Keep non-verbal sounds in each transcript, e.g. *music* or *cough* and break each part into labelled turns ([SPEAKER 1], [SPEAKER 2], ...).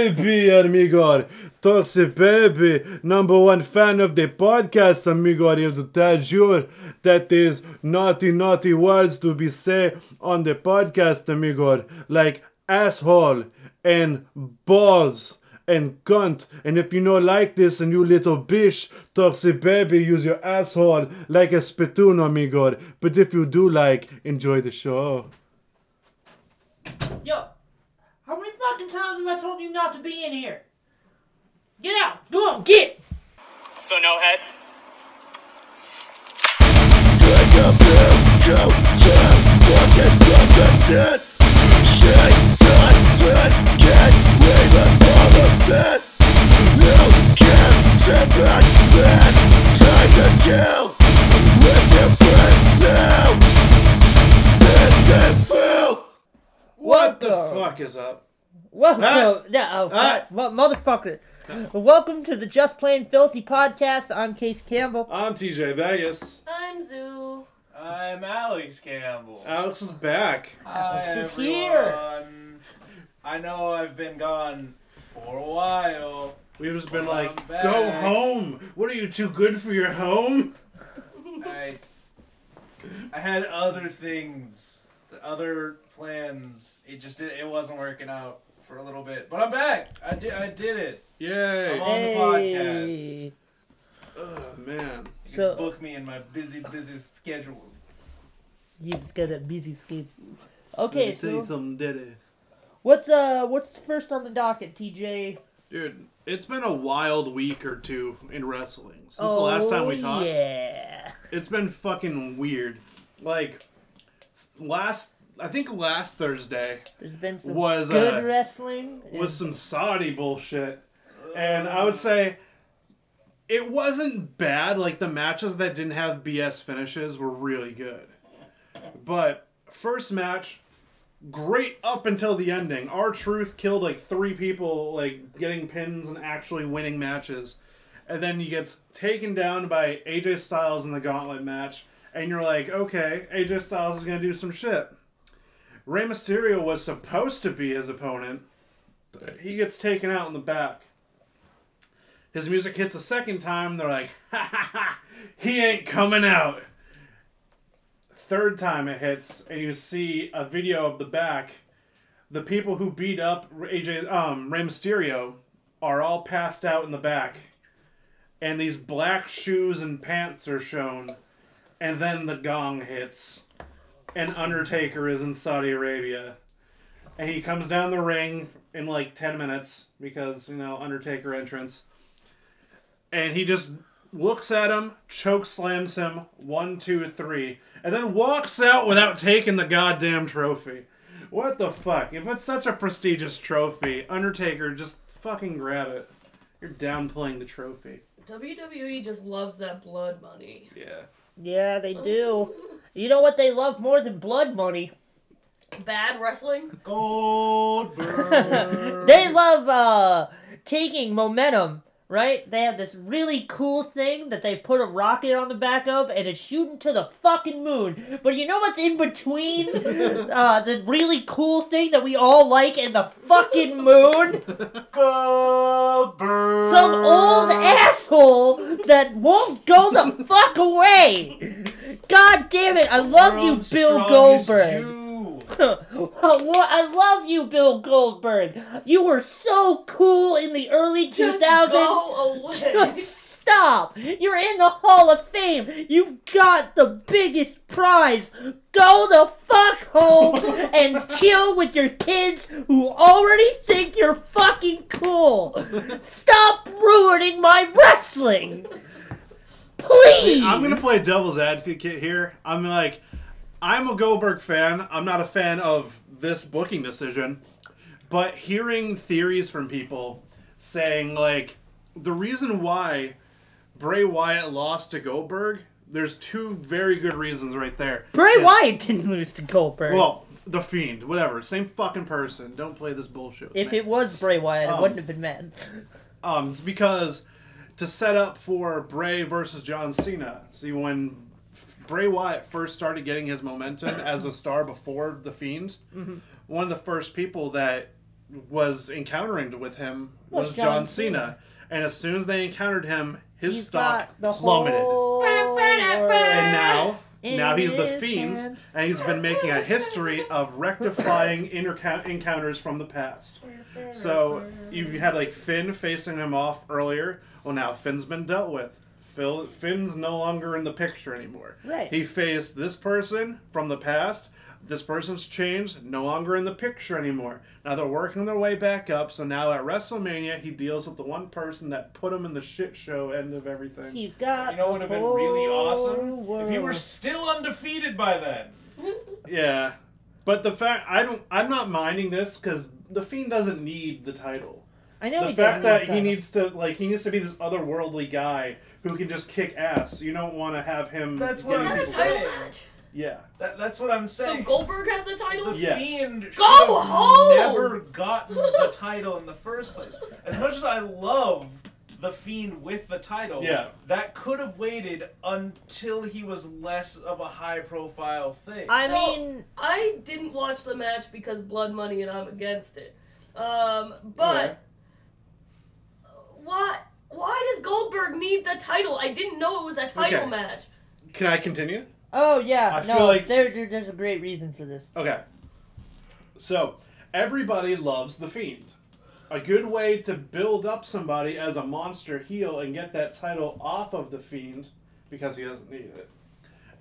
[SPEAKER 1] here, amigo. Torce Pepe, number one fan of the podcast, amigo. I have to tell you that is naughty, naughty words to be said on the podcast, amigo. Like asshole and balls and cunt. And if you not like this and you little bitch, Torce Baby, use your asshole like a spittoon, amigo. But if you do like, enjoy the show.
[SPEAKER 2] Yo, how many fucking times have I told you not to be in here? Get out! Go on, get!
[SPEAKER 3] So no head.
[SPEAKER 1] What the fuck is up?
[SPEAKER 2] Welcome, no, oh,
[SPEAKER 1] Hey.
[SPEAKER 2] mo- motherfucker. Welcome to the Just Plain Filthy podcast. I'm Case Campbell.
[SPEAKER 1] I'm TJ Vegas.
[SPEAKER 4] I'm Zoo.
[SPEAKER 5] I'm Alex Campbell.
[SPEAKER 2] Uh,
[SPEAKER 1] Alex is back.
[SPEAKER 5] Hi,
[SPEAKER 2] Alex is
[SPEAKER 5] everyone. I know I've been gone for a while.
[SPEAKER 1] We've just been
[SPEAKER 5] Well,
[SPEAKER 1] like,
[SPEAKER 5] Oh, I'm back.
[SPEAKER 1] go home. What are you too good for your home?
[SPEAKER 5] I I had other things, other plans. It just did, it wasn't working out for a little bit. But I'm back. I did I did it.
[SPEAKER 1] Yay.
[SPEAKER 5] I'm on the podcast.
[SPEAKER 2] Hey.
[SPEAKER 1] Oh, man.
[SPEAKER 5] You
[SPEAKER 2] So-
[SPEAKER 5] can book me in my busy busy schedule.
[SPEAKER 2] You've got a busy schedule. Okay, so
[SPEAKER 1] something, did it?
[SPEAKER 2] what's uh what's first on the docket, TJ?
[SPEAKER 1] Dude, it's been a wild week or two in wrestling since the last time we
[SPEAKER 2] Oh,
[SPEAKER 1] talked.
[SPEAKER 2] Yeah.
[SPEAKER 1] It's been fucking weird. Like last, I think last Thursday
[SPEAKER 2] There's been some
[SPEAKER 1] Was, uh,
[SPEAKER 2] good wrestling.
[SPEAKER 1] was some Saudi bullshit, and I would say it wasn't bad. Like the matches that didn't have BS finishes were really good, but first match. Great up until the ending. Our truth killed like three people, like getting pins and actually winning matches. and then he gets taken down by AJ Styles in the gauntlet match, and you're like, okay, AJ Styles is gonna do some shit. Rey Mysterio was supposed to be his opponent. He gets taken out in the back. His music hits a second time, they're like, *laughs* ha ha ha, he ain't coming out. Third time it hits, and you see a video of the back. The people who beat up AJ um, Rey Mysterio are all passed out in the back and these black shoes and pants are shown, and then the gong hits, and Undertaker is in Saudi Arabia, and he comes down the ring in like ten minutes because you know Undertaker entrance, and he just looks at him, choke slams him one two three, and then walks out without taking the goddamn trophy. What the fuck? If it's such a prestigious trophy, Undertaker just fucking grab it. You're downplaying the trophy.
[SPEAKER 4] WWE E just loves that blood money.
[SPEAKER 1] Yeah.
[SPEAKER 2] yeah, they do. You know what they love more than blood money?
[SPEAKER 4] Bad
[SPEAKER 1] *laughs*
[SPEAKER 4] wrestling?
[SPEAKER 5] Goldberg.
[SPEAKER 2] they love uh, taking momentum, right? They have this really cool thing that they put a rocket on the back of, and it's shooting to the fucking moon. But you know what's
[SPEAKER 5] *laughs*
[SPEAKER 2] in between uh, the really cool thing that we all like and the fucking moon?
[SPEAKER 5] Goldberg.
[SPEAKER 2] Some old asshole that won't go the fuck away. God damn it! I love you,
[SPEAKER 5] World's
[SPEAKER 2] Bill
[SPEAKER 5] strongest
[SPEAKER 2] Goldberg.
[SPEAKER 5] Jew.
[SPEAKER 2] Well, well, I love you, Bill Goldberg. You were so cool in the early
[SPEAKER 4] Just
[SPEAKER 2] 2000s.
[SPEAKER 1] *laughs*
[SPEAKER 4] go away.
[SPEAKER 2] Just *laughs* stop! You're in the Hall of Fame. You've got the biggest prize. Go the fuck
[SPEAKER 4] *laughs*
[SPEAKER 2] home and chill with your kids who already think you're fucking cool. Stop ruining my wrestling. Please.
[SPEAKER 1] I'm gonna play devil's advocate here. I'm like, I'm a Goldberg fan. I'm not a fan of this booking decision, but hearing theories from people saying like the reason why Bray Wyatt lost to Goldberg, there's two very good reasons right there.
[SPEAKER 2] Bray
[SPEAKER 1] Yeah.
[SPEAKER 2] Wyatt didn't lose to Goldberg.
[SPEAKER 1] Well, the Fiend, whatever, same fucking person. Don't play this bullshit. with
[SPEAKER 2] if
[SPEAKER 1] me.
[SPEAKER 2] it was Bray Wyatt, it
[SPEAKER 1] Um,
[SPEAKER 2] wouldn't have been Matt.
[SPEAKER 1] Um, it's because to set up for Bray versus John Cena. See, when Bray Wyatt first started
[SPEAKER 2] Mm-hmm.
[SPEAKER 1] getting his momentum as a star before The Fiend, one of the first people that was encountering with him
[SPEAKER 2] Was
[SPEAKER 1] was John,
[SPEAKER 2] John
[SPEAKER 1] Cena. and as soon as they encountered him, his
[SPEAKER 2] He's
[SPEAKER 1] stock
[SPEAKER 2] got the
[SPEAKER 1] plummeted.
[SPEAKER 2] whole *laughs*
[SPEAKER 1] And
[SPEAKER 2] world.
[SPEAKER 1] now,
[SPEAKER 2] In
[SPEAKER 1] now he's the
[SPEAKER 2] his
[SPEAKER 1] fiend,
[SPEAKER 2] hands.
[SPEAKER 1] and he's been making a history of
[SPEAKER 2] *laughs*
[SPEAKER 1] rectifying interca- encounters from the past. So you had like Finn facing him off earlier. Well, now Finn's been dealt with. Phil, Finn's no longer in the picture anymore.
[SPEAKER 2] Right.
[SPEAKER 1] He faced this person from the past. This person's changed, no longer in the picture anymore. Now they're working their way back up. So now at WrestleMania, he deals with the one person that put him in the shit show end of everything.
[SPEAKER 2] He's got.
[SPEAKER 5] You know what would have been really awesome? If you were
[SPEAKER 2] world.
[SPEAKER 5] still undefeated by then.
[SPEAKER 1] Yeah, but the fact I don't, I'm not minding this because the Fiend doesn't need the title.
[SPEAKER 2] I know
[SPEAKER 1] the
[SPEAKER 2] he
[SPEAKER 1] fact
[SPEAKER 2] doesn't
[SPEAKER 1] that he
[SPEAKER 2] need that.
[SPEAKER 1] needs to like he needs to be this otherworldly guy who can just kick ass. You don't want to have him.
[SPEAKER 5] That's
[SPEAKER 1] get
[SPEAKER 5] what
[SPEAKER 4] Is
[SPEAKER 5] I'm
[SPEAKER 4] that a
[SPEAKER 1] people-
[SPEAKER 4] title
[SPEAKER 5] saying.
[SPEAKER 4] match?
[SPEAKER 1] Yeah,
[SPEAKER 5] That, that's what I'm
[SPEAKER 4] So
[SPEAKER 5] saying.
[SPEAKER 4] Goldberg has the title?
[SPEAKER 5] the
[SPEAKER 1] Yes.
[SPEAKER 5] Fiend should
[SPEAKER 4] Go
[SPEAKER 5] have
[SPEAKER 4] home!
[SPEAKER 5] never gotten
[SPEAKER 4] *laughs*
[SPEAKER 5] the title in the first place. As much as I love the Fiend with the title,
[SPEAKER 1] Yeah.
[SPEAKER 5] that could have waited until he was less of a high profile thing.
[SPEAKER 2] I
[SPEAKER 4] So-
[SPEAKER 2] mean,
[SPEAKER 4] I didn't watch the match because blood money and I'm against it. Um, but why why does Goldberg need the title? I didn't know it was a title
[SPEAKER 1] Okay.
[SPEAKER 4] match.
[SPEAKER 1] can I continue?
[SPEAKER 2] oh yeah,
[SPEAKER 1] I
[SPEAKER 2] no,
[SPEAKER 1] feel like-
[SPEAKER 2] there, there- there's a great reason for this.
[SPEAKER 1] Okay. So everybody loves the Fiend. A good way to build up somebody as a monster heel and get that title off of the Fiend because he doesn't need it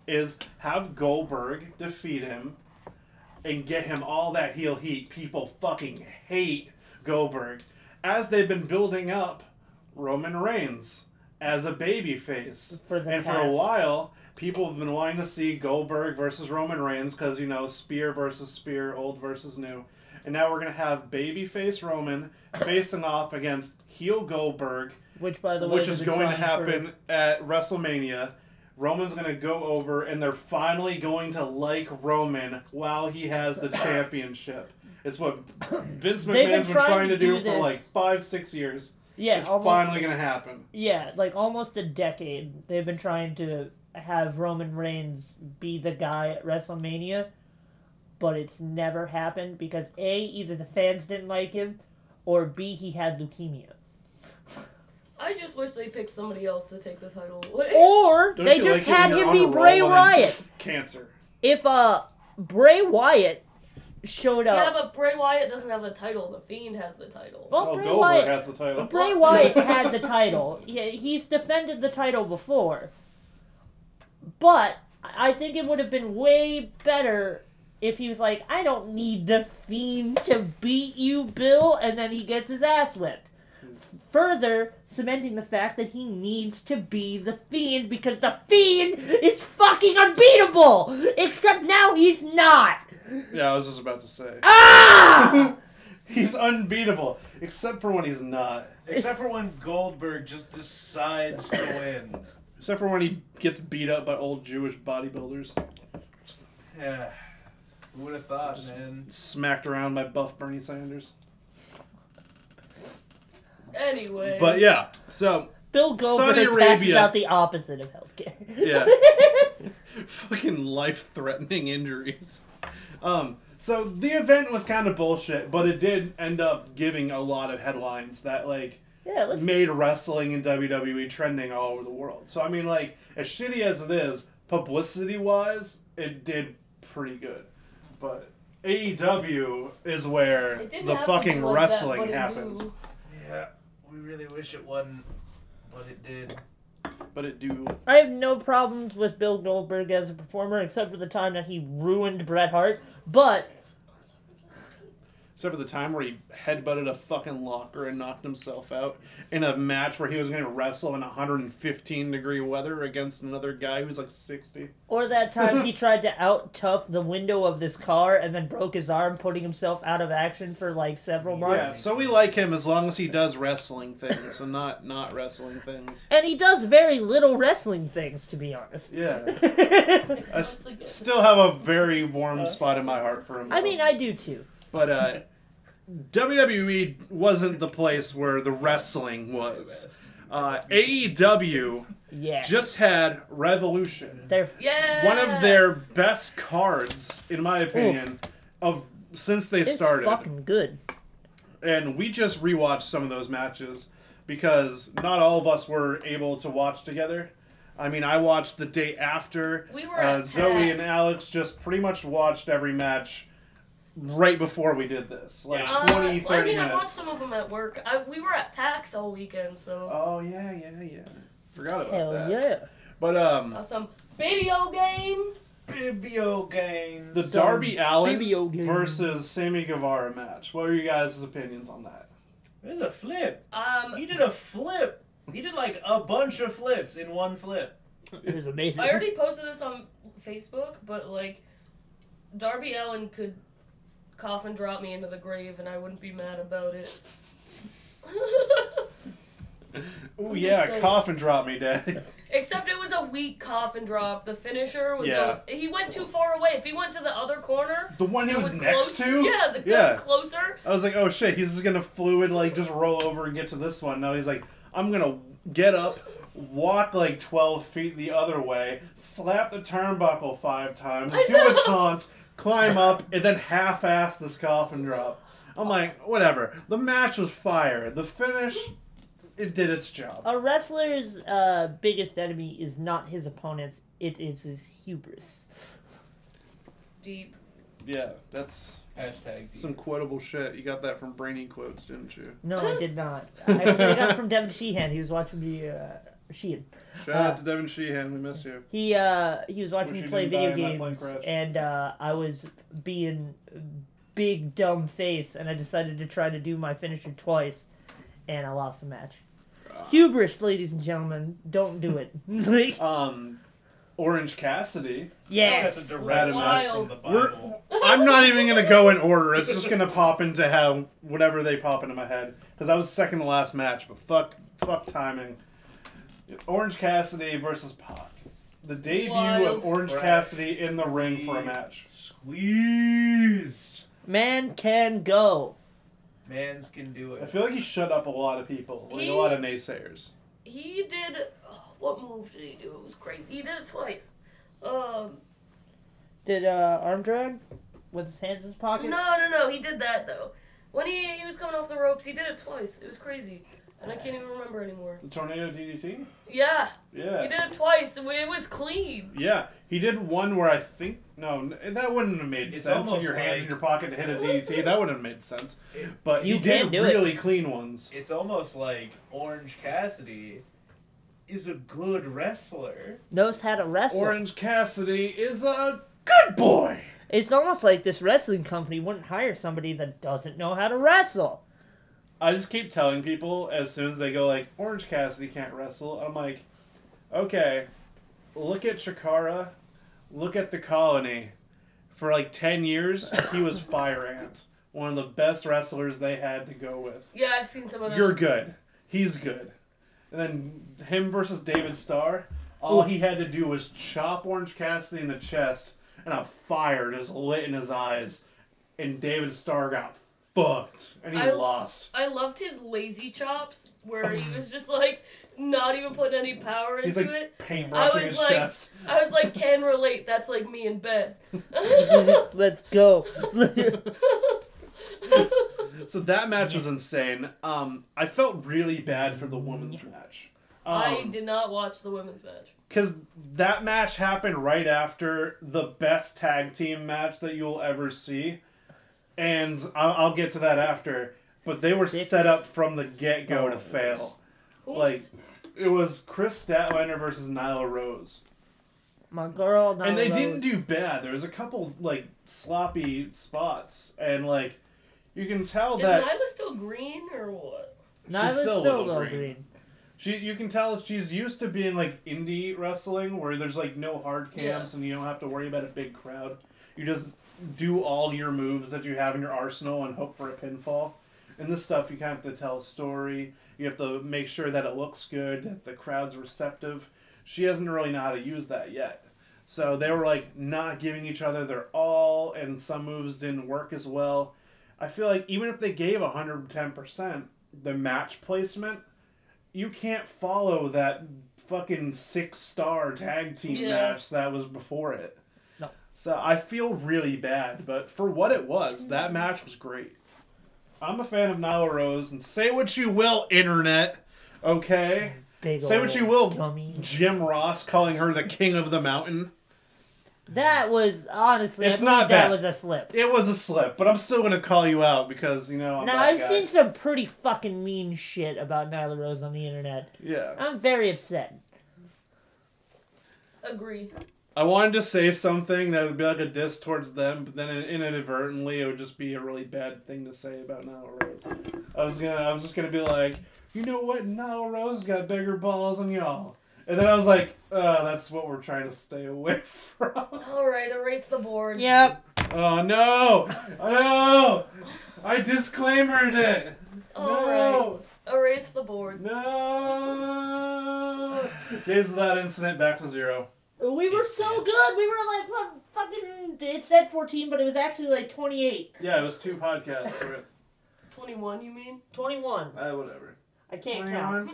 [SPEAKER 1] is have Goldberg defeat him and get him all that heel heat. People fucking hate Goldberg. As they've been building up Roman Reigns as a babyface.
[SPEAKER 2] For the
[SPEAKER 1] and for a
[SPEAKER 2] past.
[SPEAKER 1] while, people have been wanting to see Goldberg versus Roman Reigns because, you know, spear versus spear, old versus new. And now we're going to have babyface Roman facing off against heel Goldberg
[SPEAKER 2] Which, by the way,
[SPEAKER 1] which is
[SPEAKER 2] they've been
[SPEAKER 1] going to
[SPEAKER 2] trying for-
[SPEAKER 1] happen at WrestleMania. Roman's going to go over, and they're finally going to like Roman while he has the championship. It's what Vince McMahon's
[SPEAKER 2] They've been
[SPEAKER 1] been
[SPEAKER 2] trying
[SPEAKER 1] trying
[SPEAKER 2] to
[SPEAKER 1] to do,
[SPEAKER 2] do
[SPEAKER 1] for
[SPEAKER 2] this.
[SPEAKER 1] like five, six years.
[SPEAKER 2] yeah,
[SPEAKER 1] it's
[SPEAKER 2] almost,
[SPEAKER 1] finally going to happen.
[SPEAKER 2] yeah, like almost a decade. They've been trying to have Roman Reigns be the guy at WrestleMania, but it's never happened because a either the fans didn't like him, or b he had leukemia.
[SPEAKER 4] I just wish they picked somebody else to take the title away.
[SPEAKER 1] Oh,
[SPEAKER 2] Or
[SPEAKER 1] Don't
[SPEAKER 2] they
[SPEAKER 1] you
[SPEAKER 2] just
[SPEAKER 1] like it when
[SPEAKER 2] had
[SPEAKER 1] you're
[SPEAKER 2] him
[SPEAKER 1] on
[SPEAKER 2] be
[SPEAKER 1] a
[SPEAKER 2] Bray
[SPEAKER 1] roll and
[SPEAKER 2] Wyatt.
[SPEAKER 1] Cancer.
[SPEAKER 2] If uh Bray Wyatt showed
[SPEAKER 4] Yeah,
[SPEAKER 2] up,
[SPEAKER 4] but Bray Wyatt doesn't have the title. The Fiend has the title.
[SPEAKER 2] well,
[SPEAKER 1] Oh,
[SPEAKER 2] Bray
[SPEAKER 1] Goldberg
[SPEAKER 2] Wyatt,
[SPEAKER 1] has the title. *laughs*
[SPEAKER 2] Bray Wyatt had the title. He, he's defended the title before. But I think it would have been way better if he was like, I don't need the fiend to beat you, Bill, and then he gets his ass whipped. Further cementing the fact that he needs to be the fiend because the fiend is fucking unbeatable! Except now he's not!
[SPEAKER 1] yeah, I was just about to say.
[SPEAKER 2] Ah!
[SPEAKER 1] He's unbeatable, except for when he's not.
[SPEAKER 5] *laughs* Except for when Goldberg just decides to win. *sighs*
[SPEAKER 1] Except for when he gets beat up by old Jewish bodybuilders,
[SPEAKER 5] Yeah. Who would have thought, man?
[SPEAKER 1] smacked around by buff Bernie Sanders.
[SPEAKER 4] Anyway.
[SPEAKER 1] But yeah, so
[SPEAKER 2] Bill Goldberg
[SPEAKER 1] Saudi
[SPEAKER 2] passes
[SPEAKER 1] Arabia.
[SPEAKER 2] out the opposite of healthcare.
[SPEAKER 4] *laughs*
[SPEAKER 1] Yeah. fucking life-threatening injuries. Um, so the event was kind of bullshit, but it did end up giving a lot of headlines that like
[SPEAKER 2] *laughs* yeah, let's
[SPEAKER 1] made wrestling in WWE E trending all over the world. So I mean, like as shitty as it is, publicity-wise, it did pretty good. But AEW is where
[SPEAKER 4] It didn't
[SPEAKER 1] the
[SPEAKER 4] happen
[SPEAKER 1] fucking
[SPEAKER 4] like that,
[SPEAKER 1] wrestling
[SPEAKER 4] but it
[SPEAKER 1] happens.
[SPEAKER 4] do.
[SPEAKER 5] Yeah. We really wish it wasn't, but it did.
[SPEAKER 1] But it do.
[SPEAKER 2] I have no problems with Bill Goldberg as a performer, except for the time that he ruined Bret Hart. But
[SPEAKER 1] Except for the time where he headbutted a fucking locker and knocked himself out in a match where he was going to wrestle in 115 degree weather against another guy who's like 60.
[SPEAKER 2] or that time
[SPEAKER 1] *laughs*
[SPEAKER 2] he tried to out tough the window of this car and then broke his arm, putting himself out of action for like several
[SPEAKER 1] Yeah,
[SPEAKER 2] months.
[SPEAKER 1] so we like him as long as he does wrestling things and not not wrestling things.
[SPEAKER 2] And he does very little wrestling things, to be honest. *laughs*
[SPEAKER 1] Yeah, I s-
[SPEAKER 4] Once again.
[SPEAKER 1] still have a very warm spot in my heart for him.
[SPEAKER 2] I mean, I do too.
[SPEAKER 1] but uh, WWE wasn't the place where the wrestling was. Uh, AEW
[SPEAKER 2] Yeah.
[SPEAKER 1] just had Revolution.
[SPEAKER 2] they're
[SPEAKER 4] Yeah. Uh,
[SPEAKER 1] one of their best cards, in my opinion, of since they
[SPEAKER 2] it's
[SPEAKER 1] started.
[SPEAKER 2] fucking good.
[SPEAKER 1] and we just rewatched some of those matches because not all of us were able to watch together. I mean, I watched the day after.
[SPEAKER 4] We were
[SPEAKER 1] uh,
[SPEAKER 4] at
[SPEAKER 1] Zoe and
[SPEAKER 4] PAX.
[SPEAKER 1] Alex just pretty much watched every match right before we did this, like
[SPEAKER 4] Uh,
[SPEAKER 1] twenty, thirty 20, 30
[SPEAKER 4] well, I mean, I watched
[SPEAKER 1] minutes.
[SPEAKER 4] some of them at work. I, we were at PAX all weekend, so
[SPEAKER 1] Oh yeah, yeah, yeah. Forgot about
[SPEAKER 2] Hell
[SPEAKER 1] that.
[SPEAKER 2] yeah.
[SPEAKER 1] But um,
[SPEAKER 4] saw some video games.
[SPEAKER 5] Bibio games.
[SPEAKER 1] the
[SPEAKER 2] Some
[SPEAKER 1] Darby Allen
[SPEAKER 2] video game.
[SPEAKER 1] versus Sammy Guevara match. What are you guys' opinions on that?
[SPEAKER 5] There's a flip. He
[SPEAKER 4] Um,
[SPEAKER 5] did a flip. He did like a bunch of flips in one flip.
[SPEAKER 2] It was amazing.
[SPEAKER 4] I already posted this on Facebook, but like, Darby Allen could coffin drop me into the grave, and I wouldn't be mad about it. *laughs*
[SPEAKER 1] Oh
[SPEAKER 4] I'm
[SPEAKER 1] yeah,
[SPEAKER 4] just saying.
[SPEAKER 1] coffin drop me, daddy. *laughs*
[SPEAKER 4] Except it was a weak coffin drop. The finisher was
[SPEAKER 1] Yeah.
[SPEAKER 4] a, he went too far away. If he went to the other corner,
[SPEAKER 1] The one he
[SPEAKER 4] that
[SPEAKER 1] was, next
[SPEAKER 4] close,
[SPEAKER 1] to.
[SPEAKER 4] yeah, the,
[SPEAKER 1] yeah.
[SPEAKER 4] that was closer.
[SPEAKER 1] I was like, oh shit, he's just gonna fluid like just roll over and get to this one. Now he's like, I'm gonna get up, walk like 12 feet the other way, slap the turnbuckle five times,
[SPEAKER 4] I
[SPEAKER 1] do a
[SPEAKER 4] know.
[SPEAKER 1] taunt, climb
[SPEAKER 4] *laughs*
[SPEAKER 1] up, and then half-ass this coffin drop. I'm like, whatever. The match was fire. The finish, it did its job.
[SPEAKER 2] A wrestler's uh, biggest enemy is not his opponents, it is his hubris.
[SPEAKER 4] Deep.
[SPEAKER 1] Yeah, that's
[SPEAKER 5] Hashtag. D.
[SPEAKER 1] some quotable shit. You got that from Brainy quotes, didn't you?
[SPEAKER 2] No, I did not. I actually I got it from Devin Sheehan. He was watching me. Uh, Sheehan.
[SPEAKER 1] Shout
[SPEAKER 4] Uh,
[SPEAKER 1] out to Devin Sheehan. We miss you.
[SPEAKER 2] He uh, he was watching
[SPEAKER 1] Wish
[SPEAKER 2] me
[SPEAKER 1] you
[SPEAKER 2] play
[SPEAKER 1] didn't die
[SPEAKER 2] video
[SPEAKER 1] in that plane
[SPEAKER 2] games,
[SPEAKER 1] crash.
[SPEAKER 2] and uh, I was being big dumb face, and I decided to try to do my finisher twice, and I lost the match. Hubris, ladies and gentlemen, don't do it. like,
[SPEAKER 1] Um, Orange Cassidy.
[SPEAKER 5] That's
[SPEAKER 2] yes,
[SPEAKER 5] a direct match from the
[SPEAKER 1] We're-
[SPEAKER 5] Bible.
[SPEAKER 1] I'm not even gonna go in order. It's just gonna pop into how whatever they pop into my head because I was second to last match, but fuck, fuck timing. Orange Cassidy versus Pac. The debut
[SPEAKER 4] Wild.
[SPEAKER 1] of Orange
[SPEAKER 5] Right.
[SPEAKER 1] Cassidy in the ring for a match.
[SPEAKER 5] Squeezed.
[SPEAKER 2] man can go.
[SPEAKER 5] Mans can do
[SPEAKER 1] I
[SPEAKER 5] it.
[SPEAKER 1] feel like he shut up a lot of people, like a lot of naysayers.
[SPEAKER 4] He did. Oh, what move did he do? It was crazy. He did it twice. Um,
[SPEAKER 2] Did uh, arm drag with his hands in his
[SPEAKER 4] no,
[SPEAKER 2] pockets?
[SPEAKER 4] no, no. He did that though. When he he was coming off the ropes, he did it twice. It was crazy, and I can't even remember anymore.
[SPEAKER 1] The tornado DDT.
[SPEAKER 4] Yeah, he
[SPEAKER 1] Yeah.
[SPEAKER 4] did it twice. It was clean.
[SPEAKER 1] Yeah, he did one where I think no, n- that wouldn't have made
[SPEAKER 5] It's
[SPEAKER 1] sense. With
[SPEAKER 5] almost
[SPEAKER 1] your hands in
[SPEAKER 5] like-
[SPEAKER 1] your pocket to hit a DDT, that wouldn't have made sense. But
[SPEAKER 2] You
[SPEAKER 1] he did
[SPEAKER 2] can do it.
[SPEAKER 1] really clean ones.
[SPEAKER 5] It's almost like Orange Cassidy is a good wrestler.
[SPEAKER 2] Knows how to wrestle.
[SPEAKER 1] Orange Cassidy is a good boy.
[SPEAKER 2] It's almost like this wrestling company wouldn't hire somebody that doesn't know how to wrestle.
[SPEAKER 1] I just keep telling people as soon as they go like Orange Cassidy can't wrestle, I'm like, okay, look at Shakara, look at the Colony. For like ten years, he was Fire Ant, one of the best wrestlers they had to go with.
[SPEAKER 4] Yeah, I've seen some of those.
[SPEAKER 1] You're good. He's good. And then him versus David Starr, all he had to do was chop Orange Cassidy in the chest, and a fire just lit in his eyes, and David Starr got fucked, and he
[SPEAKER 4] I-
[SPEAKER 1] lost.
[SPEAKER 4] I loved his lazy chops, where he was just like not even putting any power
[SPEAKER 1] He's
[SPEAKER 4] into
[SPEAKER 1] like
[SPEAKER 4] it. I
[SPEAKER 1] paintbrushing
[SPEAKER 4] was
[SPEAKER 1] his
[SPEAKER 4] like-
[SPEAKER 1] chest.
[SPEAKER 4] I was like, can relate. That's like me in bed.
[SPEAKER 2] Let's go. *laughs*
[SPEAKER 1] So that match was insane. Um, I felt really bad for the women's match. Um,
[SPEAKER 4] I did not watch the women's match.
[SPEAKER 1] Because that match happened right after the best tag team match that you'll ever see. And I'll, I'll get to that after. But they were
[SPEAKER 2] Six
[SPEAKER 1] set up from the get go to fail.
[SPEAKER 4] Who's
[SPEAKER 1] Like, it was Chris Statlander versus Nyla Rose.
[SPEAKER 2] My girl. Nyla
[SPEAKER 1] and they
[SPEAKER 2] Rose.
[SPEAKER 1] didn't do bad. There was a couple, like, sloppy spots. And, like, you can tell
[SPEAKER 4] is
[SPEAKER 1] that.
[SPEAKER 4] Nyla still green or what?
[SPEAKER 2] Nyla's
[SPEAKER 1] still a
[SPEAKER 2] still,
[SPEAKER 1] little
[SPEAKER 2] low
[SPEAKER 1] green.
[SPEAKER 2] green.
[SPEAKER 1] She, you can tell she's used to being like indie wrestling, where there's like no hard cams and you don't have to worry about a big crowd. You just do all your moves that you have in your arsenal and hope for a pinfall. In this stuff, you kind of have to tell a story. You have to make sure that it looks good, that the crowd's receptive. She doesn't really know how to use that yet. So they were like not giving each other their all, and some moves didn't work as well. I feel like even if they gave 110%, the match placement you can't follow that fucking six star tag team
[SPEAKER 4] Yeah.
[SPEAKER 1] match that was before it.
[SPEAKER 2] No.
[SPEAKER 1] So I feel really bad, but for what it was, that match was great. I'm a fan of Nyla Rose, and say what you will, internet. Okay?
[SPEAKER 2] Big
[SPEAKER 1] Say what
[SPEAKER 2] ol'
[SPEAKER 1] you will,
[SPEAKER 2] dummy.
[SPEAKER 1] Jim Ross calling her the king of the mountain.
[SPEAKER 2] That was honestly,
[SPEAKER 1] It's
[SPEAKER 2] I believe
[SPEAKER 1] not
[SPEAKER 2] that
[SPEAKER 1] bad.
[SPEAKER 2] was a slip.
[SPEAKER 1] It was a slip, but I'm still going to call you out because, you know, I'm
[SPEAKER 2] Now
[SPEAKER 1] that
[SPEAKER 2] I've
[SPEAKER 1] guy.
[SPEAKER 2] seen some pretty fucking mean shit about Nyla Rose on the internet.
[SPEAKER 1] Yeah.
[SPEAKER 2] I'm very upset.
[SPEAKER 4] Agree.
[SPEAKER 1] I wanted to say something that would be like a diss towards them, but then inadvertently it would just be a really bad thing to say about Nyla Rose. I was gonna, I was just gonna be like, you know what, Nyla Rose got bigger balls than y'all, and then I was like, uh, that's what we're trying to stay away *laughs* from.
[SPEAKER 4] Alright, erase the board.
[SPEAKER 2] Yep.
[SPEAKER 1] Oh no, no, I disclaimered it.
[SPEAKER 4] Alright.
[SPEAKER 1] No,
[SPEAKER 4] Erase the board.
[SPEAKER 1] no. Days of that incident back to zero.
[SPEAKER 2] We were so good. We were like fuck- fucking. It said 14, but it was actually like 28,
[SPEAKER 1] Yeah, it was two podcasts. worth.
[SPEAKER 4] 21, you mean?
[SPEAKER 2] 21.
[SPEAKER 1] Uh, whatever.
[SPEAKER 2] I can't count.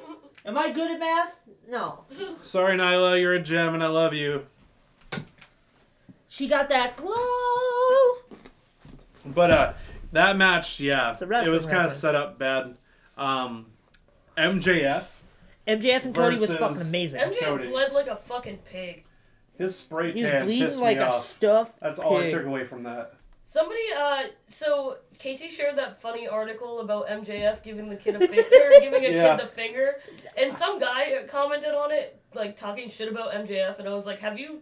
[SPEAKER 2] Am I good at math? No.
[SPEAKER 1] Sorry, Nyla, you're a gem and I love you.
[SPEAKER 2] She got that glow.
[SPEAKER 1] But uh, that match, yeah,
[SPEAKER 2] a
[SPEAKER 1] it
[SPEAKER 2] wrestling
[SPEAKER 1] was kind of
[SPEAKER 2] reference.
[SPEAKER 1] set up bad. Um, MJF,
[SPEAKER 2] MJF and Cody was
[SPEAKER 1] Versus-
[SPEAKER 2] fucking amazing.
[SPEAKER 4] MJ
[SPEAKER 1] Cody.
[SPEAKER 4] bled like a fucking pig.
[SPEAKER 1] his spray
[SPEAKER 2] He was
[SPEAKER 1] tan
[SPEAKER 2] bleeding
[SPEAKER 1] pissed
[SPEAKER 2] like
[SPEAKER 1] me
[SPEAKER 2] a
[SPEAKER 1] off.
[SPEAKER 2] stuffed
[SPEAKER 1] That's all I
[SPEAKER 2] pig.
[SPEAKER 1] took away from that.
[SPEAKER 4] Somebody, uh, so Casey shared that funny article about MJF giving the kid a *laughs* finger, giving a
[SPEAKER 1] Yeah.
[SPEAKER 4] kid the finger, and some guy commented on it, like talking shit about MJF, and I was like, "Have you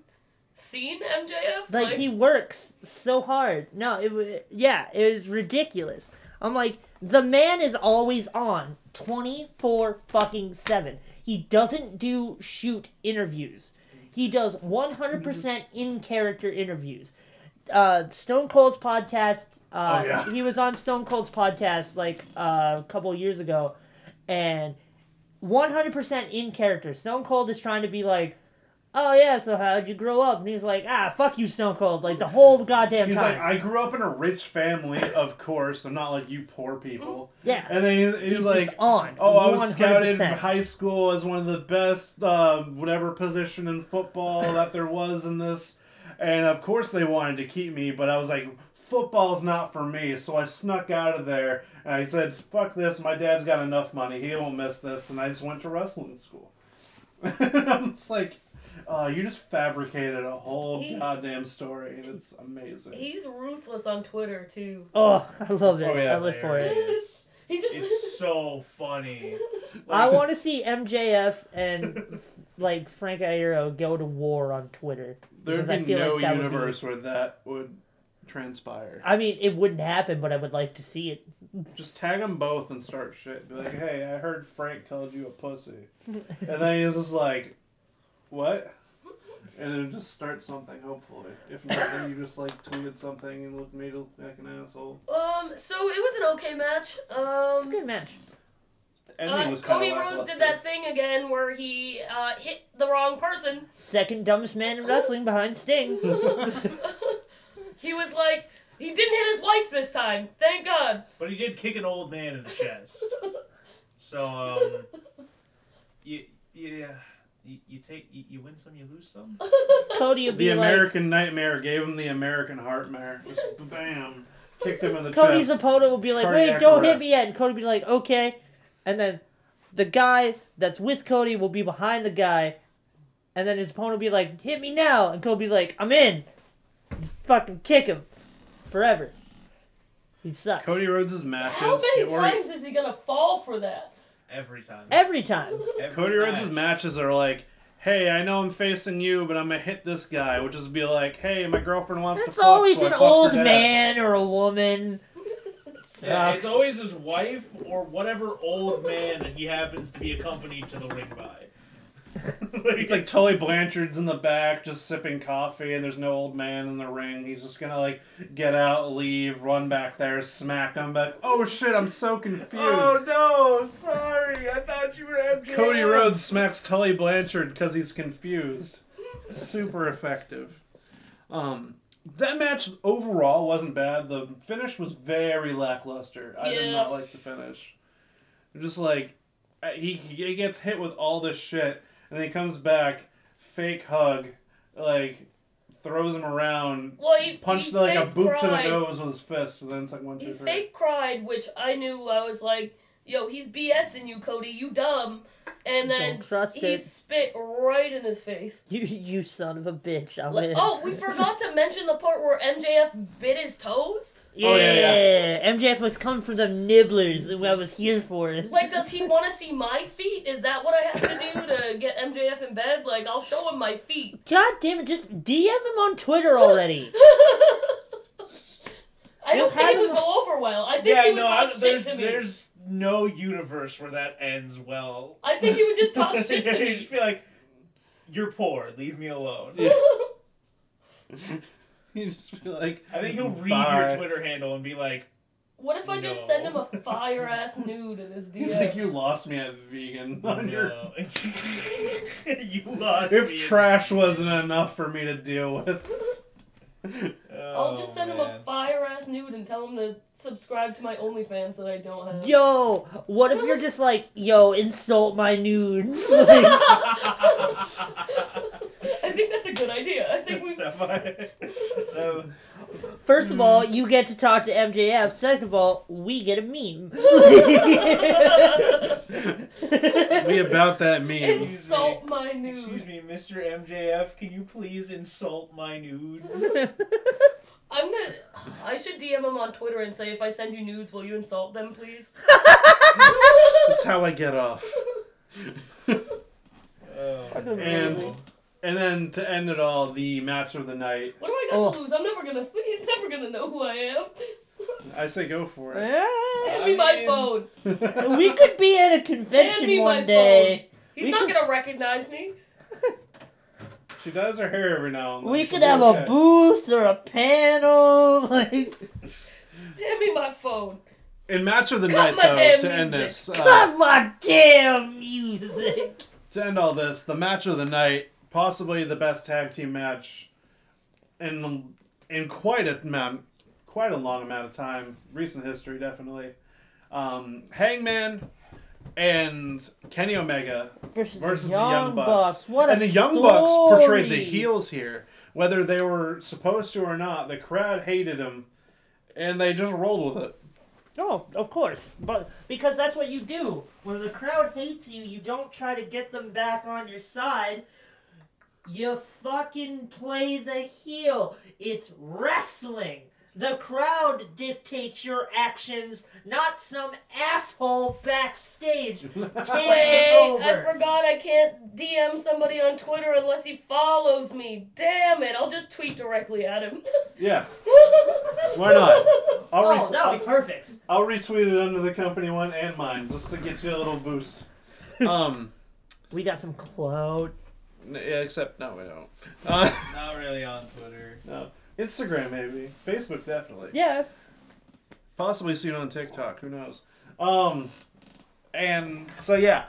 [SPEAKER 4] seen MJF?"
[SPEAKER 2] Like he works so hard. No, it wa- yeah, it was ridiculous. I'm like the man is always on 24 fucking 7. He doesn't do shoot interviews. He does 100% in character interviews. Uh Stone Cold's podcast uh
[SPEAKER 1] Oh, yeah.
[SPEAKER 2] he was on Stone Cold's podcast like uh, a couple years ago and 100% in character. Stone Cold is trying to be like oh yeah, so how'd you grow up? And he's like, ah, fuck you, Stone Cold, like the whole goddamn
[SPEAKER 1] He's like,
[SPEAKER 2] time.
[SPEAKER 1] I grew up in a rich family, of course. I'm not like you poor people.
[SPEAKER 2] Mm. yeah,
[SPEAKER 1] And then he's, he's,
[SPEAKER 2] he's
[SPEAKER 1] like,
[SPEAKER 2] just on.
[SPEAKER 1] oh, I was scouted in
[SPEAKER 2] 100%.
[SPEAKER 1] high school as one of the best, um, whatever position in football that there was in this. And of course they wanted to keep me, but I was like, football's not for me. So I snuck out of there and I said, fuck this. My dad's got enough money. He won't miss this. And I just went to wrestling school. *laughs* I'm just like, oh, you just fabricated a whole
[SPEAKER 4] He-
[SPEAKER 1] goddamn story. And it's amazing.
[SPEAKER 4] he's ruthless on Twitter too.
[SPEAKER 2] oh, I love it.
[SPEAKER 5] Oh, yeah,
[SPEAKER 2] I live for
[SPEAKER 5] there
[SPEAKER 1] *laughs*
[SPEAKER 2] it.
[SPEAKER 5] is.
[SPEAKER 4] He just
[SPEAKER 5] It's so funny.
[SPEAKER 2] I want to see MJF and like Frank Iero go to war on Twitter.
[SPEAKER 1] There'd
[SPEAKER 2] because I
[SPEAKER 1] be
[SPEAKER 2] feel
[SPEAKER 1] no
[SPEAKER 2] like that would be-
[SPEAKER 1] universe where that would transpire.
[SPEAKER 2] I mean, it wouldn't happen, but I would like to see it.
[SPEAKER 1] Just tag them both and start shit. Be like, hey, I heard Frank called you a pussy. and then he's just like, what? And then just start something, hopefully. If not, then you just like tweeted something and look made like an asshole.
[SPEAKER 4] *laughs* um. So it was an okay match. Um.
[SPEAKER 2] Good match.
[SPEAKER 1] The ending
[SPEAKER 4] Uh,
[SPEAKER 1] was kind
[SPEAKER 4] Cody
[SPEAKER 1] of
[SPEAKER 4] Rhodes did that thing again where he uh, hit the wrong person.
[SPEAKER 2] Second dumbest man in wrestling behind
[SPEAKER 1] *laughs*
[SPEAKER 2] Sting.
[SPEAKER 4] He was like, he didn't hit his wife this time. Thank God.
[SPEAKER 5] But he did kick an old man in the
[SPEAKER 4] *laughs*
[SPEAKER 5] chest. So um, you yeah, you, you take you, you win some, you lose some.
[SPEAKER 2] Cody would be
[SPEAKER 1] The
[SPEAKER 2] like,
[SPEAKER 1] American Nightmare gave him the American Heartmare.
[SPEAKER 4] *laughs*
[SPEAKER 1] Just bam, kicked him in the
[SPEAKER 2] Cody's
[SPEAKER 1] chest.
[SPEAKER 2] opponent will be like, "Wait,
[SPEAKER 1] Cardiac
[SPEAKER 2] don't hit
[SPEAKER 1] arrest.
[SPEAKER 2] me yet." And Cody be like, "Okay," and then the guy that's with Cody will be behind the guy, and then his opponent will be like, "Hit me now," and Cody be like, "I'm in." Just fucking kick him forever. He sucks.
[SPEAKER 1] Cody Rhodes' matches.
[SPEAKER 4] How many
[SPEAKER 1] get where-
[SPEAKER 4] times is he gonna fall for that?
[SPEAKER 5] Every time.
[SPEAKER 2] Every time.
[SPEAKER 5] Every
[SPEAKER 1] Cody Rhodes'
[SPEAKER 5] match.
[SPEAKER 1] matches are like, hey, I know I'm facing you, but I'm gonna hit this guy, which is be like, hey, my girlfriend wants to
[SPEAKER 2] It's
[SPEAKER 1] fuck.
[SPEAKER 2] always
[SPEAKER 1] so I
[SPEAKER 2] an
[SPEAKER 1] fucked her
[SPEAKER 2] old
[SPEAKER 1] dad."
[SPEAKER 2] man or a woman.
[SPEAKER 5] Yeah,
[SPEAKER 2] Sucks.
[SPEAKER 5] It's always his wife or whatever old man that he happens to be accompanied to the ring by.
[SPEAKER 1] *laughs*
[SPEAKER 5] *laughs*
[SPEAKER 1] It's like Tully Blanchard's in the back, just sipping coffee, and there's no old man in the ring. He's just gonna like get out, leave, run back there, smack him back. Oh shit, I'm so confused.
[SPEAKER 3] Oh,
[SPEAKER 5] Oh, no! Sorry, I thought you were MJF.
[SPEAKER 1] Cody Rhodes smacks Tully Blanchard because he's confused. Super effective. Um, that match overall wasn't bad. The finish was very lackluster. I did not
[SPEAKER 4] Yeah.
[SPEAKER 1] like the finish. Just like uh, he, he gets hit with all this shit, and then he comes back, fake hug, like throws him around,
[SPEAKER 4] Well, he,
[SPEAKER 1] punched
[SPEAKER 4] he
[SPEAKER 1] like a
[SPEAKER 4] fake
[SPEAKER 1] boot to the
[SPEAKER 4] cried.
[SPEAKER 1] nose with his fist, and then it's like one,
[SPEAKER 4] He
[SPEAKER 1] two, three.
[SPEAKER 4] fake cried, which I knew. I was like, "Yo, he's BSing you, Cody. You dumb." And then
[SPEAKER 2] Don't trust
[SPEAKER 4] he
[SPEAKER 2] it.
[SPEAKER 4] spit right in his face.
[SPEAKER 2] You, you son of a bitch. I'm
[SPEAKER 4] Like,
[SPEAKER 2] in.
[SPEAKER 4] oh, we forgot to mention the part where MJF bit his toes.
[SPEAKER 2] Yeah,
[SPEAKER 1] Oh, yeah,
[SPEAKER 2] MJF was coming for them nibblers, and I was here for it.
[SPEAKER 4] Like, does he want to see my feet? Is that what I have to do to get MJF in bed? Like, I'll show him my feet. *laughs*
[SPEAKER 2] God damn it, just DM him on Twitter already.
[SPEAKER 4] I
[SPEAKER 2] You
[SPEAKER 4] don't think
[SPEAKER 2] had
[SPEAKER 4] it would
[SPEAKER 2] him-
[SPEAKER 4] go over well. I think he
[SPEAKER 5] Yeah,
[SPEAKER 4] would
[SPEAKER 5] no, I,
[SPEAKER 4] talk shit
[SPEAKER 5] there's
[SPEAKER 4] to me.
[SPEAKER 5] there's no universe where that ends well.
[SPEAKER 4] I think *laughs* he would just talk
[SPEAKER 5] *laughs*
[SPEAKER 4] shit to
[SPEAKER 5] you
[SPEAKER 4] me. *laughs*
[SPEAKER 5] just be like, "You're poor. Leave me alone."
[SPEAKER 1] Yeah. *laughs* You just feel like
[SPEAKER 5] I think he'll read
[SPEAKER 1] "Bye."
[SPEAKER 5] your Twitter handle and be like,
[SPEAKER 2] *laughs*
[SPEAKER 4] what if I just
[SPEAKER 5] No.
[SPEAKER 4] send him a fire ass nude in his DMs?
[SPEAKER 1] He's like, you lost me at vegan. *laughs* on your-
[SPEAKER 2] *laughs*
[SPEAKER 5] "No, *laughs* you lost." me.
[SPEAKER 1] If trash wasn't enough for me to deal
[SPEAKER 2] *laughs*
[SPEAKER 1] with,
[SPEAKER 5] Oh,
[SPEAKER 4] I'll just send him a *laughs*
[SPEAKER 5] man.
[SPEAKER 4] fire ass nude and tell him to subscribe to my OnlyFans that I don't have. *laughs*
[SPEAKER 2] yo, what if you're just like, yo, insult my
[SPEAKER 4] *laughs*
[SPEAKER 2] nudes? Like,
[SPEAKER 4] I think that's a good idea. I think we.
[SPEAKER 5] *laughs* That might- that-
[SPEAKER 2] first of all, you get to talk to MJF. Second of all, we get a
[SPEAKER 4] *laughs*
[SPEAKER 2] meme. *laughs*
[SPEAKER 1] we about that meme.
[SPEAKER 4] Insult my
[SPEAKER 5] Excuse
[SPEAKER 4] nudes.
[SPEAKER 5] me, Mr. MJF. Can you please insult my nudes?
[SPEAKER 4] *laughs* I'm gonna. I should DM him on Twitter and say, if I send you nudes, will you insult them, please?
[SPEAKER 1] That's how I get off.
[SPEAKER 5] Oh,
[SPEAKER 2] Fucking
[SPEAKER 5] man.
[SPEAKER 1] And and then to end it all, the match of the night.
[SPEAKER 4] What do I got to
[SPEAKER 2] Oh.
[SPEAKER 4] lose? I'm never gonna. *laughs* He's never gonna know who I am.
[SPEAKER 1] I say go for it.
[SPEAKER 2] Eh,
[SPEAKER 4] Hand me my
[SPEAKER 5] mean-
[SPEAKER 4] phone.
[SPEAKER 2] we could be at a
[SPEAKER 4] me
[SPEAKER 2] convention
[SPEAKER 4] my
[SPEAKER 2] one day.
[SPEAKER 4] He's
[SPEAKER 2] we
[SPEAKER 4] not
[SPEAKER 2] could-
[SPEAKER 4] gonna recognize me.
[SPEAKER 1] *laughs* She does her hair every now and then.
[SPEAKER 2] We
[SPEAKER 1] She'll
[SPEAKER 2] could
[SPEAKER 1] be
[SPEAKER 2] have
[SPEAKER 1] okay.
[SPEAKER 2] a booth or a panel. *laughs* Like,
[SPEAKER 4] Hand me my phone.
[SPEAKER 1] In match of the
[SPEAKER 4] Cut my
[SPEAKER 1] night,
[SPEAKER 4] damn
[SPEAKER 1] though, to end
[SPEAKER 4] music.
[SPEAKER 1] this, uh,
[SPEAKER 2] God, my damn music.
[SPEAKER 1] to end all this, the match of the night, possibly the best tag team match, in in quite a amount, quite a long amount of time, recent history definitely. Um, Hangman and Kenny Omega
[SPEAKER 2] Versus,
[SPEAKER 1] versus
[SPEAKER 2] the Young, Bucks. What a
[SPEAKER 1] and the Young Bucks portrayed the
[SPEAKER 2] story.
[SPEAKER 1] heels here, whether they were supposed to or not. The crowd hated them, and they just rolled with it.
[SPEAKER 2] Oh, of course, but because that's what you do. When the crowd hates you, you don't try to get them back on your side. You fucking play the heel. It's wrestling. The crowd dictates your actions, not some asshole *laughs* backstage. Tangent
[SPEAKER 4] Wait, I
[SPEAKER 2] over.
[SPEAKER 4] forgot I can't DM somebody on Twitter unless he follows me. Damn it! I'll just tweet directly at him.
[SPEAKER 1] *laughs* Yeah, why
[SPEAKER 4] *laughs*
[SPEAKER 1] not? I'll,
[SPEAKER 2] Oh,
[SPEAKER 1] re-
[SPEAKER 2] that would be perfect.
[SPEAKER 1] I'll retweet it under the company one and mine just to get you a little boost. *laughs* Um,
[SPEAKER 2] We got some clout.
[SPEAKER 1] n- yeah, except no, we don't. Uh,
[SPEAKER 5] Not really on Twitter.
[SPEAKER 1] *laughs* no, Instagram maybe, Facebook definitely.
[SPEAKER 2] Yeah.
[SPEAKER 1] possibly soon on TikTok. Who knows? Um, and so yeah,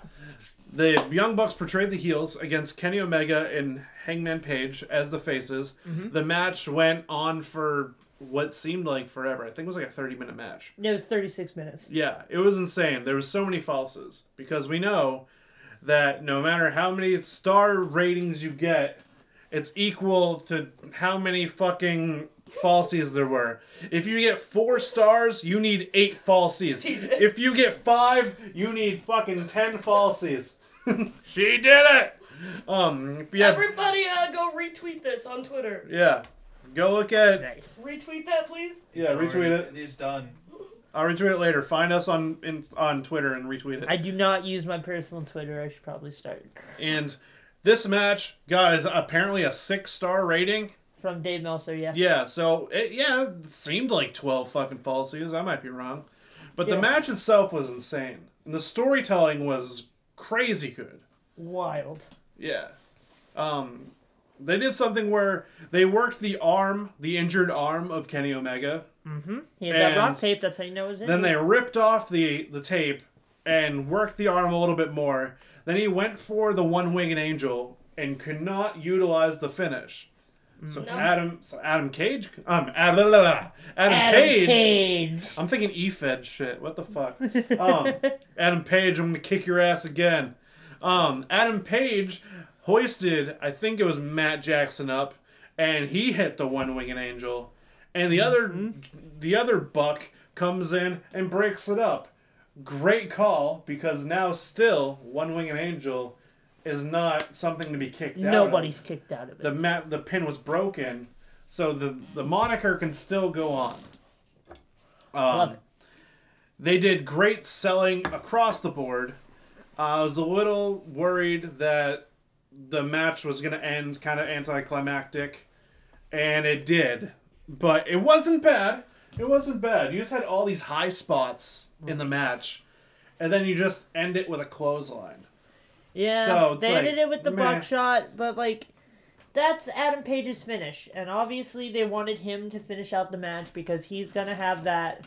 [SPEAKER 1] the Young Bucks portrayed the heels against Kenny Omega and Hangman Page as the faces. The match went on for what seemed like forever. I think it was like a thirty-minute match.
[SPEAKER 2] It was 36 minutes.
[SPEAKER 1] Yeah, it was insane. There was so many falses because we know that no matter how many star ratings you get, it's equal to how many fucking falsies there were. If you get four stars, you need eight falsies. If you get five, you need fucking ten falsies. *laughs* she did it. Um, if you have-
[SPEAKER 4] Everybody, uh, go retweet this on Twitter.
[SPEAKER 1] yeah, go look at.
[SPEAKER 2] Nice.
[SPEAKER 4] Retweet that, please.
[SPEAKER 1] Yeah,
[SPEAKER 5] It's
[SPEAKER 1] retweet
[SPEAKER 5] already-
[SPEAKER 1] it.
[SPEAKER 5] It's done.
[SPEAKER 1] I'll retweet it later. Find us on in, on Twitter and retweet it.
[SPEAKER 2] I do not use my personal Twitter. I should probably start.
[SPEAKER 1] And this match got is apparently a six star rating.
[SPEAKER 2] From Dave Meltzer, yeah.
[SPEAKER 1] Yeah, so it yeah it seemed like twelve fucking falsies. I might be wrong, but the
[SPEAKER 2] Yeah.
[SPEAKER 1] match itself was insane, and the storytelling was crazy good.
[SPEAKER 2] Wild.
[SPEAKER 1] Yeah, um, they did something where they worked the arm, the injured arm of Kenny Omega.
[SPEAKER 2] Mm-hmm. He had that rock
[SPEAKER 1] And
[SPEAKER 2] tape. That's how you know it was in.
[SPEAKER 1] Then they ripped off the the tape and worked the arm a little bit more. Then he went for the one winged angel and could not utilize the finish. So
[SPEAKER 4] No.
[SPEAKER 1] Adam, so Adam Cage, um, Adam, Adam,
[SPEAKER 2] Mm. Adam
[SPEAKER 1] Cage.
[SPEAKER 2] Cage.
[SPEAKER 1] I'm thinking E Fed shit. What the fuck? Um, Adam Page, I'm gonna kick your ass again. Um, Adam Page hoisted, I think it was Matt Jackson up, and he hit the one winged angel, and the other the other buck comes in and breaks it up. Great call because now still one winged angel is not something to be kicked out. of.
[SPEAKER 2] Nobody's kicked out of it.
[SPEAKER 1] the mat the pin was broken, so the the moniker can still go on.
[SPEAKER 2] Love
[SPEAKER 1] Um,
[SPEAKER 2] it.
[SPEAKER 1] they did great selling across the board. Uh, I was a little worried that the match was going to end kind of anticlimactic, and it did. But it wasn't bad. It wasn't bad. You just had all these high spots in the match, and then you just end it with a clothesline.
[SPEAKER 2] Yeah,
[SPEAKER 1] So, it's
[SPEAKER 2] they
[SPEAKER 1] like,
[SPEAKER 2] ended it with the
[SPEAKER 1] meh.
[SPEAKER 2] buckshot, but like that's Adam Page's finish, and obviously they wanted him to finish out the match because he's gonna have that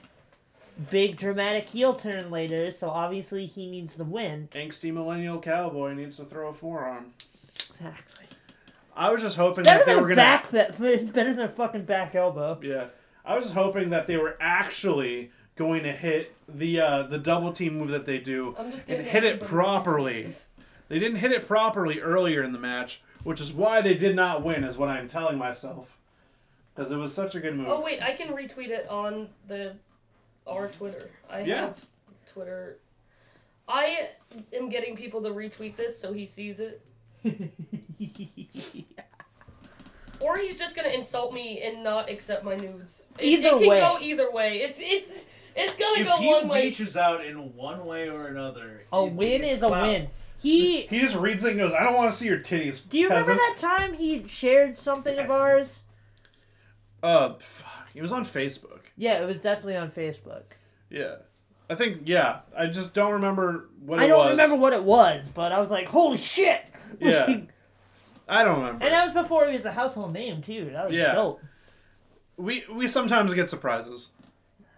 [SPEAKER 2] big dramatic heel turn later. So obviously he needs the win.
[SPEAKER 1] Angsty millennial cowboy needs to throw a forearm.
[SPEAKER 2] Exactly.
[SPEAKER 1] I was just hoping
[SPEAKER 2] Better
[SPEAKER 1] that they
[SPEAKER 2] than
[SPEAKER 1] were
[SPEAKER 2] a
[SPEAKER 1] going to
[SPEAKER 2] back, that, *laughs* better than a fucking back elbow.
[SPEAKER 1] Yeah, I was hoping that they were actually going to hit the uh, the double team move that they do
[SPEAKER 2] Oh,
[SPEAKER 4] I'm just
[SPEAKER 1] and
[SPEAKER 4] kidding.
[SPEAKER 1] hit it properly. They didn't hit it properly earlier in the match, which is why they did not win, is what I'm telling myself. Because it was such a good move.
[SPEAKER 4] Oh wait, I can retweet it on the our Twitter. I
[SPEAKER 1] Yeah.
[SPEAKER 4] have Twitter. I am getting people to retweet this so he sees it, or he's just gonna insult me and not accept my nudes. It,
[SPEAKER 2] Either
[SPEAKER 4] it can
[SPEAKER 2] way.
[SPEAKER 4] go either way. It's it's it's gonna
[SPEAKER 5] If
[SPEAKER 4] go
[SPEAKER 5] he
[SPEAKER 4] one way.
[SPEAKER 5] reaches out in one way or another,
[SPEAKER 2] a
[SPEAKER 5] it-
[SPEAKER 2] *laughs* win
[SPEAKER 5] it's
[SPEAKER 2] is a
[SPEAKER 5] clout.
[SPEAKER 2] win. He.
[SPEAKER 1] He just reads it and goes, I don't want to see your titties.
[SPEAKER 2] Do you remember
[SPEAKER 1] peasant."
[SPEAKER 2] that time he shared something of
[SPEAKER 5] Peasant.
[SPEAKER 2] ours?
[SPEAKER 1] Uh, fuck. It was on Facebook.
[SPEAKER 2] Yeah, it was definitely on Facebook.
[SPEAKER 1] Yeah. I think, yeah. I just don't remember what it
[SPEAKER 2] I don't
[SPEAKER 1] was.
[SPEAKER 2] remember what it was, but I was like, "Holy shit!"
[SPEAKER 1] Yeah.
[SPEAKER 2] and
[SPEAKER 1] I don't remember.
[SPEAKER 2] that was before he was a household name too. That was
[SPEAKER 1] Yeah.
[SPEAKER 2] dope.
[SPEAKER 1] we, we sometimes get surprises.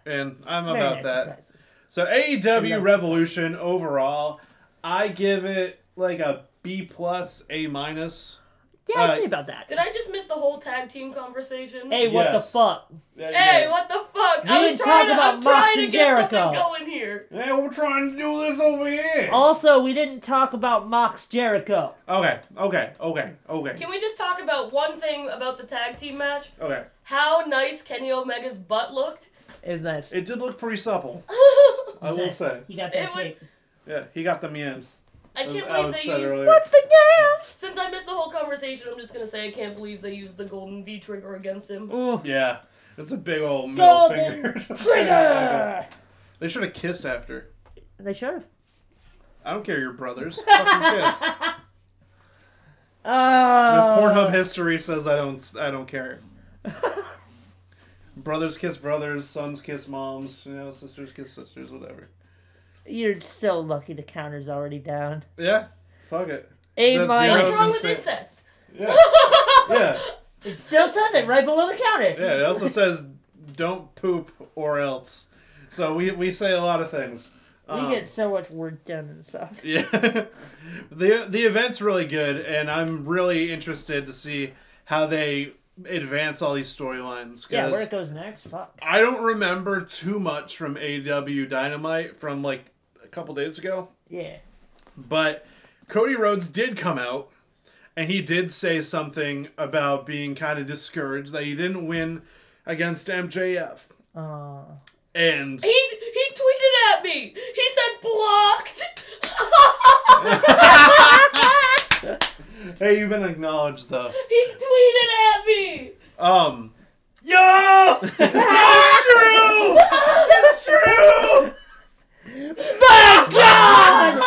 [SPEAKER 1] And I'm
[SPEAKER 2] Very
[SPEAKER 1] about
[SPEAKER 2] nice
[SPEAKER 1] that.
[SPEAKER 2] surprises.
[SPEAKER 1] So
[SPEAKER 2] I
[SPEAKER 1] AEW
[SPEAKER 2] love-
[SPEAKER 1] Revolution overall, I give it like a B plus, A minus.
[SPEAKER 2] Yeah, I'd
[SPEAKER 1] Uh,
[SPEAKER 2] say about that.
[SPEAKER 4] Did I just miss the whole tag team conversation?
[SPEAKER 2] Hey, what the
[SPEAKER 1] Yes.
[SPEAKER 2] fuck?
[SPEAKER 4] Hey, what the fuck? I
[SPEAKER 2] We
[SPEAKER 4] was
[SPEAKER 2] didn't talk
[SPEAKER 4] trying to, I'm
[SPEAKER 2] about Mox
[SPEAKER 4] trying to
[SPEAKER 2] and
[SPEAKER 4] get something
[SPEAKER 2] Jericho.
[SPEAKER 4] going here.
[SPEAKER 1] Hey, we're trying to do this over here.
[SPEAKER 2] Also, we didn't talk about Mox Jericho.
[SPEAKER 1] Okay, okay, okay, okay,
[SPEAKER 4] Can we just talk about one thing about the tag team match?
[SPEAKER 1] okay.
[SPEAKER 4] How nice Kenny Omega's butt looked. *laughs*
[SPEAKER 2] It was nice.
[SPEAKER 1] It did look pretty supple. I will
[SPEAKER 2] Nice.
[SPEAKER 1] say.
[SPEAKER 2] he got
[SPEAKER 4] It
[SPEAKER 2] that
[SPEAKER 4] was-
[SPEAKER 2] cake.
[SPEAKER 1] Yeah, he got the yams.
[SPEAKER 4] I
[SPEAKER 1] As
[SPEAKER 4] can't believe
[SPEAKER 1] Alex
[SPEAKER 4] they
[SPEAKER 1] said
[SPEAKER 4] used.
[SPEAKER 1] earlier.
[SPEAKER 2] What's the yams?
[SPEAKER 4] Since I missed the whole conversation, I'm just gonna say I can't believe they used the golden V trigger against him.
[SPEAKER 2] Ooh,
[SPEAKER 1] Yeah, it's a big old middle
[SPEAKER 2] golden
[SPEAKER 1] finger. *laughs*
[SPEAKER 2] trigger.
[SPEAKER 1] they should have kissed after.
[SPEAKER 2] They should have.
[SPEAKER 1] I don't care, your brothers. Fucking kiss. The
[SPEAKER 2] Uh,
[SPEAKER 1] Pornhub history says I don't. I don't
[SPEAKER 2] *laughs*
[SPEAKER 1] care. brothers kiss brothers, sons kiss moms, you know, sisters kiss sisters, whatever.
[SPEAKER 2] You're so lucky. The counter's already down.
[SPEAKER 1] Yeah, fuck
[SPEAKER 2] *laughs*
[SPEAKER 1] it.
[SPEAKER 2] A
[SPEAKER 1] That's
[SPEAKER 2] minus.
[SPEAKER 1] zero.
[SPEAKER 4] What's wrong with
[SPEAKER 1] Incest.
[SPEAKER 4] incest?
[SPEAKER 1] Yeah, yeah,
[SPEAKER 2] It still says it right below the counter.
[SPEAKER 1] yeah. It also says don't poop or else. So we we say a lot of things. Um,
[SPEAKER 2] We
[SPEAKER 1] Uh-huh.
[SPEAKER 2] get so much work done and stuff.
[SPEAKER 1] *laughs* Yeah. the the event's really good and I'm really interested to see how they advance all these storylines
[SPEAKER 2] Yeah,
[SPEAKER 1] 'cause
[SPEAKER 2] where it goes next, fuck.
[SPEAKER 1] I don't remember too much from AW Dynamite from like a couple days ago,
[SPEAKER 2] Yeah.
[SPEAKER 1] but Cody Rhodes did come out and he did say something about being kind of discouraged that he didn't win against MJF.
[SPEAKER 2] Uh,
[SPEAKER 1] And
[SPEAKER 4] He he tweeted at me. He said blocked. *laughs*
[SPEAKER 1] hey, you've been acknowledged though.
[SPEAKER 4] he tweeted at me.
[SPEAKER 1] Um
[SPEAKER 5] Yo, that's true. That's true.
[SPEAKER 2] by God!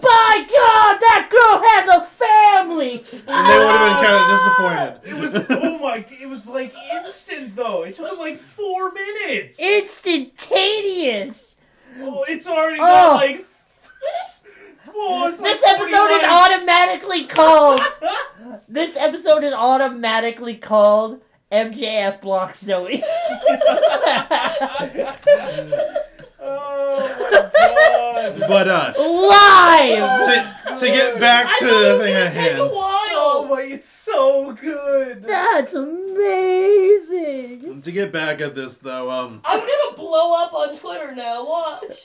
[SPEAKER 2] by God! That girl has a family!
[SPEAKER 1] and they would have been kind of disappointed.
[SPEAKER 5] It was oh my! It was like instant though. It took like four minutes.
[SPEAKER 2] Instantaneous!
[SPEAKER 5] oh, it's already
[SPEAKER 2] Oh.
[SPEAKER 5] got like. Whoa, it's
[SPEAKER 2] This
[SPEAKER 5] like 40
[SPEAKER 2] episode is
[SPEAKER 5] likes.
[SPEAKER 2] automatically called. This episode is automatically called MJF Block Zoe.
[SPEAKER 5] *laughs*
[SPEAKER 2] *laughs*
[SPEAKER 5] Oh my god!
[SPEAKER 1] But uh
[SPEAKER 2] Live!
[SPEAKER 1] to, to get back
[SPEAKER 4] I
[SPEAKER 1] to
[SPEAKER 4] thought it
[SPEAKER 1] the
[SPEAKER 4] was
[SPEAKER 1] thing
[SPEAKER 4] gonna
[SPEAKER 1] at
[SPEAKER 4] take a
[SPEAKER 1] hand.
[SPEAKER 5] Oh
[SPEAKER 4] while.
[SPEAKER 5] my! It's so good.
[SPEAKER 2] That's amazing!
[SPEAKER 1] To get back at this though, um
[SPEAKER 4] I'm gonna blow up on Twitter now. Watch.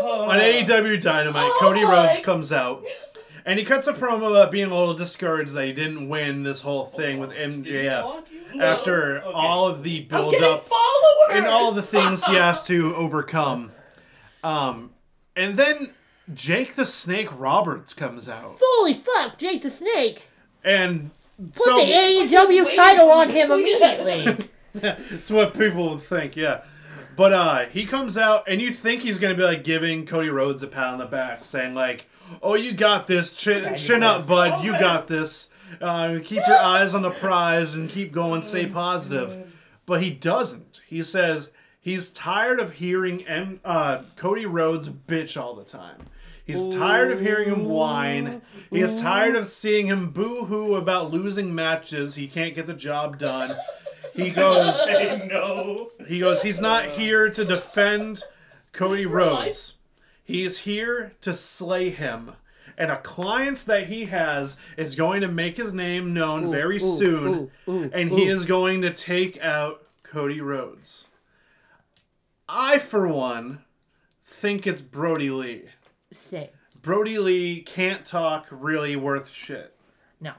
[SPEAKER 5] Oh.
[SPEAKER 1] On AEW E Dynamite, Cody
[SPEAKER 4] Oh
[SPEAKER 1] Rhodes
[SPEAKER 4] my-
[SPEAKER 1] comes out And he cuts a promo about being a little discouraged that he didn't win this whole thing with
[SPEAKER 3] Oh, Did he
[SPEAKER 1] MJF
[SPEAKER 3] block you?
[SPEAKER 1] *laughs* after
[SPEAKER 3] Okay.
[SPEAKER 1] all of the
[SPEAKER 4] I'm
[SPEAKER 1] build
[SPEAKER 4] getting
[SPEAKER 1] up
[SPEAKER 4] followers.
[SPEAKER 1] and all the things he has
[SPEAKER 4] *laughs*
[SPEAKER 1] to overcome. Um, and then Jake the Snake Roberts comes out,
[SPEAKER 2] Holy fuck, Jake the Snake!
[SPEAKER 1] and
[SPEAKER 2] Put
[SPEAKER 1] so
[SPEAKER 2] the AEW title on him
[SPEAKER 4] waiting for me.
[SPEAKER 2] immediately.
[SPEAKER 1] it's what people would think, yeah. But uh, he comes out, and you think he's gonna be like giving Cody Rhodes a pat on the back, saying like, "Oh, you got this, chin, chin up, bud, you got this. Uh, keep your eyes on the prize and keep going, stay positive." But he doesn't. He says he's tired of hearing M- uh, Cody Rhodes bitch all the time. He's tired of hearing him whine. He is tired of seeing him boo-hoo about losing matches. He can't get the job done. He goes.
[SPEAKER 3] *laughs* Say no.
[SPEAKER 1] He goes, he's not here to defend Cody Rhodes. He is here to slay him. And a client that he has is going to make his name known very
[SPEAKER 2] ooh,
[SPEAKER 1] soon.
[SPEAKER 2] ooh, ooh,
[SPEAKER 1] and he is going to take out Cody Rhodes. I, for one, think it's Brody Lee.
[SPEAKER 2] Same.
[SPEAKER 1] Brody Lee can't talk really worth shit.
[SPEAKER 2] No.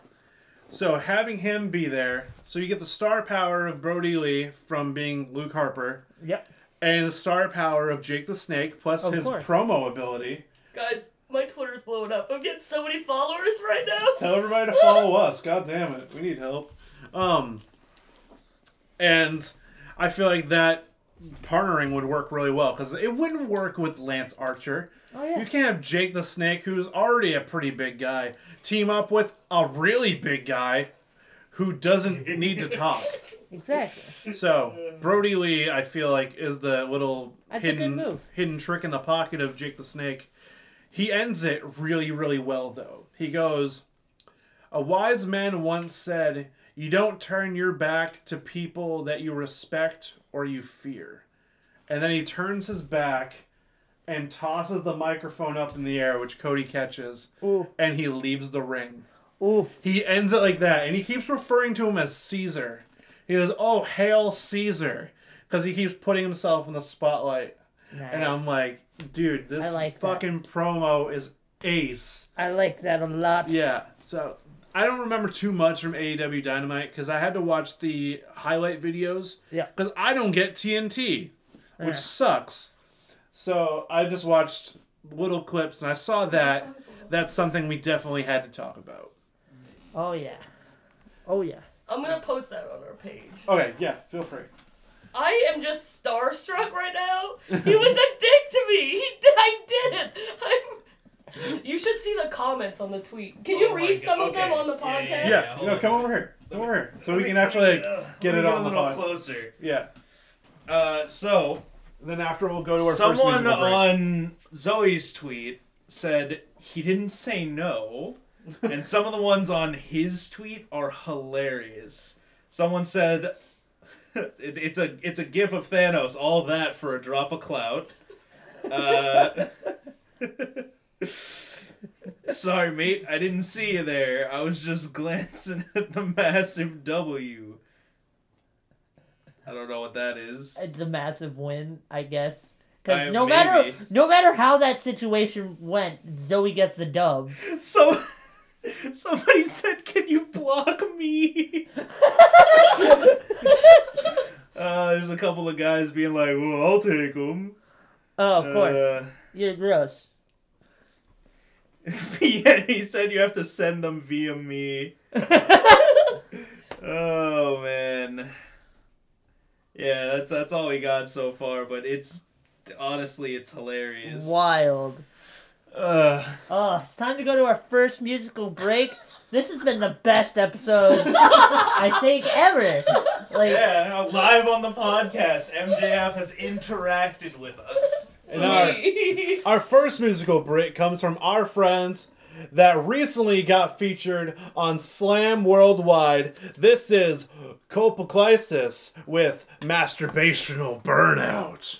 [SPEAKER 1] So having him be there, so you get the star power of Brody Lee from being Luke Harper
[SPEAKER 2] Yep.
[SPEAKER 1] and the star power of Jake the Snake, plus
[SPEAKER 2] Of
[SPEAKER 1] his
[SPEAKER 2] course.
[SPEAKER 1] promo ability.
[SPEAKER 4] Guys, my Twitter's blowing up. I'm getting so many followers right now.
[SPEAKER 1] Tell everybody to
[SPEAKER 2] *laughs*
[SPEAKER 1] follow us. God damn it, we need help. Um, and I feel like that partnering would work really well because it wouldn't work with Lance Archer.
[SPEAKER 2] Oh yeah.
[SPEAKER 1] You can't have Jake the Snake, who's already a pretty big guy, team up with a really big guy who doesn't need to talk.
[SPEAKER 2] Exactly.
[SPEAKER 1] So Brody Lee, I feel like, is the little
[SPEAKER 2] That's a good
[SPEAKER 1] hidden
[SPEAKER 2] move.
[SPEAKER 1] hidden trick in the pocket of Jake the Snake. He ends it really, really well though. He goes, "A wise man once said, you don't turn your back to people that you respect or you fear." And then he turns his back and tosses the microphone up in the air, which Cody catches,
[SPEAKER 2] Ooh.
[SPEAKER 1] and he leaves the ring.
[SPEAKER 2] Oof.
[SPEAKER 1] He ends it like that, and he keeps referring to him as Caesar. He goes, "Oh, hail Caesar," because he keeps putting himself in the spotlight.
[SPEAKER 2] Nice.
[SPEAKER 1] And I'm like, dude,
[SPEAKER 2] I
[SPEAKER 1] this
[SPEAKER 2] like that.
[SPEAKER 1] fucking promo is ace.
[SPEAKER 2] I like that a lot.
[SPEAKER 1] Yeah. So I don't remember too much from AEW Dynamite because I had to watch the highlight videos.
[SPEAKER 2] Yeah. Eh.
[SPEAKER 1] Because I don't get TNT, which
[SPEAKER 2] Yeah.
[SPEAKER 1] sucks. So I just watched little clips, and I saw that. That's something we definitely had to talk about.
[SPEAKER 2] Oh yeah. Oh yeah.
[SPEAKER 4] I'm gonna post that on our page.
[SPEAKER 1] Okay. Yeah. Feel free.
[SPEAKER 4] I am just starstruck
[SPEAKER 3] *laughs*
[SPEAKER 4] right now. He was a dick to me. He, I did it. I'm, you should see the comments on the tweet. Can you
[SPEAKER 3] Oh my God,
[SPEAKER 4] read some of them
[SPEAKER 3] okay.
[SPEAKER 4] on the
[SPEAKER 3] Yeah,
[SPEAKER 4] podcast?
[SPEAKER 3] yeah,
[SPEAKER 1] Yeah,
[SPEAKER 3] hold
[SPEAKER 1] no,
[SPEAKER 3] on.
[SPEAKER 1] come over here. Come over here. So we
[SPEAKER 3] Let me-
[SPEAKER 1] can actually like,
[SPEAKER 3] uh,
[SPEAKER 1] get
[SPEAKER 3] let
[SPEAKER 1] it
[SPEAKER 3] me
[SPEAKER 1] on
[SPEAKER 3] a
[SPEAKER 1] the
[SPEAKER 3] little
[SPEAKER 1] pod.
[SPEAKER 3] closer.
[SPEAKER 1] Yeah.
[SPEAKER 3] Uh, so
[SPEAKER 1] Then after we'll go to our first
[SPEAKER 3] someone
[SPEAKER 1] musical break.
[SPEAKER 3] on Zoe's tweet said he didn't say no, and some of the ones on his tweet are hilarious. Someone said it- it's a it's a gif of Thanos, all that for a drop of clout. Uh, *laughs* sorry, mate, I didn't see you there. I was just glancing at the massive W. I don't know what that is.
[SPEAKER 2] Uh, The massive win, I guess. Because
[SPEAKER 1] Uh,
[SPEAKER 3] I-
[SPEAKER 2] no matter
[SPEAKER 3] maybe.
[SPEAKER 2] no matter how that situation went, Zoe gets the dub.
[SPEAKER 3] So somebody said, "Can you block me?" uh, there's a couple of guys being like, "Well, I'll take Uh, them."
[SPEAKER 2] Oh, of course.
[SPEAKER 1] Uh.
[SPEAKER 2] You're gross.
[SPEAKER 3] *laughs* yeah, he said you have to send them
[SPEAKER 2] *laughs*
[SPEAKER 3] via me. oh man. Yeah, that's that's all we got so far, but it's honestly it's hilarious.
[SPEAKER 2] Wild.
[SPEAKER 3] Uh,
[SPEAKER 2] Oh, it's time to go to our first musical break. this has been the best episode I think ever. Like
[SPEAKER 3] yeah, now live on the podcast, MJF has interacted with us.
[SPEAKER 1] And our, our first musical break comes from our friends that recently got featured on Slam Worldwide. This is Copaclysis with Masturbational Burnout.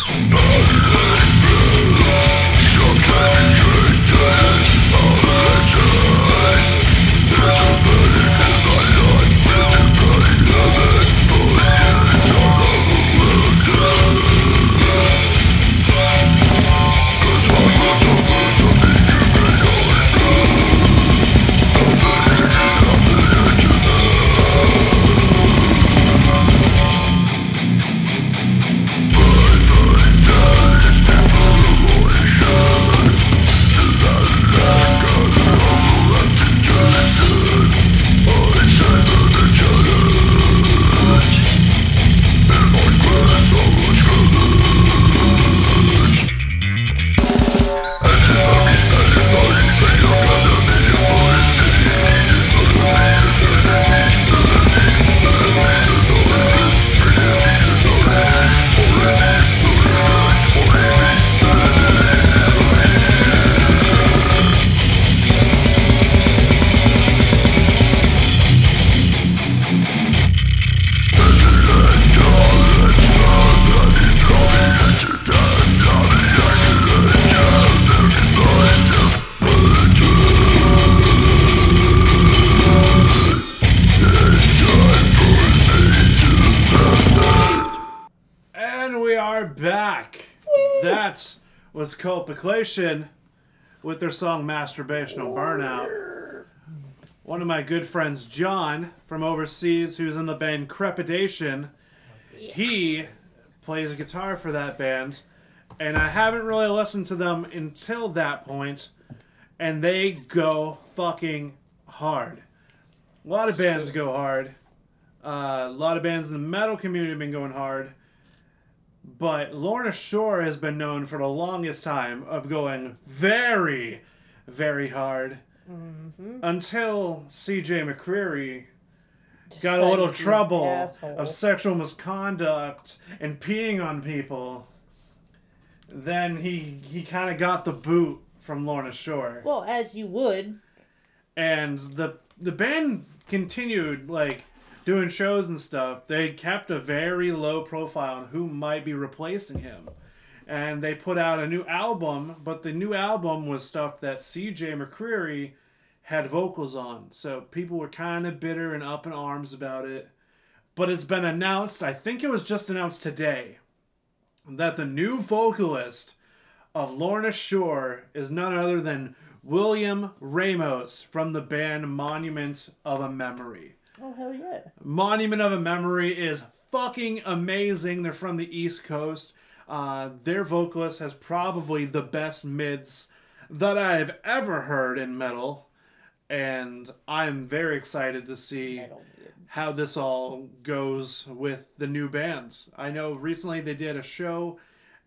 [SPEAKER 6] Burn
[SPEAKER 1] back. That was Culpiclation with their song Masturbational Burnout. One of my good friends, John, from overseas, who's in the band Crepidation, he plays guitar for that band. And I haven't really listened to them until that point, and they go fucking hard. A lot of bands go hard. Uh, a lot of bands in the metal community have been going hard. But Lorna Shore has been known for the longest time of going very, very hard.
[SPEAKER 2] Mm-hmm.
[SPEAKER 1] Until CJ McCreary got a
[SPEAKER 2] Decided
[SPEAKER 1] little
[SPEAKER 2] to be an
[SPEAKER 1] trouble
[SPEAKER 2] asshole.
[SPEAKER 1] of sexual misconduct and peeing on people. Then he he kind of got the boot from Lorna Shore
[SPEAKER 2] Well, as you would.
[SPEAKER 1] and the the band continued like doing shows and stuff. They kept a very low profile on who might be replacing him, and they put out a new album. But the new album was stuff that C.J. McCreary had vocals on, so people were kind of bitter and up in arms about it. But it's been announced. I think it was just announced today that the new vocalist of Lorna Shore is none other than William Ramos from the band Monument of a Memory.
[SPEAKER 2] Oh hell yeah!
[SPEAKER 1] Monument of a Memory is fucking amazing. They're from the East Coast. Uh, their vocalist has probably the best mids that I've ever heard in metal. And I'm very excited to see
[SPEAKER 2] Metal mid.
[SPEAKER 1] how this all goes with the new bands. I know recently they did a show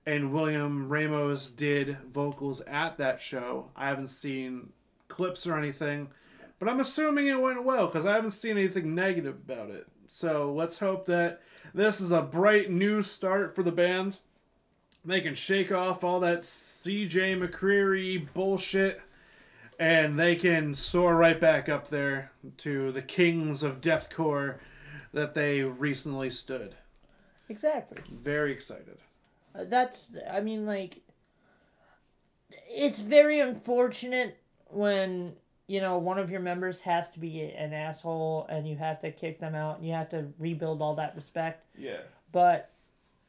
[SPEAKER 1] and William Ramos did vocals at that show. I haven't seen clips or anything, but I'm assuming it went well because I haven't seen anything negative about it. So let's hope that this is a bright new start for the band. They can shake off all that CJ McCreary bullshit and they can soar right back up there to the kings of deathcore that they recently stood.
[SPEAKER 2] Exactly.
[SPEAKER 1] Very excited.
[SPEAKER 2] Uh, That's. I mean, like. It's very unfortunate when you know one of your members has to be an asshole and you have to kick them out and you have to rebuild all that respect.
[SPEAKER 1] Yeah.
[SPEAKER 2] but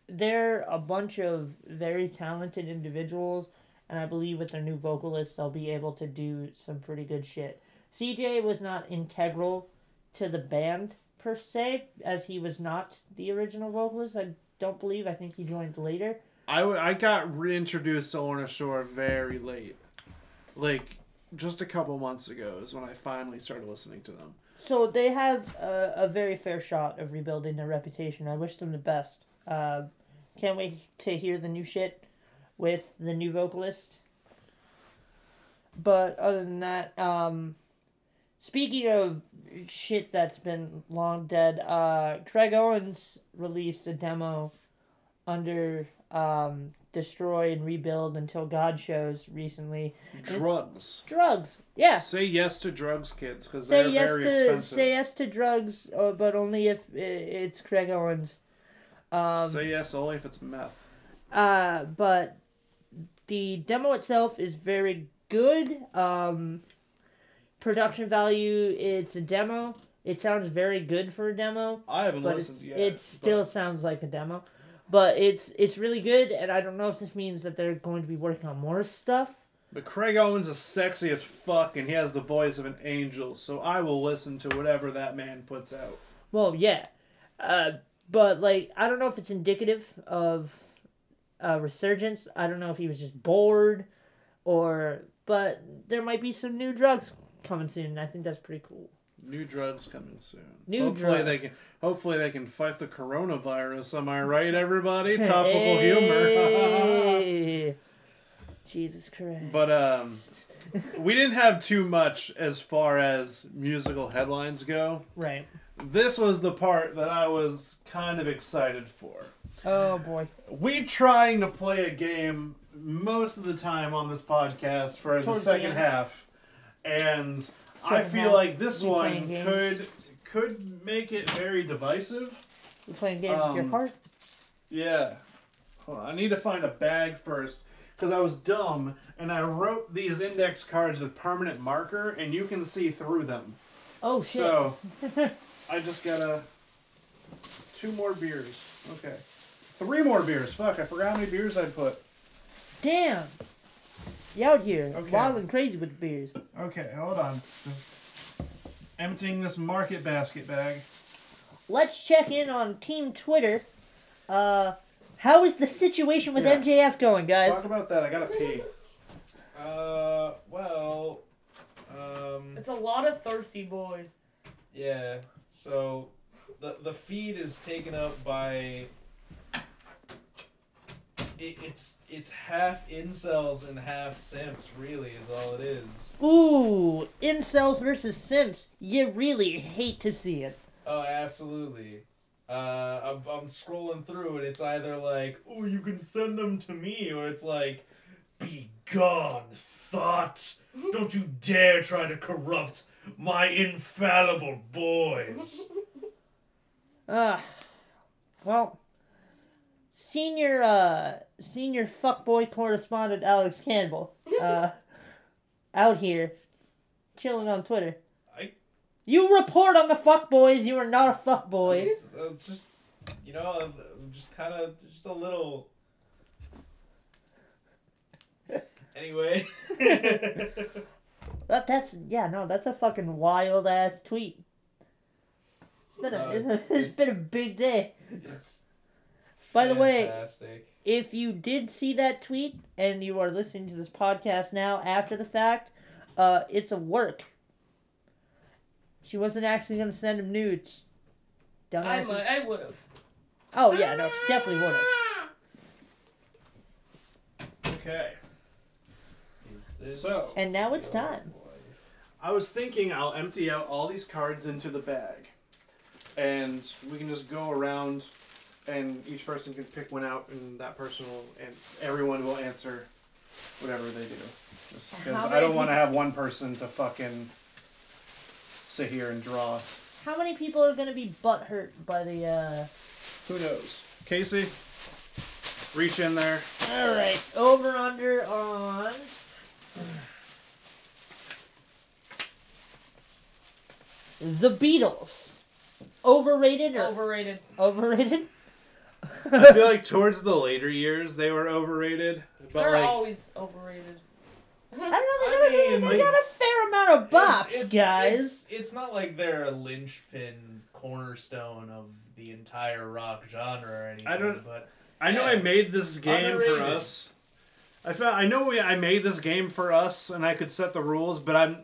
[SPEAKER 2] they're a bunch of very talented individuals and i believe with their new vocalist they'll be able to do some pretty good shit cj was not integral to the band per se as he was not the original vocalist i don't believe i think he joined later
[SPEAKER 1] I, w- I got reintroduced to Lorna Shore very late. Like, just a couple months ago is when I finally started listening to them.
[SPEAKER 2] so they have a, a very fair shot of rebuilding their reputation i wish them the best uh, can't wait to hear the new shit with the new vocalist but other than that um, speaking of shit that's been long dead uh, craig owens released a demo under um, destroy and rebuild until god shows recently
[SPEAKER 1] Drugs.
[SPEAKER 2] drugs yeah
[SPEAKER 1] Say yes to drugs, kids, because they're
[SPEAKER 2] say yes
[SPEAKER 1] very
[SPEAKER 2] to
[SPEAKER 1] expensive.
[SPEAKER 2] say yes to drugs, uh, but only if i- it's Craig Owens. Um,
[SPEAKER 1] Say yes only if it's meth.
[SPEAKER 2] uh, but the demo itself is very good. Um, production value, it's a demo. It sounds very good for a demo,
[SPEAKER 1] I haven't
[SPEAKER 2] but
[SPEAKER 1] listened
[SPEAKER 2] it's,
[SPEAKER 1] yet.
[SPEAKER 2] it still sounds like a demo. But it's it's really good, and I don't know if this means that they're going to be working on more stuff.
[SPEAKER 1] But Craig Owens is sexy as fuck, and he has the voice of an angel. So I will listen to whatever that man puts out.
[SPEAKER 2] Well, yeah, uh, but like I don't know if it's indicative of a resurgence. I don't know if he was just bored, or but there might be some new drugs coming soon. and I think that's pretty cool.
[SPEAKER 1] New drugs coming soon.
[SPEAKER 2] New
[SPEAKER 1] hopefully
[SPEAKER 2] drugs.
[SPEAKER 1] they can. Hopefully they can fight the coronavirus. Am I right,
[SPEAKER 2] *laughs*
[SPEAKER 1] everybody? Topical humor. *laughs*
[SPEAKER 2] Hey. Jesus Christ.
[SPEAKER 1] but um, we didn't have too much as far as musical headlines go.
[SPEAKER 2] right.
[SPEAKER 1] This was the part that I was kind of excited for.
[SPEAKER 2] Oh boy.
[SPEAKER 1] we trying to play a game most of the time on this podcast for
[SPEAKER 2] Towards
[SPEAKER 1] the
[SPEAKER 2] the
[SPEAKER 1] second
[SPEAKER 2] end.
[SPEAKER 1] half, and I
[SPEAKER 2] Second
[SPEAKER 1] feel
[SPEAKER 2] half,
[SPEAKER 1] like this
[SPEAKER 2] we
[SPEAKER 1] one
[SPEAKER 2] playing games.
[SPEAKER 1] could could make it very divisive.
[SPEAKER 2] You playing games with your
[SPEAKER 1] Um,
[SPEAKER 2] heart?
[SPEAKER 1] Yeah, Hold on, I need to find a bag first because I was dumb and I wrote these index cards with permanent marker, and you can see through them.
[SPEAKER 2] Oh shit. *laughs*
[SPEAKER 1] So I just gotta two more beers. Okay. Three more beers. Fuck, I forgot how many beers I put.
[SPEAKER 2] Damn. You out here,
[SPEAKER 1] Okay.
[SPEAKER 2] wild and crazy with the beers.
[SPEAKER 1] Okay, hold on. Just emptying this market basket bag.
[SPEAKER 2] Let's check in on Team Twitter. Uh, how is the situation with
[SPEAKER 1] Yeah.
[SPEAKER 2] MJF going, guys?
[SPEAKER 1] Talk about that. I gotta pee.
[SPEAKER 3] Uh, well, um,
[SPEAKER 4] It's a lot of thirsty boys.
[SPEAKER 3] yeah. So, the the feed is taken up by. It, it's it's half incels and half simps. Really, is all it is.
[SPEAKER 2] Ooh, incels versus simps. You really hate to see it.
[SPEAKER 3] Oh, absolutely. Uh, I'm, I'm scrolling through and it's either like, oh, you can send them to me, or it's like, be gone, thought. Don't you dare try to corrupt my infallible boys.
[SPEAKER 2] Ah, well, senior uh senior fuckboy correspondent Alex Campbell
[SPEAKER 1] *laughs*
[SPEAKER 2] uh out here chilling on Twitter.
[SPEAKER 3] I-
[SPEAKER 2] You report on the fuckboys. You are not a fuckboy.
[SPEAKER 3] It's, it's just, you know, I'm just kind of, just a little. Anyway.
[SPEAKER 2] That, that's yeah no that's a fucking wild ass tweet. It's been a
[SPEAKER 3] No,
[SPEAKER 2] *laughs* it's,
[SPEAKER 3] it's-
[SPEAKER 2] it's been a big day.
[SPEAKER 3] it's
[SPEAKER 2] By the way,
[SPEAKER 3] fantastic.
[SPEAKER 2] if you did see that tweet and you are listening to this podcast now after the fact, uh, it's a work. She wasn't actually going to send him nudes.
[SPEAKER 4] I
[SPEAKER 2] Dumbasses.
[SPEAKER 4] might, I would have.
[SPEAKER 2] Oh, yeah, no, she definitely would have.
[SPEAKER 1] Okay.
[SPEAKER 3] Is this
[SPEAKER 1] So-
[SPEAKER 2] And now it's time.
[SPEAKER 3] Oh,
[SPEAKER 1] I was thinking I'll empty out all these cards into the bag. And we can just go around and each person can pick one out and that person will and everyone will answer whatever they do. Just 'cause
[SPEAKER 2] How
[SPEAKER 1] I don't
[SPEAKER 2] many-
[SPEAKER 1] want to have one person to fucking sit here and draw.
[SPEAKER 2] How many people are going to be butthurt by the. Uh...
[SPEAKER 1] Who knows? Casey, reach in there.
[SPEAKER 2] Alright, over under on. The Beatles. Overrated or
[SPEAKER 4] Overrated.
[SPEAKER 2] *laughs* overrated?
[SPEAKER 1] I feel like towards the later years they were overrated, but
[SPEAKER 4] They're
[SPEAKER 1] like
[SPEAKER 4] always overrated.
[SPEAKER 2] I don't
[SPEAKER 3] I
[SPEAKER 2] know. They,
[SPEAKER 3] mean,
[SPEAKER 2] got, they
[SPEAKER 3] like-
[SPEAKER 2] got a fair amount of bops,
[SPEAKER 3] It's- it's-
[SPEAKER 2] guys.
[SPEAKER 3] It's, it's not like they're a linchpin cornerstone of the entire rock genre or anything.
[SPEAKER 1] I don't-
[SPEAKER 3] But
[SPEAKER 1] I know I made this game
[SPEAKER 3] Underrated.
[SPEAKER 1] for us. I found, I know we, I made this game for us, and I could set the rules, but I'm.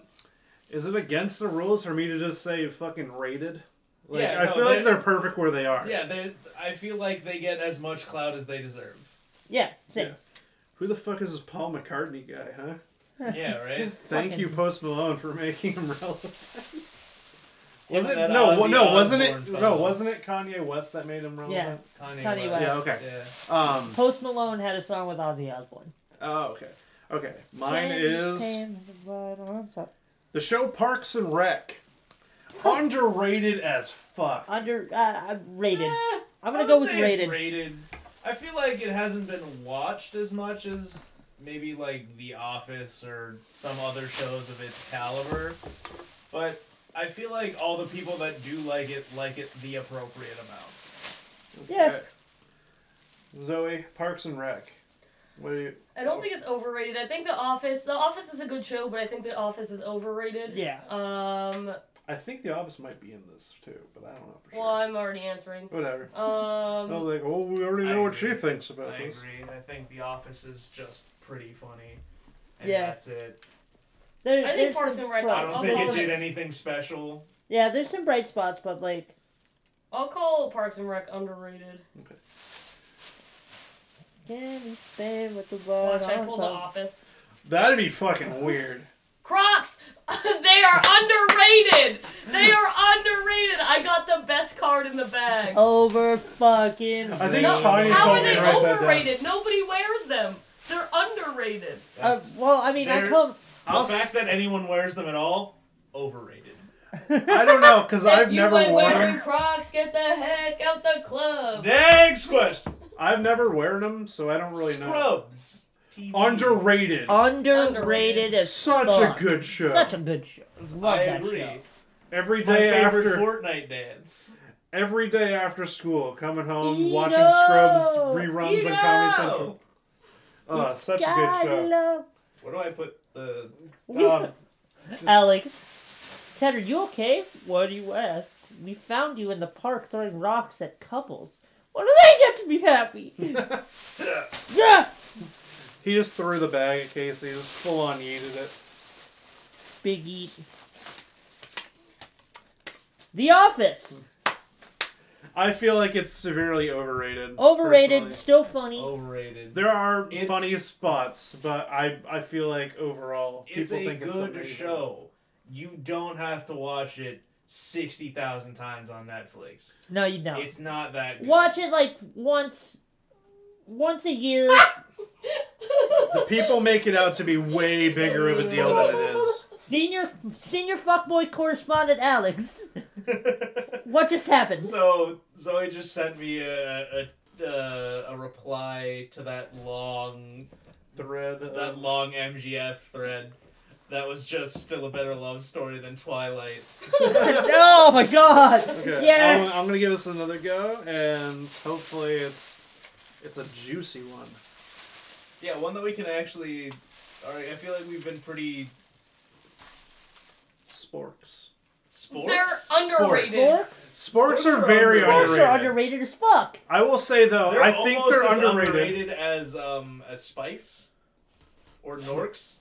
[SPEAKER 1] Is it against the rules for me to just say fucking rated? Like,
[SPEAKER 3] Yeah,
[SPEAKER 1] I
[SPEAKER 3] no,
[SPEAKER 1] feel like
[SPEAKER 3] they-
[SPEAKER 1] they're perfect where they are.
[SPEAKER 3] yeah, they. I feel like they get as much clout as
[SPEAKER 2] *laughs*
[SPEAKER 3] they deserve.
[SPEAKER 2] yeah, same.
[SPEAKER 1] Who the fuck is this Paul McCartney guy, huh?
[SPEAKER 3] Yeah, right.
[SPEAKER 1] Thank you,
[SPEAKER 2] Fucking-
[SPEAKER 1] Post Malone, for *laughs* making him relevant. Was
[SPEAKER 3] Him
[SPEAKER 1] it
[SPEAKER 3] and that
[SPEAKER 1] no? wa-
[SPEAKER 3] Ozzy
[SPEAKER 1] No, wasn't it?
[SPEAKER 3] Osbourne
[SPEAKER 1] No,
[SPEAKER 3] fellow.
[SPEAKER 1] wasn't it Kanye West that made him relevant?
[SPEAKER 3] Kanye,
[SPEAKER 2] Kanye
[SPEAKER 3] West.
[SPEAKER 1] Yeah, okay.
[SPEAKER 3] Yeah.
[SPEAKER 1] Um.
[SPEAKER 2] Post Malone had a song with Ozzy Osbourne.
[SPEAKER 1] Oh, okay. Okay. Mine
[SPEAKER 2] Ten,
[SPEAKER 1] is.
[SPEAKER 2] ten, right on top.
[SPEAKER 1] The show Parks and Rec. Underrated as fuck.
[SPEAKER 2] under uh, uh, rated.
[SPEAKER 3] Eh,
[SPEAKER 2] I'm
[SPEAKER 3] I
[SPEAKER 2] gonna
[SPEAKER 3] would
[SPEAKER 2] go with
[SPEAKER 3] say it's
[SPEAKER 2] rated.
[SPEAKER 3] rated. I feel like it hasn't been watched as much as maybe like The Office or some other shows of its caliber, but I feel like all the people that do like it like it the appropriate amount.
[SPEAKER 2] Yeah.
[SPEAKER 1] Okay. Zoe, Parks and Rec. What do you?
[SPEAKER 4] I don't think it's overrated. I think The Office. The Office is a good show, but I think The Office is overrated.
[SPEAKER 2] Yeah.
[SPEAKER 4] Um.
[SPEAKER 1] I think The Office might be in this too, but I don't know for sure.
[SPEAKER 4] Well, I'm already answering.
[SPEAKER 1] Whatever.
[SPEAKER 3] *laughs*
[SPEAKER 1] I
[SPEAKER 4] Um.
[SPEAKER 1] was like, oh, we already
[SPEAKER 3] I
[SPEAKER 1] know what
[SPEAKER 3] agree.
[SPEAKER 1] she thinks about
[SPEAKER 3] I
[SPEAKER 1] this.
[SPEAKER 3] agree. I think The Office is just pretty funny. And
[SPEAKER 2] Yeah.
[SPEAKER 3] that's it.
[SPEAKER 2] There,
[SPEAKER 4] I think
[SPEAKER 2] there's
[SPEAKER 4] Parks
[SPEAKER 2] some
[SPEAKER 4] and Rec-
[SPEAKER 3] I
[SPEAKER 2] bright-
[SPEAKER 3] don't
[SPEAKER 4] I'll
[SPEAKER 3] think
[SPEAKER 4] go
[SPEAKER 3] it
[SPEAKER 4] with
[SPEAKER 3] did
[SPEAKER 4] it.
[SPEAKER 3] anything special.
[SPEAKER 2] Yeah, there's some bright spots, but like,
[SPEAKER 4] I'll call Parks and Rec underrated.
[SPEAKER 2] can you stand with the
[SPEAKER 4] Watch,
[SPEAKER 2] blood oh,
[SPEAKER 4] I
[SPEAKER 2] on
[SPEAKER 4] pulled The
[SPEAKER 2] top?
[SPEAKER 4] Office.
[SPEAKER 1] That'd be fucking weird.
[SPEAKER 4] Crocs! *laughs* they are underrated! They are underrated! I got the best card in the bag.
[SPEAKER 2] Over fucking. uh,
[SPEAKER 1] I think
[SPEAKER 4] No,
[SPEAKER 1] Tanya
[SPEAKER 4] how
[SPEAKER 1] Oh, told
[SPEAKER 4] are
[SPEAKER 1] me
[SPEAKER 4] they
[SPEAKER 1] to write that down.
[SPEAKER 4] overrated? Nobody wears them. They're underrated.
[SPEAKER 2] Uh,
[SPEAKER 3] That's-
[SPEAKER 2] well, I mean, I
[SPEAKER 3] There-
[SPEAKER 2] come.
[SPEAKER 3] the
[SPEAKER 1] I'll s-
[SPEAKER 3] fact that anyone wears them at all, overrated.
[SPEAKER 1] I don't know
[SPEAKER 4] *laughs*
[SPEAKER 1] because
[SPEAKER 4] If
[SPEAKER 1] I've
[SPEAKER 4] you
[SPEAKER 1] never
[SPEAKER 4] ain't
[SPEAKER 1] worn
[SPEAKER 4] wearing
[SPEAKER 1] them.
[SPEAKER 4] Crocs, get the heck out the club.
[SPEAKER 3] Next question.
[SPEAKER 1] I've never worn them, so I don't really know.
[SPEAKER 3] Scrubs. TV.
[SPEAKER 1] Underrated.
[SPEAKER 3] Uh,
[SPEAKER 2] Underrated,
[SPEAKER 4] Underrated.
[SPEAKER 2] as
[SPEAKER 1] Such
[SPEAKER 2] fuck.
[SPEAKER 1] a good show.
[SPEAKER 2] Such a good show. Love
[SPEAKER 3] I
[SPEAKER 2] that
[SPEAKER 3] agree.
[SPEAKER 2] show.
[SPEAKER 3] It's
[SPEAKER 1] Every
[SPEAKER 3] my
[SPEAKER 1] day
[SPEAKER 3] favorite
[SPEAKER 1] after
[SPEAKER 3] Fortnite dance.
[SPEAKER 1] every day after school, coming home, watching
[SPEAKER 2] Eno!
[SPEAKER 1] Scrubs reruns on Comedy
[SPEAKER 3] Eno!
[SPEAKER 1] Central. Uh, such a good
[SPEAKER 2] God
[SPEAKER 1] show.
[SPEAKER 2] love.
[SPEAKER 3] Where do I put the?
[SPEAKER 1] Uh,
[SPEAKER 2] Alex, Ted, are you okay? What do you ask? We found you in the park throwing rocks at couples. What do they get to be
[SPEAKER 1] *laughs*
[SPEAKER 2] happy? yeah,
[SPEAKER 1] he just threw the bag at Casey, just full on yeeted it.
[SPEAKER 2] Big Eat. The Office,
[SPEAKER 1] I feel like it's severely overrated.
[SPEAKER 2] overrated,
[SPEAKER 1] personally.
[SPEAKER 2] still funny.
[SPEAKER 1] Oh.
[SPEAKER 3] Overrated.
[SPEAKER 1] There are
[SPEAKER 3] It's-
[SPEAKER 1] funny spots, but I I feel like overall
[SPEAKER 3] It's
[SPEAKER 1] people
[SPEAKER 3] a
[SPEAKER 1] think it's
[SPEAKER 3] good
[SPEAKER 1] amazing.
[SPEAKER 3] show. You don't have to watch it sixty thousand times on Netflix.
[SPEAKER 2] No, you don't.
[SPEAKER 3] It's not that. Good.
[SPEAKER 2] Watch it like once, once a year.
[SPEAKER 1] Ah! The people make it out to be way bigger of a deal than it is.
[SPEAKER 2] senior, senior fuckboy correspondent
[SPEAKER 1] *laughs*
[SPEAKER 2] Alex. What just happened?
[SPEAKER 3] *laughs* so Zoe just sent me a a, uh, a reply to that long
[SPEAKER 1] Thread.
[SPEAKER 3] that
[SPEAKER 1] of-
[SPEAKER 3] long MGF thread. That was just still a better love story than *laughs* Twilight.
[SPEAKER 2] *laughs* oh my god!
[SPEAKER 1] Okay.
[SPEAKER 2] Yes!
[SPEAKER 1] I'm, I'm gonna give this another go, and hopefully it's it's a juicy one.
[SPEAKER 3] Yeah, one that we can actually. All right, I feel like we've been pretty
[SPEAKER 1] Sporks.
[SPEAKER 3] sports.
[SPEAKER 4] They're underrated.
[SPEAKER 2] Sporks?
[SPEAKER 1] Sporks,
[SPEAKER 3] Sporks
[SPEAKER 1] are
[SPEAKER 3] are
[SPEAKER 1] very
[SPEAKER 3] They're
[SPEAKER 2] Sporks
[SPEAKER 1] underrated.
[SPEAKER 2] are underrated as fuck.
[SPEAKER 1] I will say though,
[SPEAKER 3] They're
[SPEAKER 1] I think
[SPEAKER 3] almost
[SPEAKER 1] they're
[SPEAKER 3] as
[SPEAKER 1] underrated.
[SPEAKER 3] as um as Spikes or Norks.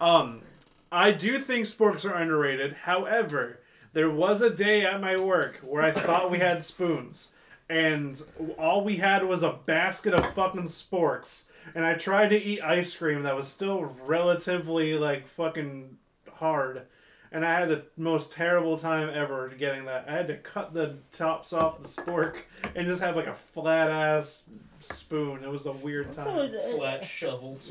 [SPEAKER 1] Um, I do think sporks are underrated. However, there was a day at my work where I thought we had spoons, and all we had was a basket of fucking sporks. And I tried to eat ice cream that was still relatively like fucking hard. And I had the most terrible time ever getting that. I had to cut the tops off the spork and just have like a flat ass spoon. It was a weird
[SPEAKER 2] So
[SPEAKER 1] time.
[SPEAKER 2] it-
[SPEAKER 3] Flat shovels.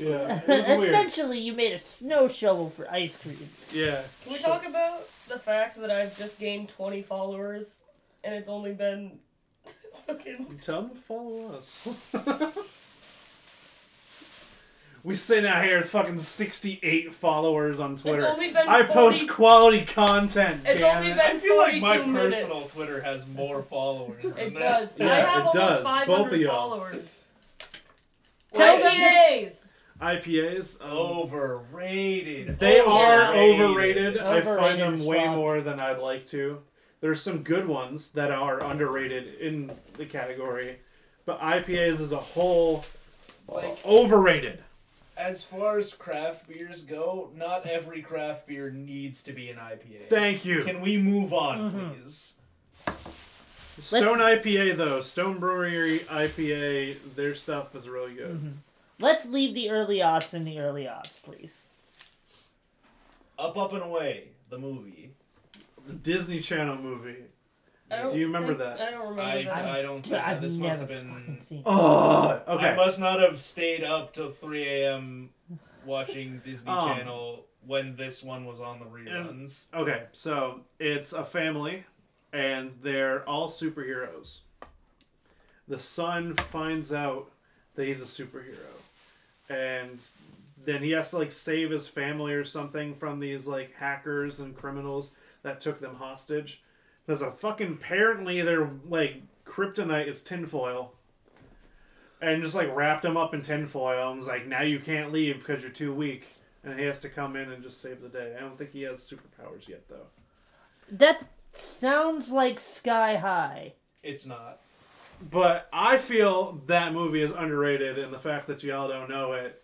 [SPEAKER 1] *laughs* Yeah, it was weird.
[SPEAKER 2] Uh, Essentially, you made a snow shovel for ice cream.
[SPEAKER 1] Yeah.
[SPEAKER 4] Can we talk about the fact that I've just gained 20 followers and it's only been *laughs* fucking.
[SPEAKER 1] Tell them to follow us.
[SPEAKER 2] *laughs*
[SPEAKER 1] we sitting out here with fucking 68 followers on Twitter.
[SPEAKER 4] only been
[SPEAKER 1] I
[SPEAKER 4] 40
[SPEAKER 1] post quality content.
[SPEAKER 4] It's
[SPEAKER 1] damn
[SPEAKER 4] only
[SPEAKER 1] it.
[SPEAKER 4] been
[SPEAKER 3] I feel like
[SPEAKER 4] 42
[SPEAKER 3] my
[SPEAKER 4] minutes.
[SPEAKER 3] personal Twitter has
[SPEAKER 4] *laughs*
[SPEAKER 3] more followers than
[SPEAKER 4] It
[SPEAKER 3] that.
[SPEAKER 4] does.
[SPEAKER 1] Yeah,
[SPEAKER 4] I have
[SPEAKER 1] it
[SPEAKER 4] almost
[SPEAKER 1] does. Both of
[SPEAKER 4] 500
[SPEAKER 1] y'all.
[SPEAKER 4] followers.
[SPEAKER 2] Tell
[SPEAKER 4] Tell
[SPEAKER 2] them-
[SPEAKER 4] days.
[SPEAKER 1] IPAs. um,
[SPEAKER 3] Overrated.
[SPEAKER 1] They are overrated.
[SPEAKER 3] Overrated.
[SPEAKER 1] I find
[SPEAKER 2] Oh, Overrated
[SPEAKER 1] them
[SPEAKER 2] as
[SPEAKER 1] way
[SPEAKER 2] fuck.
[SPEAKER 1] more than I'd like to. There's some good ones that are underrated in the category, but IPAs as a whole,
[SPEAKER 3] Like
[SPEAKER 1] overrated.
[SPEAKER 3] as far as craft beers go, not every craft beer needs to be an IPA.
[SPEAKER 1] Thank you.
[SPEAKER 3] Can we move on, please?
[SPEAKER 1] Stone IPA though, Stone Brewery IPA, their stuff is really good.
[SPEAKER 2] Mm-hmm. Let's leave the early odds in the early odds, please.
[SPEAKER 3] Up, up and away. The movie.
[SPEAKER 1] The Disney Channel movie.
[SPEAKER 4] I don't
[SPEAKER 1] Do you remember
[SPEAKER 4] think-
[SPEAKER 1] that?
[SPEAKER 4] I don't remember
[SPEAKER 3] I,
[SPEAKER 4] that.
[SPEAKER 3] I don't
[SPEAKER 2] God,
[SPEAKER 3] think
[SPEAKER 2] I've
[SPEAKER 3] this
[SPEAKER 2] never
[SPEAKER 3] must have been
[SPEAKER 2] fucking seen. it.
[SPEAKER 1] Oh,
[SPEAKER 3] I
[SPEAKER 1] okay.
[SPEAKER 3] must not have stayed up till 3 a.m. watching Disney
[SPEAKER 1] Um.
[SPEAKER 3] Channel when this one was on the reruns.
[SPEAKER 1] Okay, so it's a family, and they're all superheroes. The son finds out that he's a superhero, and then he has to like save his family or something from these like hackers and criminals that took them hostage. Because a fucking apparently their like kryptonite is tinfoil. And just like wrapped him up in tinfoil and was like, now you can't leave because you're too weak. And he has to come in and just save the day. I don't think he has superpowers yet though.
[SPEAKER 2] That sounds like Sky High.
[SPEAKER 3] It's not.
[SPEAKER 1] But I feel that movie is underrated and the fact that y'all don't know it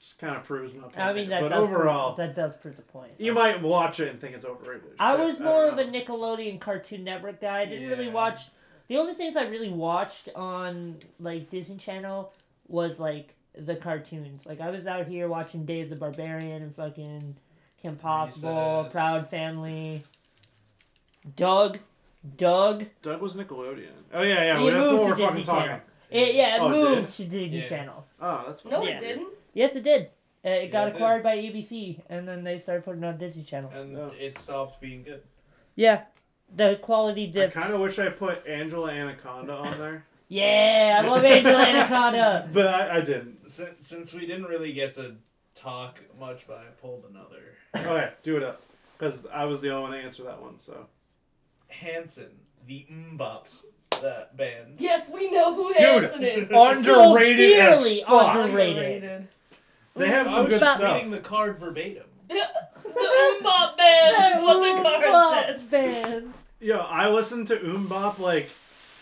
[SPEAKER 1] just kind of proves my point.
[SPEAKER 2] I mean, that
[SPEAKER 1] but
[SPEAKER 2] does
[SPEAKER 1] overall,
[SPEAKER 2] prove, that does prove the point.
[SPEAKER 1] you might watch it and think it's overrated.
[SPEAKER 2] I
[SPEAKER 1] Shit,
[SPEAKER 2] was
[SPEAKER 1] don't
[SPEAKER 2] more of a
[SPEAKER 1] know.
[SPEAKER 2] Nickelodeon Cartoon Network guy. I didn't really
[SPEAKER 3] Yeah.
[SPEAKER 2] watch. The only things I really watched on like Disney Channel was like the cartoons. Like I was out here watching Dave the Barbarian and fucking Kim Possible,
[SPEAKER 3] Recess.
[SPEAKER 2] Proud Family, Doug, Doug.
[SPEAKER 1] Doug was Nickelodeon. Oh yeah, yeah.
[SPEAKER 2] It
[SPEAKER 1] well, that's
[SPEAKER 2] moved
[SPEAKER 1] what we're
[SPEAKER 2] to
[SPEAKER 1] fucking
[SPEAKER 2] Disney
[SPEAKER 1] talking.
[SPEAKER 2] Channel. It, yeah, it
[SPEAKER 1] Oh, it
[SPEAKER 2] moved to Disney
[SPEAKER 3] Yeah.
[SPEAKER 2] Channel.
[SPEAKER 1] Oh, that's
[SPEAKER 4] no,
[SPEAKER 2] Yeah.
[SPEAKER 4] it didn't.
[SPEAKER 2] Yes, it did. Uh, it
[SPEAKER 3] Yeah,
[SPEAKER 2] got
[SPEAKER 3] it did.
[SPEAKER 2] acquired by ABC, and then they started putting it on Disney Channel.
[SPEAKER 3] And
[SPEAKER 1] No.
[SPEAKER 3] it stopped being good.
[SPEAKER 2] Yeah, the quality
[SPEAKER 1] I
[SPEAKER 2] dipped.
[SPEAKER 1] kind of wish I put Angela Anaconda on there,
[SPEAKER 2] Yeah, I love
[SPEAKER 1] *laughs*
[SPEAKER 2] Angel Anaconda.
[SPEAKER 1] but I, I didn't.
[SPEAKER 3] Since, since we didn't really get to talk much, but I pulled another.
[SPEAKER 1] Okay, do it up, because I was the only one to answer that one. So
[SPEAKER 3] Hanson, the Mbops, that band.
[SPEAKER 4] Yes, we know who
[SPEAKER 1] Dude. *laughs*
[SPEAKER 4] Hanson is.
[SPEAKER 1] Underrated
[SPEAKER 2] So
[SPEAKER 1] as
[SPEAKER 2] dearly
[SPEAKER 1] fuck.
[SPEAKER 2] underrated.
[SPEAKER 1] They have
[SPEAKER 3] I
[SPEAKER 1] some
[SPEAKER 3] was
[SPEAKER 1] good
[SPEAKER 3] just
[SPEAKER 1] stuff.
[SPEAKER 3] reading the card verbatim.
[SPEAKER 4] *laughs* the Umbop Band is what the card says.
[SPEAKER 1] Yo, I listened to Oombop like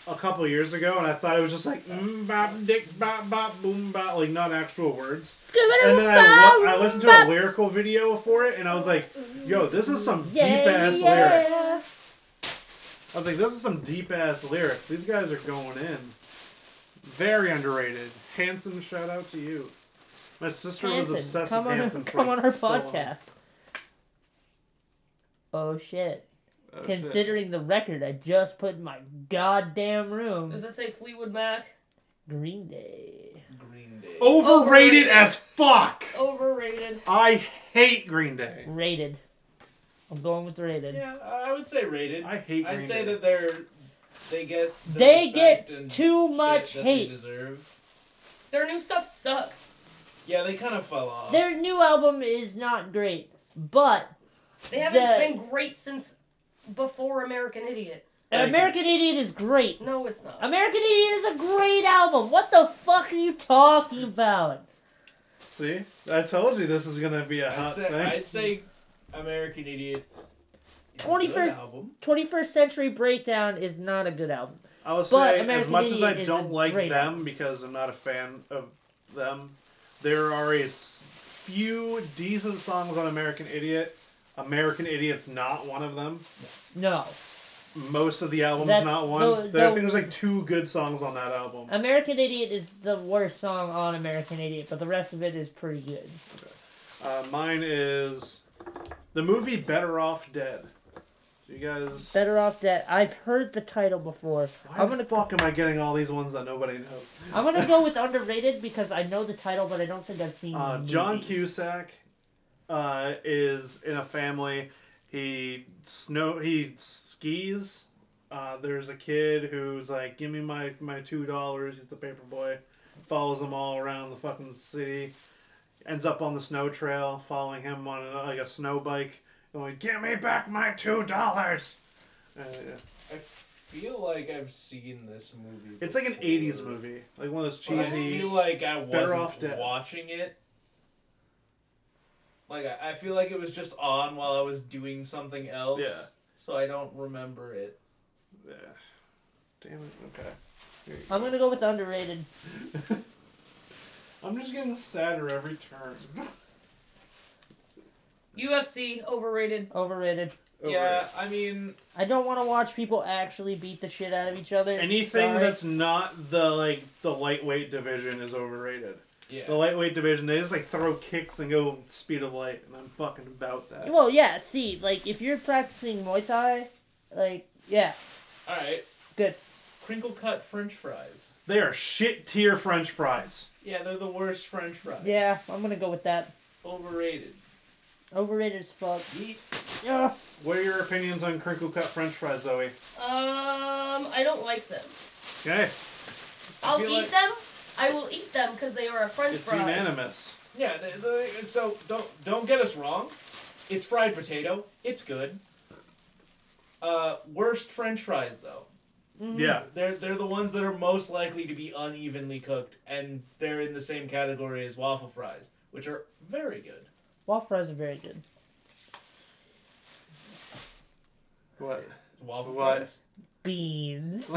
[SPEAKER 1] a couple years ago, and I thought it was just like Oombop, Dick Bop Bop, Boom Bop, like not actual words. And then I, lo- I listened to a lyrical video for it, and I was like, Yo, this is some deep ass lyrics. I was like, This is some deep ass lyrics. These guys are going in. Very underrated. Hanson, shout out to you. My sister was
[SPEAKER 2] Hanson,
[SPEAKER 1] obsessed
[SPEAKER 2] come
[SPEAKER 1] with
[SPEAKER 2] on,
[SPEAKER 1] *laughs* Hanson. for
[SPEAKER 2] come on our
[SPEAKER 1] so long.
[SPEAKER 2] podcast. Oh shit.
[SPEAKER 1] Oh, shit.
[SPEAKER 2] Considering the record I just put in my goddamn
[SPEAKER 4] Does
[SPEAKER 2] room,
[SPEAKER 4] it say Fleetwood Mac?
[SPEAKER 2] Green Day.
[SPEAKER 3] Green Day.
[SPEAKER 1] Overrated
[SPEAKER 4] Overrated.
[SPEAKER 1] as fuck.
[SPEAKER 4] Overrated.
[SPEAKER 1] I hate Green Day.
[SPEAKER 2] Rated. I'm going with rated.
[SPEAKER 3] Yeah, I would say rated.
[SPEAKER 1] I hate Green
[SPEAKER 3] I'd say
[SPEAKER 1] Day.
[SPEAKER 3] that they're they get the
[SPEAKER 2] They
[SPEAKER 3] respect
[SPEAKER 2] get
[SPEAKER 3] and
[SPEAKER 2] too
[SPEAKER 3] shit
[SPEAKER 2] much
[SPEAKER 3] that
[SPEAKER 2] hate.
[SPEAKER 3] They deserve.
[SPEAKER 4] Their new stuff sucks.
[SPEAKER 3] Yeah, they kind of fell off.
[SPEAKER 2] Their new album is not great, but
[SPEAKER 4] They haven't
[SPEAKER 2] The-
[SPEAKER 4] been great since before American Idiot.
[SPEAKER 1] Thank you.
[SPEAKER 2] American Idiot is great.
[SPEAKER 4] No, it's not.
[SPEAKER 2] American Idiot is a great album. What the fuck are you talking about?
[SPEAKER 1] See, I told you this is gonna be a
[SPEAKER 3] I'd
[SPEAKER 1] hot
[SPEAKER 3] say,
[SPEAKER 1] thing.
[SPEAKER 3] I'd say American Idiot. is a
[SPEAKER 2] 21st
[SPEAKER 3] good album.
[SPEAKER 2] 21st Century Breakdown is not a good album.
[SPEAKER 1] I will
[SPEAKER 2] But
[SPEAKER 1] say, as
[SPEAKER 2] American
[SPEAKER 1] much as I
[SPEAKER 2] Idiot is
[SPEAKER 1] don't
[SPEAKER 2] a
[SPEAKER 1] like
[SPEAKER 2] great
[SPEAKER 1] them because I'm not a fan of them, there are a s- few decent songs on American Idiot. American Idiot's not one of them.
[SPEAKER 2] No.
[SPEAKER 1] Most of the album's
[SPEAKER 2] That's
[SPEAKER 1] not one.
[SPEAKER 2] the-
[SPEAKER 1] there, I
[SPEAKER 2] the-
[SPEAKER 1] think there's like two good songs on that album.
[SPEAKER 2] American Idiot is the worst song on American Idiot, but the rest of it is pretty good.
[SPEAKER 1] Uh, mine is the movie Better Off Dead. You guys,
[SPEAKER 2] Better Off Dead. I've heard the title before.
[SPEAKER 1] why
[SPEAKER 2] I'm
[SPEAKER 1] the
[SPEAKER 2] gonna
[SPEAKER 1] fuck am I getting all these ones that nobody knows?
[SPEAKER 2] I'm gonna go with underrated because I know the title, but I don't think I've seen.
[SPEAKER 1] Uh,
[SPEAKER 2] the
[SPEAKER 1] John
[SPEAKER 2] movie.
[SPEAKER 1] Cusack uh, is in a family. He snow he skis. Uh, there's a kid who's like, "Give me my my two dollars." He's the paper boy. Follows him all around the fucking city. Ends up on the snow trail, following him on a, like a snow bike, going, "Give me back my two dollars." Uh, yeah.
[SPEAKER 3] I feel like I've seen this movie.
[SPEAKER 1] It's like an
[SPEAKER 3] before.
[SPEAKER 1] '80s movie, like one of those
[SPEAKER 3] But I
[SPEAKER 1] cheesy.
[SPEAKER 3] feel like I wasn't
[SPEAKER 1] Off Dead.
[SPEAKER 3] watching it. Like I, I feel like it was just on while I was doing something else.
[SPEAKER 1] Yeah.
[SPEAKER 3] So I don't remember it.
[SPEAKER 1] Yeah. Damn it. Okay. Here you go.
[SPEAKER 2] I'm gonna go with underrated.
[SPEAKER 1] I'm just getting sadder every turn.
[SPEAKER 4] UFC overrated.
[SPEAKER 2] Overrated.
[SPEAKER 1] Oh,
[SPEAKER 3] Yeah, I mean,
[SPEAKER 2] I don't want to watch people actually beat the shit out of each
[SPEAKER 1] *laughs*
[SPEAKER 2] other.
[SPEAKER 1] Anything
[SPEAKER 2] Sorry.
[SPEAKER 1] that's not the like the lightweight division is overrated.
[SPEAKER 3] yeah.
[SPEAKER 1] The lightweight division, they just like throw kicks and go speed of light, and I'm fucking about that.
[SPEAKER 2] Well, yeah. See, like if you're practicing Muay Thai, like yeah,
[SPEAKER 3] All right,
[SPEAKER 2] good.
[SPEAKER 3] crinkle cut French fries.
[SPEAKER 1] They are shit tier French fries.
[SPEAKER 3] Yeah, they're the worst French fries.
[SPEAKER 2] Yeah, I'm gonna go with that.
[SPEAKER 3] Overrated.
[SPEAKER 2] Overrated as fuck.
[SPEAKER 3] Yeet.
[SPEAKER 2] Yeah.
[SPEAKER 1] What are your opinions on crinkle cut French fries, Zoe?
[SPEAKER 4] Um, I don't like them.
[SPEAKER 1] Okay,
[SPEAKER 4] I'll
[SPEAKER 3] feel
[SPEAKER 4] eat
[SPEAKER 3] like-
[SPEAKER 4] them. I will eat them because they are a French
[SPEAKER 1] it's
[SPEAKER 4] fry.
[SPEAKER 1] unanimous.
[SPEAKER 3] Yeah. The, the, so don't don't get us wrong. It's fried potato. It's good. Uh, worst French fries though. Mm-hmm.
[SPEAKER 1] Yeah,
[SPEAKER 3] They're they're the ones that are most likely to be unevenly cooked, and they're in the same category as waffle fries, which are very good.
[SPEAKER 2] Waffle fries are very good.
[SPEAKER 1] what?
[SPEAKER 3] Waffle
[SPEAKER 1] What?
[SPEAKER 3] fries. *laughs*
[SPEAKER 2] Beans.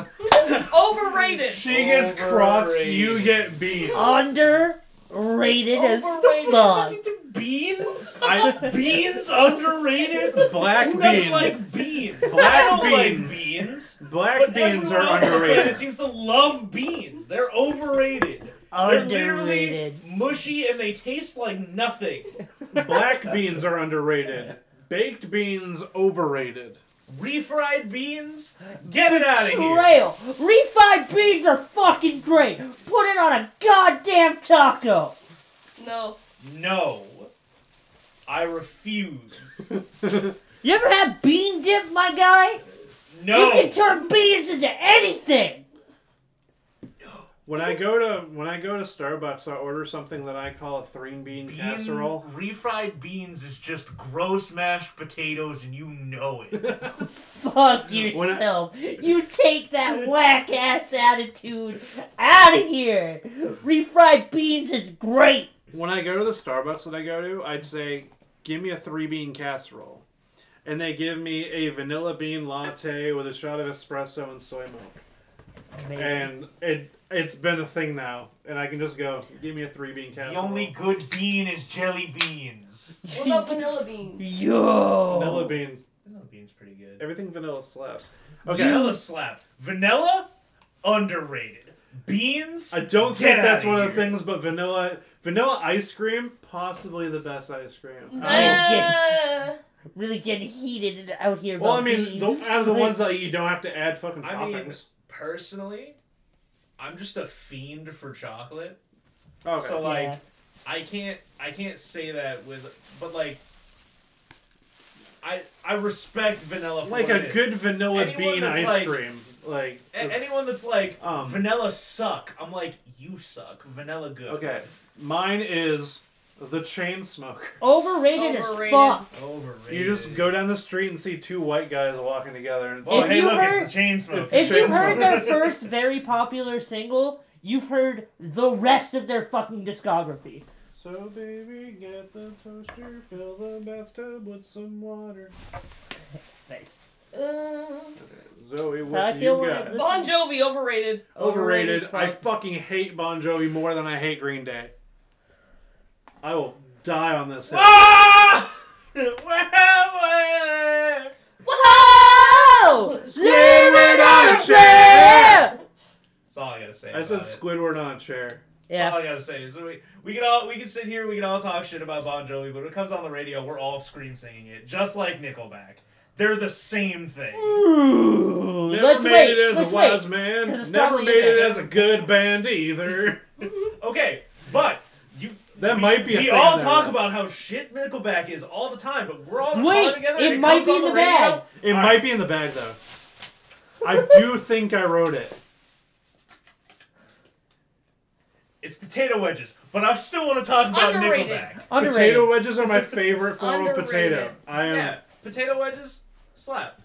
[SPEAKER 4] Overrated.
[SPEAKER 1] She gets Crocs,
[SPEAKER 3] Overrated.
[SPEAKER 1] you get beans.
[SPEAKER 2] Underrated as
[SPEAKER 4] Overrated.
[SPEAKER 2] fuck.
[SPEAKER 3] Beans.
[SPEAKER 1] *laughs* I,
[SPEAKER 3] Beans underrated.
[SPEAKER 1] black
[SPEAKER 3] Who doesn't
[SPEAKER 1] beans.
[SPEAKER 3] like beans? I
[SPEAKER 1] Black
[SPEAKER 3] don't
[SPEAKER 1] beans.
[SPEAKER 3] like beans.
[SPEAKER 1] black
[SPEAKER 3] But
[SPEAKER 1] beans
[SPEAKER 3] everyone
[SPEAKER 1] are
[SPEAKER 3] else on the planet
[SPEAKER 1] underrated.
[SPEAKER 3] seems to love beans. They're overrated. They're literally
[SPEAKER 2] Underrated.
[SPEAKER 3] mushy and they taste
[SPEAKER 2] *laughs*
[SPEAKER 3] like nothing.
[SPEAKER 1] black beans are underrated. Baked beans overrated.
[SPEAKER 3] Refried beans, get it out of here.
[SPEAKER 2] Trail. Refried beans are fucking great. Put it on a goddamn taco.
[SPEAKER 4] No.
[SPEAKER 3] No, I refuse.
[SPEAKER 2] You ever had bean dip, my guy? *laughs* You
[SPEAKER 3] No.
[SPEAKER 2] can turn beans into anything.
[SPEAKER 1] When I go to when I go to Starbucks, I order something that I call a three bean
[SPEAKER 3] Bean-
[SPEAKER 1] casserole.
[SPEAKER 3] Refried beans is just gross mashed potatoes, and you know
[SPEAKER 2] *laughs*
[SPEAKER 3] it.
[SPEAKER 2] Fuck
[SPEAKER 1] When I-
[SPEAKER 2] yourself. You take that whack ass attitude out of here. Refried beans is great.
[SPEAKER 1] When I go to the Starbucks that I go to, I'd say, "Give me a three bean casserole," and they give me a vanilla bean latte with a shot of espresso and soy milk. And it it's been a thing now, and I can just go, "Give me a three bean
[SPEAKER 3] the
[SPEAKER 1] casserole."
[SPEAKER 3] only good bean is jelly beans.
[SPEAKER 4] What about vanilla beans?
[SPEAKER 2] Yo.
[SPEAKER 1] vanilla bean.
[SPEAKER 3] Vanilla bean's pretty good.
[SPEAKER 1] Everything vanilla slaps. Okay.
[SPEAKER 3] Vanilla slap. Vanilla, underrated. Beans.
[SPEAKER 1] I don't
[SPEAKER 3] Get
[SPEAKER 1] think that's
[SPEAKER 3] outta
[SPEAKER 1] one of the
[SPEAKER 3] here.
[SPEAKER 1] things, but vanilla vanilla ice cream, possibly the best ice cream.
[SPEAKER 2] I don't
[SPEAKER 4] Uh,
[SPEAKER 2] Really getting heated out here.
[SPEAKER 1] Well, I
[SPEAKER 2] about
[SPEAKER 1] mean, the,
[SPEAKER 2] beans.
[SPEAKER 1] out of the ones that you don't have to add fucking
[SPEAKER 3] I mean-
[SPEAKER 1] toppings.
[SPEAKER 3] Personally, I'm just a fiend for chocolate.
[SPEAKER 1] okay.
[SPEAKER 3] So like,
[SPEAKER 2] Yeah.
[SPEAKER 3] I can't I can't say that with, but like, I I respect vanilla. For
[SPEAKER 1] like
[SPEAKER 3] what it
[SPEAKER 1] a
[SPEAKER 3] is.
[SPEAKER 1] good vanilla
[SPEAKER 3] Anyone
[SPEAKER 1] bean
[SPEAKER 3] that's
[SPEAKER 1] ice
[SPEAKER 3] like-
[SPEAKER 1] cream. Like
[SPEAKER 3] A- anyone that's like
[SPEAKER 1] Um,
[SPEAKER 3] vanilla suck, I'm like you suck. Vanilla good.
[SPEAKER 1] okay, mine is the chain smoker.
[SPEAKER 2] overrated,
[SPEAKER 4] Overrated.
[SPEAKER 2] as fuck.
[SPEAKER 3] Overrated.
[SPEAKER 1] You just go down the street and see two white guys walking together, and it's
[SPEAKER 3] Oh
[SPEAKER 2] If
[SPEAKER 1] like,
[SPEAKER 3] hey,
[SPEAKER 2] you
[SPEAKER 3] look,
[SPEAKER 2] heard-
[SPEAKER 3] it's the chain smoke.
[SPEAKER 1] It's
[SPEAKER 2] If you
[SPEAKER 1] Chainsaw. *laughs*
[SPEAKER 2] heard their first very popular single, you've heard the rest of their fucking discography.
[SPEAKER 1] so baby, get the toaster, fill the bathtub with some water.
[SPEAKER 2] Nice.
[SPEAKER 4] uh,
[SPEAKER 1] Zoe, what
[SPEAKER 2] I
[SPEAKER 1] do
[SPEAKER 2] feel
[SPEAKER 1] you
[SPEAKER 2] we're
[SPEAKER 1] got?
[SPEAKER 2] at this-
[SPEAKER 4] bon Jovi overrated.
[SPEAKER 1] Overrated.
[SPEAKER 2] as
[SPEAKER 1] I
[SPEAKER 2] fuck.
[SPEAKER 1] fucking hate Bon Jovi more than I hate Green Day. I will die on this hill.
[SPEAKER 3] *laughs* Ah! *laughs* Where- where-
[SPEAKER 2] Whoa! Living
[SPEAKER 1] on
[SPEAKER 2] on
[SPEAKER 1] a
[SPEAKER 2] a prayer!
[SPEAKER 3] That's all I gotta say.
[SPEAKER 1] I said
[SPEAKER 3] about it.
[SPEAKER 1] Squidward on a chair.
[SPEAKER 3] That's all
[SPEAKER 2] Yeah.
[SPEAKER 3] I gotta say is we, we can all we can sit here, we can all talk shit about Bon Jovi, but when it comes on the radio, we're all scream singing it, just like Nickelback. They're the same thing.
[SPEAKER 2] Ooh,
[SPEAKER 1] Never
[SPEAKER 2] let's
[SPEAKER 1] made
[SPEAKER 2] wait.
[SPEAKER 1] it as
[SPEAKER 2] let's
[SPEAKER 1] a
[SPEAKER 2] wait.
[SPEAKER 1] wise man.
[SPEAKER 2] 'Cause it's
[SPEAKER 1] Never
[SPEAKER 2] probably
[SPEAKER 1] made
[SPEAKER 2] in
[SPEAKER 1] it
[SPEAKER 2] there.
[SPEAKER 1] as a good band
[SPEAKER 2] *laughs*
[SPEAKER 1] either.
[SPEAKER 3] Okay, but you
[SPEAKER 1] That might be a
[SPEAKER 3] we
[SPEAKER 1] thing
[SPEAKER 3] all
[SPEAKER 1] though.
[SPEAKER 3] talk about how shit Nickelback is all the time, but we're all in a
[SPEAKER 2] Wait,
[SPEAKER 3] car together.
[SPEAKER 2] it
[SPEAKER 3] and
[SPEAKER 2] might
[SPEAKER 3] comes
[SPEAKER 2] be
[SPEAKER 3] on
[SPEAKER 2] in the
[SPEAKER 3] radio.
[SPEAKER 2] bag.
[SPEAKER 1] It
[SPEAKER 3] All
[SPEAKER 1] might
[SPEAKER 3] right.
[SPEAKER 1] be in the bag
[SPEAKER 2] *laughs*
[SPEAKER 1] though. I do think I wrote it.
[SPEAKER 3] It's potato wedges, but I still want to talk about
[SPEAKER 4] Underrated.
[SPEAKER 3] Nickelback.
[SPEAKER 2] Underrated.
[SPEAKER 1] Potato wedges are my favorite form of potato.
[SPEAKER 4] Underrated.
[SPEAKER 1] I am.
[SPEAKER 3] Yeah, potato wedges slap.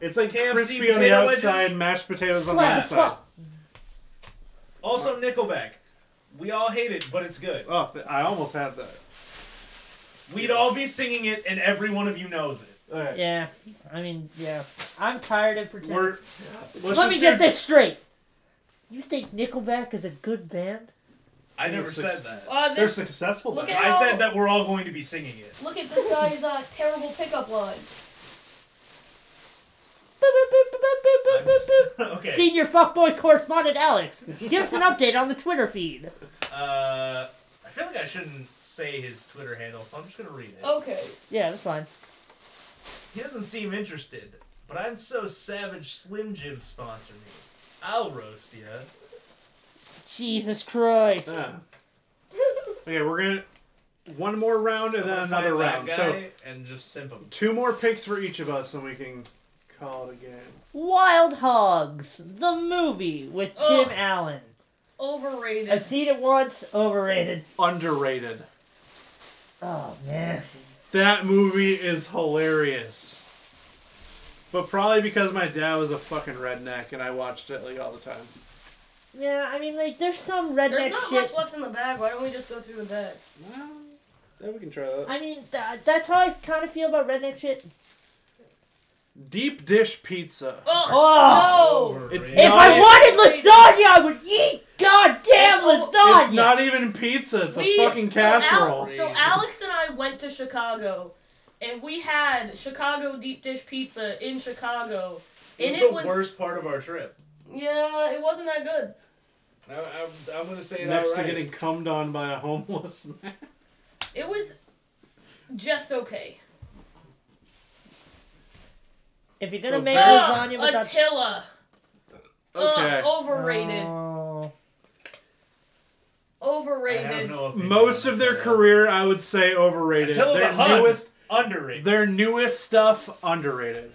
[SPEAKER 1] It's like
[SPEAKER 3] KFC
[SPEAKER 1] crispy on the
[SPEAKER 3] potato
[SPEAKER 1] outside,
[SPEAKER 3] wedges.
[SPEAKER 1] mashed potatoes on the
[SPEAKER 2] Slap as
[SPEAKER 1] inside.
[SPEAKER 2] fuck.
[SPEAKER 3] Also Nickelback. We all hate it, but it's good.
[SPEAKER 1] Oh, th- I almost had that.
[SPEAKER 3] We'd all be singing it, and every one of you knows it.
[SPEAKER 1] All right.
[SPEAKER 2] Yeah. I mean, yeah. I'm tired of pretending.
[SPEAKER 1] We're, let's
[SPEAKER 2] Let
[SPEAKER 1] just
[SPEAKER 2] me
[SPEAKER 1] do-
[SPEAKER 2] get this straight. You think Nickelback is a good band?
[SPEAKER 3] I
[SPEAKER 1] They're
[SPEAKER 3] never
[SPEAKER 1] suc-
[SPEAKER 3] said
[SPEAKER 2] Oh,
[SPEAKER 3] that.
[SPEAKER 4] Uh,
[SPEAKER 1] They're
[SPEAKER 4] this,
[SPEAKER 1] successful.
[SPEAKER 4] Look
[SPEAKER 1] though.
[SPEAKER 4] at-
[SPEAKER 3] I said that we're all going to be singing
[SPEAKER 4] *laughs*
[SPEAKER 3] it.
[SPEAKER 4] look at this guy's uh, terrible pickup line.
[SPEAKER 3] I'm s- *laughs* okay.
[SPEAKER 2] Senior fuckboy correspondent Alex, give us an update on the Twitter feed.
[SPEAKER 3] Uh, I feel like I shouldn't say his Twitter handle, so I'm just gonna read it.
[SPEAKER 4] Okay.
[SPEAKER 2] Yeah, that's fine.
[SPEAKER 3] He doesn't seem interested, but I'm so savage. Slim Jim sponsor me. I'll roast ya.
[SPEAKER 2] Jesus Christ.
[SPEAKER 1] Yeah. okay, we're gonna one more round and then
[SPEAKER 3] I'm gonna
[SPEAKER 1] another round.
[SPEAKER 3] find that
[SPEAKER 1] So
[SPEAKER 3] guy and just simp him.
[SPEAKER 1] two more picks for each of us, and we can call it a game.
[SPEAKER 2] Wild Hogs, the movie with
[SPEAKER 4] Ugh.
[SPEAKER 2] Tim Allen.
[SPEAKER 4] Overrated.
[SPEAKER 2] I've seen it once, overrated.
[SPEAKER 1] Underrated.
[SPEAKER 2] Oh, man.
[SPEAKER 1] That movie is hilarious. But probably because my dad was a fucking redneck and I watched it like all the time.
[SPEAKER 2] Yeah, I mean, like, there's some
[SPEAKER 4] There's
[SPEAKER 2] redneck
[SPEAKER 4] not
[SPEAKER 2] shit.
[SPEAKER 4] much left in the bag. Why don't we just go through the bag?
[SPEAKER 1] Well, yeah, we can try that.
[SPEAKER 2] I mean, th- that's how I kind of feel about redneck shit.
[SPEAKER 1] Deep dish pizza.
[SPEAKER 4] Oh,
[SPEAKER 2] Oh!
[SPEAKER 4] no!
[SPEAKER 1] It's
[SPEAKER 2] If
[SPEAKER 1] not-
[SPEAKER 2] I wanted lasagna, I would eat goddamn
[SPEAKER 4] It's-
[SPEAKER 2] lasagna!
[SPEAKER 1] It's not even pizza. It's
[SPEAKER 4] Oh, We-
[SPEAKER 1] a fucking
[SPEAKER 4] so Al-
[SPEAKER 1] casserole.
[SPEAKER 4] so Alex and I went to Chicago, and we had Chicago deep dish pizza in Chicago,
[SPEAKER 3] It
[SPEAKER 4] and
[SPEAKER 3] was
[SPEAKER 4] it
[SPEAKER 3] the
[SPEAKER 4] was
[SPEAKER 3] worst part of our trip.
[SPEAKER 4] yeah, it wasn't that good.
[SPEAKER 3] I, am I'm gonna say that
[SPEAKER 1] Next
[SPEAKER 3] right.
[SPEAKER 1] to getting cummed on by a homeless *laughs* man.
[SPEAKER 4] It was just okay.
[SPEAKER 2] If you're gonna
[SPEAKER 1] So
[SPEAKER 2] make
[SPEAKER 4] Ugh,
[SPEAKER 2] lasagna without
[SPEAKER 4] Attila. Uh,
[SPEAKER 1] Okay.
[SPEAKER 4] Ugh, overrated.
[SPEAKER 2] Oh.
[SPEAKER 3] I
[SPEAKER 4] overrated.
[SPEAKER 3] have no opinion
[SPEAKER 1] Most
[SPEAKER 3] on
[SPEAKER 1] of their
[SPEAKER 3] that.
[SPEAKER 1] career, I would say, overrated.
[SPEAKER 3] Attila
[SPEAKER 1] their
[SPEAKER 3] the Hun.
[SPEAKER 1] newest,
[SPEAKER 3] underrated.
[SPEAKER 1] their newest stuff, underrated.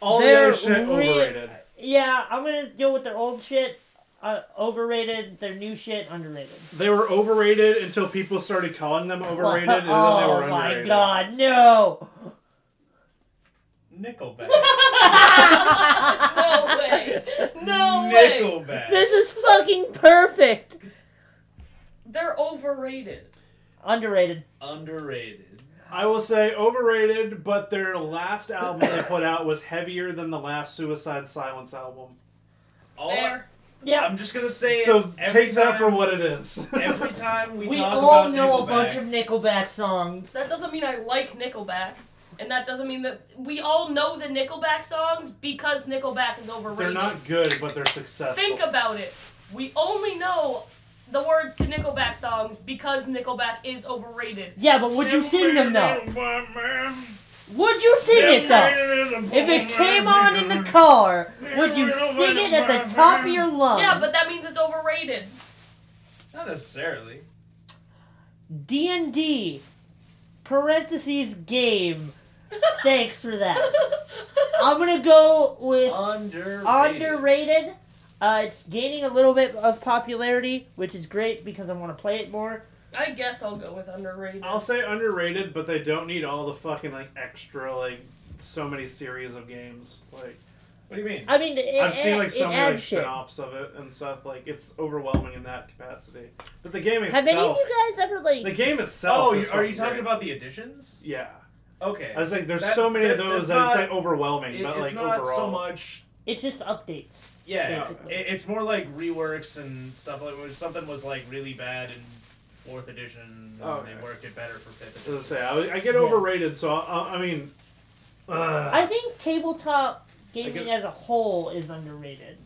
[SPEAKER 1] All
[SPEAKER 2] They're
[SPEAKER 1] their shit
[SPEAKER 2] re-
[SPEAKER 1] overrated.
[SPEAKER 2] Yeah, I'm gonna go with their old shit. uh, overrated. Their new shit underrated.
[SPEAKER 1] They were overrated until people started calling them overrated, and then they were
[SPEAKER 2] oh my
[SPEAKER 1] underrated.
[SPEAKER 2] god, *laughs* no!
[SPEAKER 4] *laughs*
[SPEAKER 7] Nickelback.
[SPEAKER 4] no way. No way.
[SPEAKER 7] Nickelback.
[SPEAKER 2] This is fucking perfect.
[SPEAKER 4] They're overrated.
[SPEAKER 2] Underrated.
[SPEAKER 7] Underrated.
[SPEAKER 1] I will say overrated, but their last album they put out was heavier than the last Suicide Silence album.
[SPEAKER 3] All I,
[SPEAKER 4] Fair.
[SPEAKER 2] Yeah.
[SPEAKER 3] am just gonna say.
[SPEAKER 1] So
[SPEAKER 3] every
[SPEAKER 1] take that
[SPEAKER 3] time-
[SPEAKER 1] for what it is.
[SPEAKER 3] Every time we,
[SPEAKER 2] We
[SPEAKER 3] talk
[SPEAKER 2] all
[SPEAKER 3] about
[SPEAKER 2] know
[SPEAKER 3] Nickelback,
[SPEAKER 2] a bunch of Nickelback songs.
[SPEAKER 4] That doesn't mean I like Nickelback. And that doesn't mean that we all know the Nickelback songs because Nickelback
[SPEAKER 1] *laughs*
[SPEAKER 4] is
[SPEAKER 1] they're
[SPEAKER 4] overrated.
[SPEAKER 1] not good, but they're successful.
[SPEAKER 4] Think about it. We only know the words to Nickelback songs because Nickelback is overrated.
[SPEAKER 2] Yeah, but would you sing them though? Would you sing it though? If it came on in the car, would you sing it at the top of your lungs?
[SPEAKER 4] Yeah, but that means it's overrated.
[SPEAKER 3] Not necessarily.
[SPEAKER 2] D and D parentheses game. Thanks for that. I'm gonna go with
[SPEAKER 7] Underrated.
[SPEAKER 2] underrated. Uh, it's gaining a little bit of popularity, which is great because I want to play it more.
[SPEAKER 4] I guess I'll go with underrated.
[SPEAKER 1] I'll say underrated, but they don't need all the fucking like extra like so many series of games. Like
[SPEAKER 3] What do you mean?
[SPEAKER 2] I mean, it,
[SPEAKER 1] I've seen like
[SPEAKER 2] it
[SPEAKER 1] so many like,
[SPEAKER 2] adds shit.
[SPEAKER 1] spin-offs of it and stuff. Like it's overwhelming in that capacity. But the game itself,
[SPEAKER 2] Have any of you guys ever
[SPEAKER 1] the
[SPEAKER 2] like?
[SPEAKER 1] game itself.
[SPEAKER 3] Oh, you-
[SPEAKER 1] is
[SPEAKER 3] are you
[SPEAKER 1] fucking
[SPEAKER 3] talking
[SPEAKER 1] great.
[SPEAKER 3] about the additions?
[SPEAKER 1] Yeah,
[SPEAKER 3] Okay.
[SPEAKER 1] I was like, there's
[SPEAKER 3] That-
[SPEAKER 1] so many of
[SPEAKER 3] that-
[SPEAKER 1] those
[SPEAKER 3] that's
[SPEAKER 1] that
[SPEAKER 3] not-
[SPEAKER 1] it's like overwhelming.
[SPEAKER 3] It-
[SPEAKER 1] but
[SPEAKER 3] it's
[SPEAKER 1] like
[SPEAKER 3] not
[SPEAKER 1] overall,
[SPEAKER 3] so much.
[SPEAKER 2] It's just updates.
[SPEAKER 3] Yeah,
[SPEAKER 1] Basically.
[SPEAKER 3] it, it's more like reworks and stuff like where something was like really bad in fourth edition. And
[SPEAKER 1] Oh,
[SPEAKER 3] they
[SPEAKER 1] okay.
[SPEAKER 3] worked it better for fifth
[SPEAKER 1] As I
[SPEAKER 3] edition.
[SPEAKER 1] say, I, was- I get
[SPEAKER 2] Yeah.
[SPEAKER 1] overrated, so I, I, I mean, ugh.
[SPEAKER 2] I think tabletop
[SPEAKER 1] uh, I
[SPEAKER 2] gaming
[SPEAKER 1] get-
[SPEAKER 2] as a whole is underrated.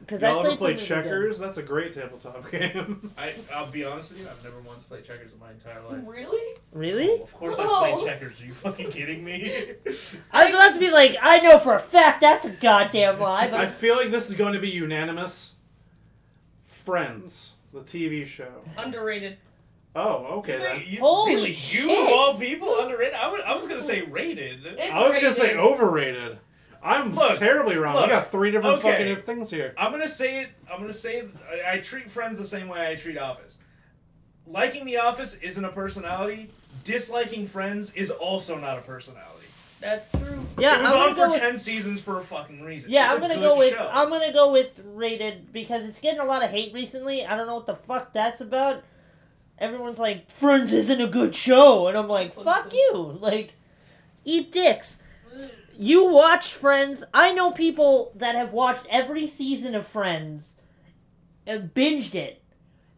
[SPEAKER 2] Because I
[SPEAKER 1] y'all ever
[SPEAKER 2] played
[SPEAKER 1] play
[SPEAKER 2] some really good-
[SPEAKER 1] checkers? That's a great tabletop *laughs* game.
[SPEAKER 3] I, I'll be honest with you, I've never once played checkers in my entire life.
[SPEAKER 4] Really?
[SPEAKER 2] Really?
[SPEAKER 3] Of course, I
[SPEAKER 4] Whoa.
[SPEAKER 3] played checkers. Are you fucking kidding me?
[SPEAKER 2] I was about to be like, I know for a fact that's a goddamn lie,
[SPEAKER 1] I
[SPEAKER 2] but
[SPEAKER 1] feel like this is going to be unanimous. Friends, the TV show.
[SPEAKER 4] Underrated.
[SPEAKER 1] Oh, *laughs* okay
[SPEAKER 3] You
[SPEAKER 1] then.
[SPEAKER 3] think- you-
[SPEAKER 2] Holy
[SPEAKER 3] really,
[SPEAKER 2] shit.
[SPEAKER 3] you of all people underrated? I, would, I was gonna say rated.
[SPEAKER 4] It's
[SPEAKER 1] I was gonna
[SPEAKER 4] rated.
[SPEAKER 1] say oh. overrated. I'm
[SPEAKER 3] Look,
[SPEAKER 1] terribly wrong.
[SPEAKER 3] look,
[SPEAKER 1] we got three different
[SPEAKER 3] okay.
[SPEAKER 1] fucking things here.
[SPEAKER 3] I'm gonna say it. I'm gonna say it- I, I treat friends the same way I treat Office. Liking the Office isn't a personality. Disliking Friends is also not a personality.
[SPEAKER 4] That's true.
[SPEAKER 2] yeah,
[SPEAKER 3] *laughs* it was
[SPEAKER 2] I'm
[SPEAKER 3] on for
[SPEAKER 2] gonna go with,
[SPEAKER 3] ten seasons for a fucking reason.
[SPEAKER 2] yeah,
[SPEAKER 3] It's
[SPEAKER 2] I'm
[SPEAKER 3] a
[SPEAKER 2] gonna
[SPEAKER 3] good
[SPEAKER 2] go with
[SPEAKER 3] show.
[SPEAKER 2] I'm gonna go with rated because it's getting a lot of hate recently. I don't know what the fuck that's about. Everyone's like, Friends isn't a good show, and I'm like, fuck you, like, eat dicks. You watch Friends. I know people that have watched every season of Friends and binged it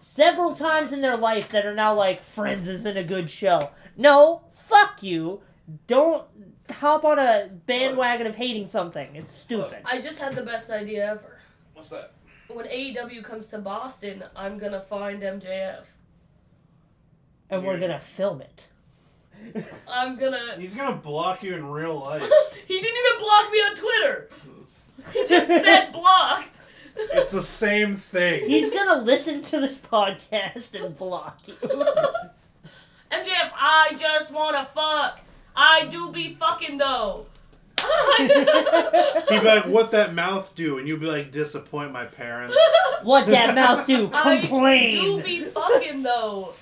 [SPEAKER 2] several times in their life that are now like, Friends isn't a good show. No, fuck you. Don't hop on a bandwagon of hating something. It's stupid.
[SPEAKER 4] I just had the best idea ever.
[SPEAKER 3] What's that?
[SPEAKER 4] When AEW comes to Boston, I'm gonna find MJF.
[SPEAKER 2] And we're gonna film it.
[SPEAKER 4] I'm gonna.
[SPEAKER 1] He's gonna block you in real life.
[SPEAKER 4] he didn't even block me on Twitter.
[SPEAKER 1] *laughs*
[SPEAKER 4] He just said blocked. *laughs*
[SPEAKER 1] it's the same thing.
[SPEAKER 2] He's gonna listen to this podcast and block you.
[SPEAKER 4] MJF, I just wanna fuck. I do be fucking though. *laughs* I
[SPEAKER 1] He'd be like, "What that mouth do?" And you'd be like, "Disappoint my
[SPEAKER 2] *laughs*
[SPEAKER 1] parents."
[SPEAKER 2] What that mouth do? Complain.
[SPEAKER 4] do be fucking though.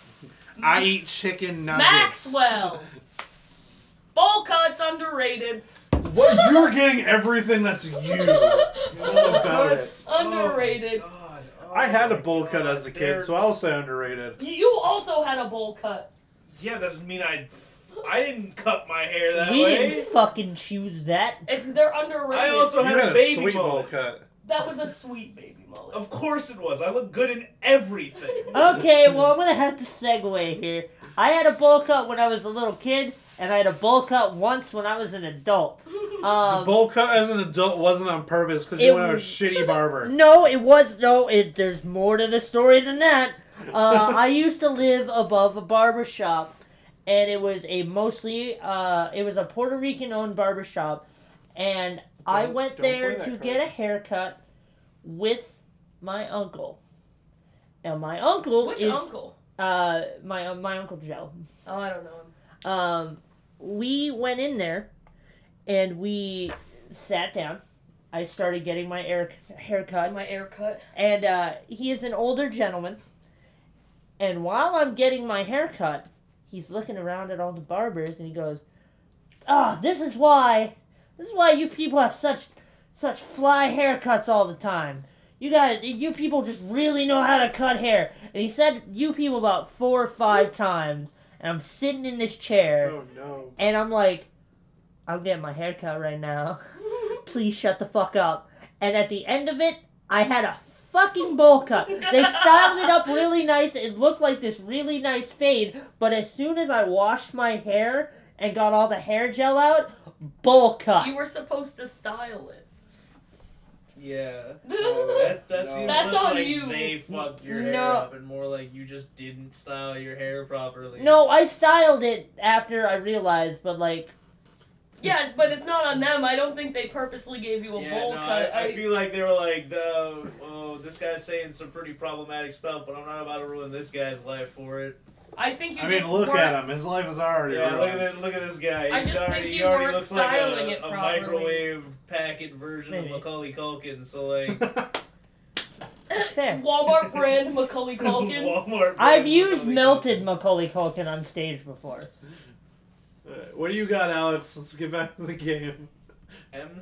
[SPEAKER 1] I eat chicken nuggets.
[SPEAKER 4] Maxwell. Bowl cuts underrated.
[SPEAKER 1] What you're getting everything that's you.
[SPEAKER 3] Bowl
[SPEAKER 1] about it.
[SPEAKER 3] cuts?
[SPEAKER 4] Underrated.
[SPEAKER 3] Oh my God. Oh
[SPEAKER 1] I had a
[SPEAKER 3] my
[SPEAKER 1] bowl cut
[SPEAKER 3] God.
[SPEAKER 1] as a kid,
[SPEAKER 3] They're-
[SPEAKER 1] so I'll say underrated.
[SPEAKER 4] You also had a bowl cut.
[SPEAKER 3] yeah, that doesn't mean I. I didn't cut my hair that
[SPEAKER 2] we
[SPEAKER 3] way.
[SPEAKER 2] didn't fucking choose that.
[SPEAKER 4] It's they're underrated.
[SPEAKER 3] I also
[SPEAKER 1] You
[SPEAKER 3] had,
[SPEAKER 1] had
[SPEAKER 3] a
[SPEAKER 1] a
[SPEAKER 3] baby
[SPEAKER 1] sweet bowl
[SPEAKER 3] mullet.
[SPEAKER 1] cut.
[SPEAKER 4] that was a sweet baby mullet.
[SPEAKER 3] Of course it was. I look good in
[SPEAKER 4] *laughs*
[SPEAKER 3] everything.
[SPEAKER 2] Okay, well I'm gonna have to segue here. I had a bowl cut when I was a little kid, and I had a bowl cut once when I was an adult.
[SPEAKER 1] the
[SPEAKER 2] Um,
[SPEAKER 1] bowl cut as an adult wasn't on purpose because you
[SPEAKER 2] It
[SPEAKER 1] went to a
[SPEAKER 2] was-
[SPEAKER 1] shitty barber.
[SPEAKER 2] no, it was no. It there's more to the story than that. Uh,
[SPEAKER 1] *laughs*
[SPEAKER 2] I used to live above a barber shop, and it was a mostly uh, it was a Puerto Rican owned barber shop, and I
[SPEAKER 1] Don't-
[SPEAKER 2] went
[SPEAKER 1] don't
[SPEAKER 2] there
[SPEAKER 1] play that
[SPEAKER 2] to
[SPEAKER 1] card.
[SPEAKER 2] get a haircut with my uncle. Now my uncle
[SPEAKER 4] Which
[SPEAKER 2] is
[SPEAKER 4] uncle?
[SPEAKER 2] uh my my uncle Joe.
[SPEAKER 4] Oh, I don't know him.
[SPEAKER 2] Um, we went in there, and we sat down, I started getting my air, haircut.
[SPEAKER 4] Got my air cut.
[SPEAKER 2] and uh, he is an older gentleman. And while I'm getting my haircut, he's looking around at all the barbers, and he goes, "Ah, this is why, this is why you people have such, such fly haircuts all the time. You guys, you people just really know how to cut hair." And he said, "You people," about four or five times. And I'm sitting in this chair,
[SPEAKER 1] Oh no.
[SPEAKER 2] and I'm like, I'm getting my haircut right now. Please shut the fuck up. And at the end of it, I had a fucking bowl cut. They styled it up really nice. It looked like this really nice fade. But as soon as I washed my hair and got all the hair gel out, bowl cut.
[SPEAKER 3] Ah.
[SPEAKER 4] You were supposed to style
[SPEAKER 3] *laughs*
[SPEAKER 4] it.
[SPEAKER 3] Yeah.
[SPEAKER 4] No,
[SPEAKER 3] *laughs* Oh, that's that's,
[SPEAKER 1] No.
[SPEAKER 3] usually
[SPEAKER 4] That's
[SPEAKER 3] like
[SPEAKER 4] on you.
[SPEAKER 3] They fucked your hair
[SPEAKER 2] No.
[SPEAKER 3] up, and more like you just didn't style your hair properly.
[SPEAKER 2] no, I styled it after I realized, but like,
[SPEAKER 4] *laughs* Yes, but it's not on them. I don't think they purposely gave you a
[SPEAKER 3] yeah,
[SPEAKER 4] bowl
[SPEAKER 3] no,
[SPEAKER 4] cut.
[SPEAKER 3] I, I feel like they were like, no, oh, this guy's saying some pretty problematic stuff, but I'm not about to ruin this guy's life for it.
[SPEAKER 4] I think you
[SPEAKER 1] I
[SPEAKER 4] just
[SPEAKER 1] mean, look
[SPEAKER 4] weren't-
[SPEAKER 1] at him. His life is already.
[SPEAKER 3] Yeah, look at
[SPEAKER 1] ruined.
[SPEAKER 3] this, look at this guy.
[SPEAKER 4] I
[SPEAKER 3] He's
[SPEAKER 4] just
[SPEAKER 3] already,
[SPEAKER 4] think
[SPEAKER 3] he
[SPEAKER 4] you
[SPEAKER 3] already
[SPEAKER 4] weren't
[SPEAKER 3] looks like
[SPEAKER 4] styling it
[SPEAKER 3] a, a
[SPEAKER 4] properly.
[SPEAKER 3] microwave packet version
[SPEAKER 2] Maybe.
[SPEAKER 3] of Macaulay Culkin. So like,
[SPEAKER 1] *laughs*
[SPEAKER 2] fair.
[SPEAKER 4] *laughs* Walmart brand Macaulay Culkin.
[SPEAKER 3] *laughs* Walmart.
[SPEAKER 2] I've
[SPEAKER 3] brand
[SPEAKER 2] used
[SPEAKER 3] Macaulay
[SPEAKER 2] melted Macaulay Culkin on stage before.
[SPEAKER 1] Alright, What do you got, Alex? Let's get back to the game.
[SPEAKER 3] Culkin.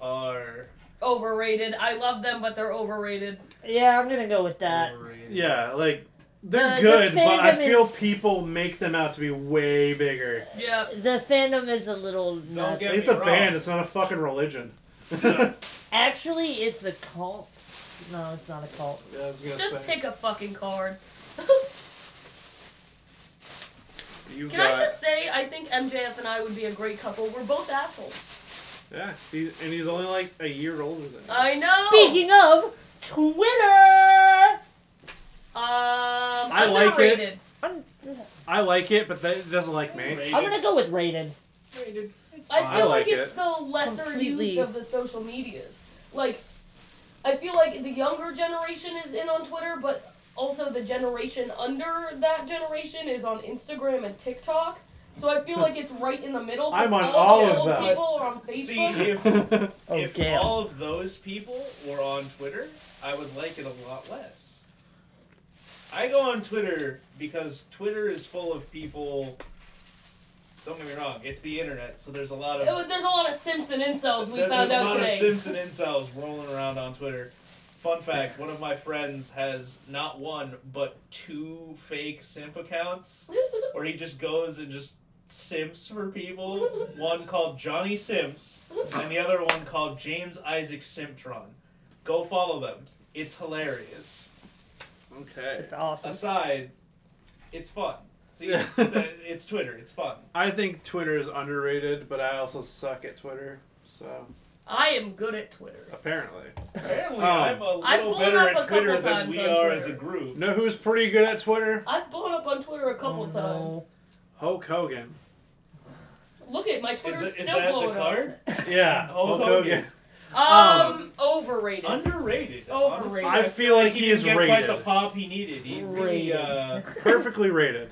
[SPEAKER 3] MCR.
[SPEAKER 4] Overrated. I love them, but they're overrated.
[SPEAKER 2] Yeah, I'm gonna go with that.
[SPEAKER 3] Overrated.
[SPEAKER 1] Yeah, like they're
[SPEAKER 2] The- the
[SPEAKER 1] good, but I
[SPEAKER 2] fandom
[SPEAKER 1] feel
[SPEAKER 2] is-
[SPEAKER 1] people make them out to be way bigger.
[SPEAKER 4] Yeah.
[SPEAKER 2] The fandom is a little nuts.
[SPEAKER 3] get
[SPEAKER 1] It's
[SPEAKER 3] me
[SPEAKER 1] a
[SPEAKER 3] wrong.
[SPEAKER 1] band. It's not a fucking religion. *laughs*
[SPEAKER 2] Actually, it's a cult. No, it's not a cult.
[SPEAKER 1] Yeah, I was gonna
[SPEAKER 4] Just
[SPEAKER 1] say.
[SPEAKER 4] pick a fucking card.
[SPEAKER 1] you
[SPEAKER 4] Can
[SPEAKER 1] got,
[SPEAKER 4] I just say, I think MJF and I would be a great couple. We're both assholes.
[SPEAKER 1] Yeah, he's, and he's only like a year older than. you.
[SPEAKER 4] I know.
[SPEAKER 2] Speaking of Twitter,
[SPEAKER 4] Um,
[SPEAKER 1] I like it.
[SPEAKER 4] underrated.
[SPEAKER 2] I'm,
[SPEAKER 1] I like it, but that it doesn't like me.
[SPEAKER 2] I'm gonna go with Raiden.
[SPEAKER 3] Rated. It's
[SPEAKER 4] I feel
[SPEAKER 3] fine.
[SPEAKER 1] I like
[SPEAKER 4] like, it's
[SPEAKER 1] it.
[SPEAKER 4] the lesser
[SPEAKER 2] Completely.
[SPEAKER 4] used of the social medias. Like, I feel like the younger generation is in on Twitter, but also the generation under that generation is on Instagram and TikTok. So I feel like it's right in the middle. 'cause
[SPEAKER 1] I'm on all
[SPEAKER 4] all the
[SPEAKER 1] of
[SPEAKER 4] old
[SPEAKER 1] that.
[SPEAKER 4] People are on Facebook.
[SPEAKER 3] See if
[SPEAKER 1] *laughs*
[SPEAKER 2] Oh
[SPEAKER 3] if
[SPEAKER 2] damn!
[SPEAKER 3] all of those people were on Twitter, I would like it a lot less. I go on Twitter because Twitter is full of people. Don't get me wrong; it's the internet, so there's a lot of
[SPEAKER 4] It was, there's a lot of Simpson incels we
[SPEAKER 3] there-
[SPEAKER 4] found
[SPEAKER 3] there's a
[SPEAKER 4] out
[SPEAKER 3] lot
[SPEAKER 4] today.
[SPEAKER 3] of Simpson incels rolling around on Twitter. Fun fact: One of my friends has not one but two fake simp accounts, where he just goes and just simps for people. One called Johnny Simps, and the other one called James Isaac Simptron. Go follow them; it's hilarious.
[SPEAKER 1] Okay.
[SPEAKER 2] It's awesome.
[SPEAKER 3] Aside, it's fun.
[SPEAKER 1] *laughs*
[SPEAKER 3] See, it's, the- it's Twitter. It's fun.
[SPEAKER 1] I think Twitter is underrated, but I also suck at Twitter. So
[SPEAKER 4] *laughs* I am good at Twitter.
[SPEAKER 1] apparently,
[SPEAKER 3] Apparently,
[SPEAKER 1] Um,
[SPEAKER 3] I'm a
[SPEAKER 4] I've
[SPEAKER 3] little
[SPEAKER 4] blown
[SPEAKER 3] better
[SPEAKER 4] up a
[SPEAKER 3] at
[SPEAKER 4] couple
[SPEAKER 3] Twitter than
[SPEAKER 4] times
[SPEAKER 3] we
[SPEAKER 4] on
[SPEAKER 3] are as a
[SPEAKER 4] Twitter.
[SPEAKER 3] group.
[SPEAKER 1] know who's pretty good at Twitter?
[SPEAKER 4] I've blown up on Twitter a couple
[SPEAKER 2] Oh, no.
[SPEAKER 4] times.
[SPEAKER 1] Hulk Hogan.
[SPEAKER 4] Look at my
[SPEAKER 3] Is,
[SPEAKER 4] Twitter's
[SPEAKER 3] it, is
[SPEAKER 4] still
[SPEAKER 3] that
[SPEAKER 4] blowing
[SPEAKER 3] the
[SPEAKER 4] up.
[SPEAKER 3] card?
[SPEAKER 1] Yeah,
[SPEAKER 3] Hulk
[SPEAKER 1] Hulk
[SPEAKER 3] Hogan.
[SPEAKER 1] Hogan.
[SPEAKER 4] Um, overrated.
[SPEAKER 3] Underrated.
[SPEAKER 4] Overrated.
[SPEAKER 1] I feel like he
[SPEAKER 3] didn't
[SPEAKER 1] is
[SPEAKER 3] get
[SPEAKER 1] rated.
[SPEAKER 3] quite the pop he needed. He really,
[SPEAKER 2] Rated.
[SPEAKER 3] uh,
[SPEAKER 1] Perfectly rated.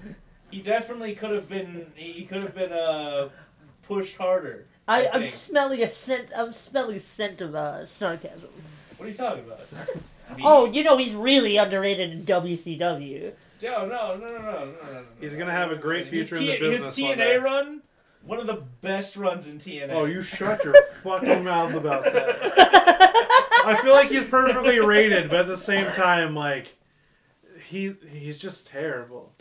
[SPEAKER 3] he definitely could have been. He could have been uh, pushed harder.
[SPEAKER 2] I,
[SPEAKER 3] I
[SPEAKER 2] I'm
[SPEAKER 3] think.
[SPEAKER 2] smelling a scent. I'm smelling a scent of uh, sarcasm.
[SPEAKER 3] What are you talking
[SPEAKER 1] *laughs*
[SPEAKER 3] about? Me?
[SPEAKER 2] Oh, you know he's really underrated in WCW.
[SPEAKER 3] Yo, no, no, no, no, no, no, no.
[SPEAKER 1] He's
[SPEAKER 3] no.
[SPEAKER 1] gonna have a great
[SPEAKER 3] His
[SPEAKER 1] future in the
[SPEAKER 3] T-
[SPEAKER 1] business
[SPEAKER 3] His
[SPEAKER 1] one
[SPEAKER 3] TNA
[SPEAKER 1] day.
[SPEAKER 3] run, one of the best runs in TNA.
[SPEAKER 1] Oh, you shut your fucking mouth about that. I feel like he's perfectly rated, but at the same time, like he he's just terrible.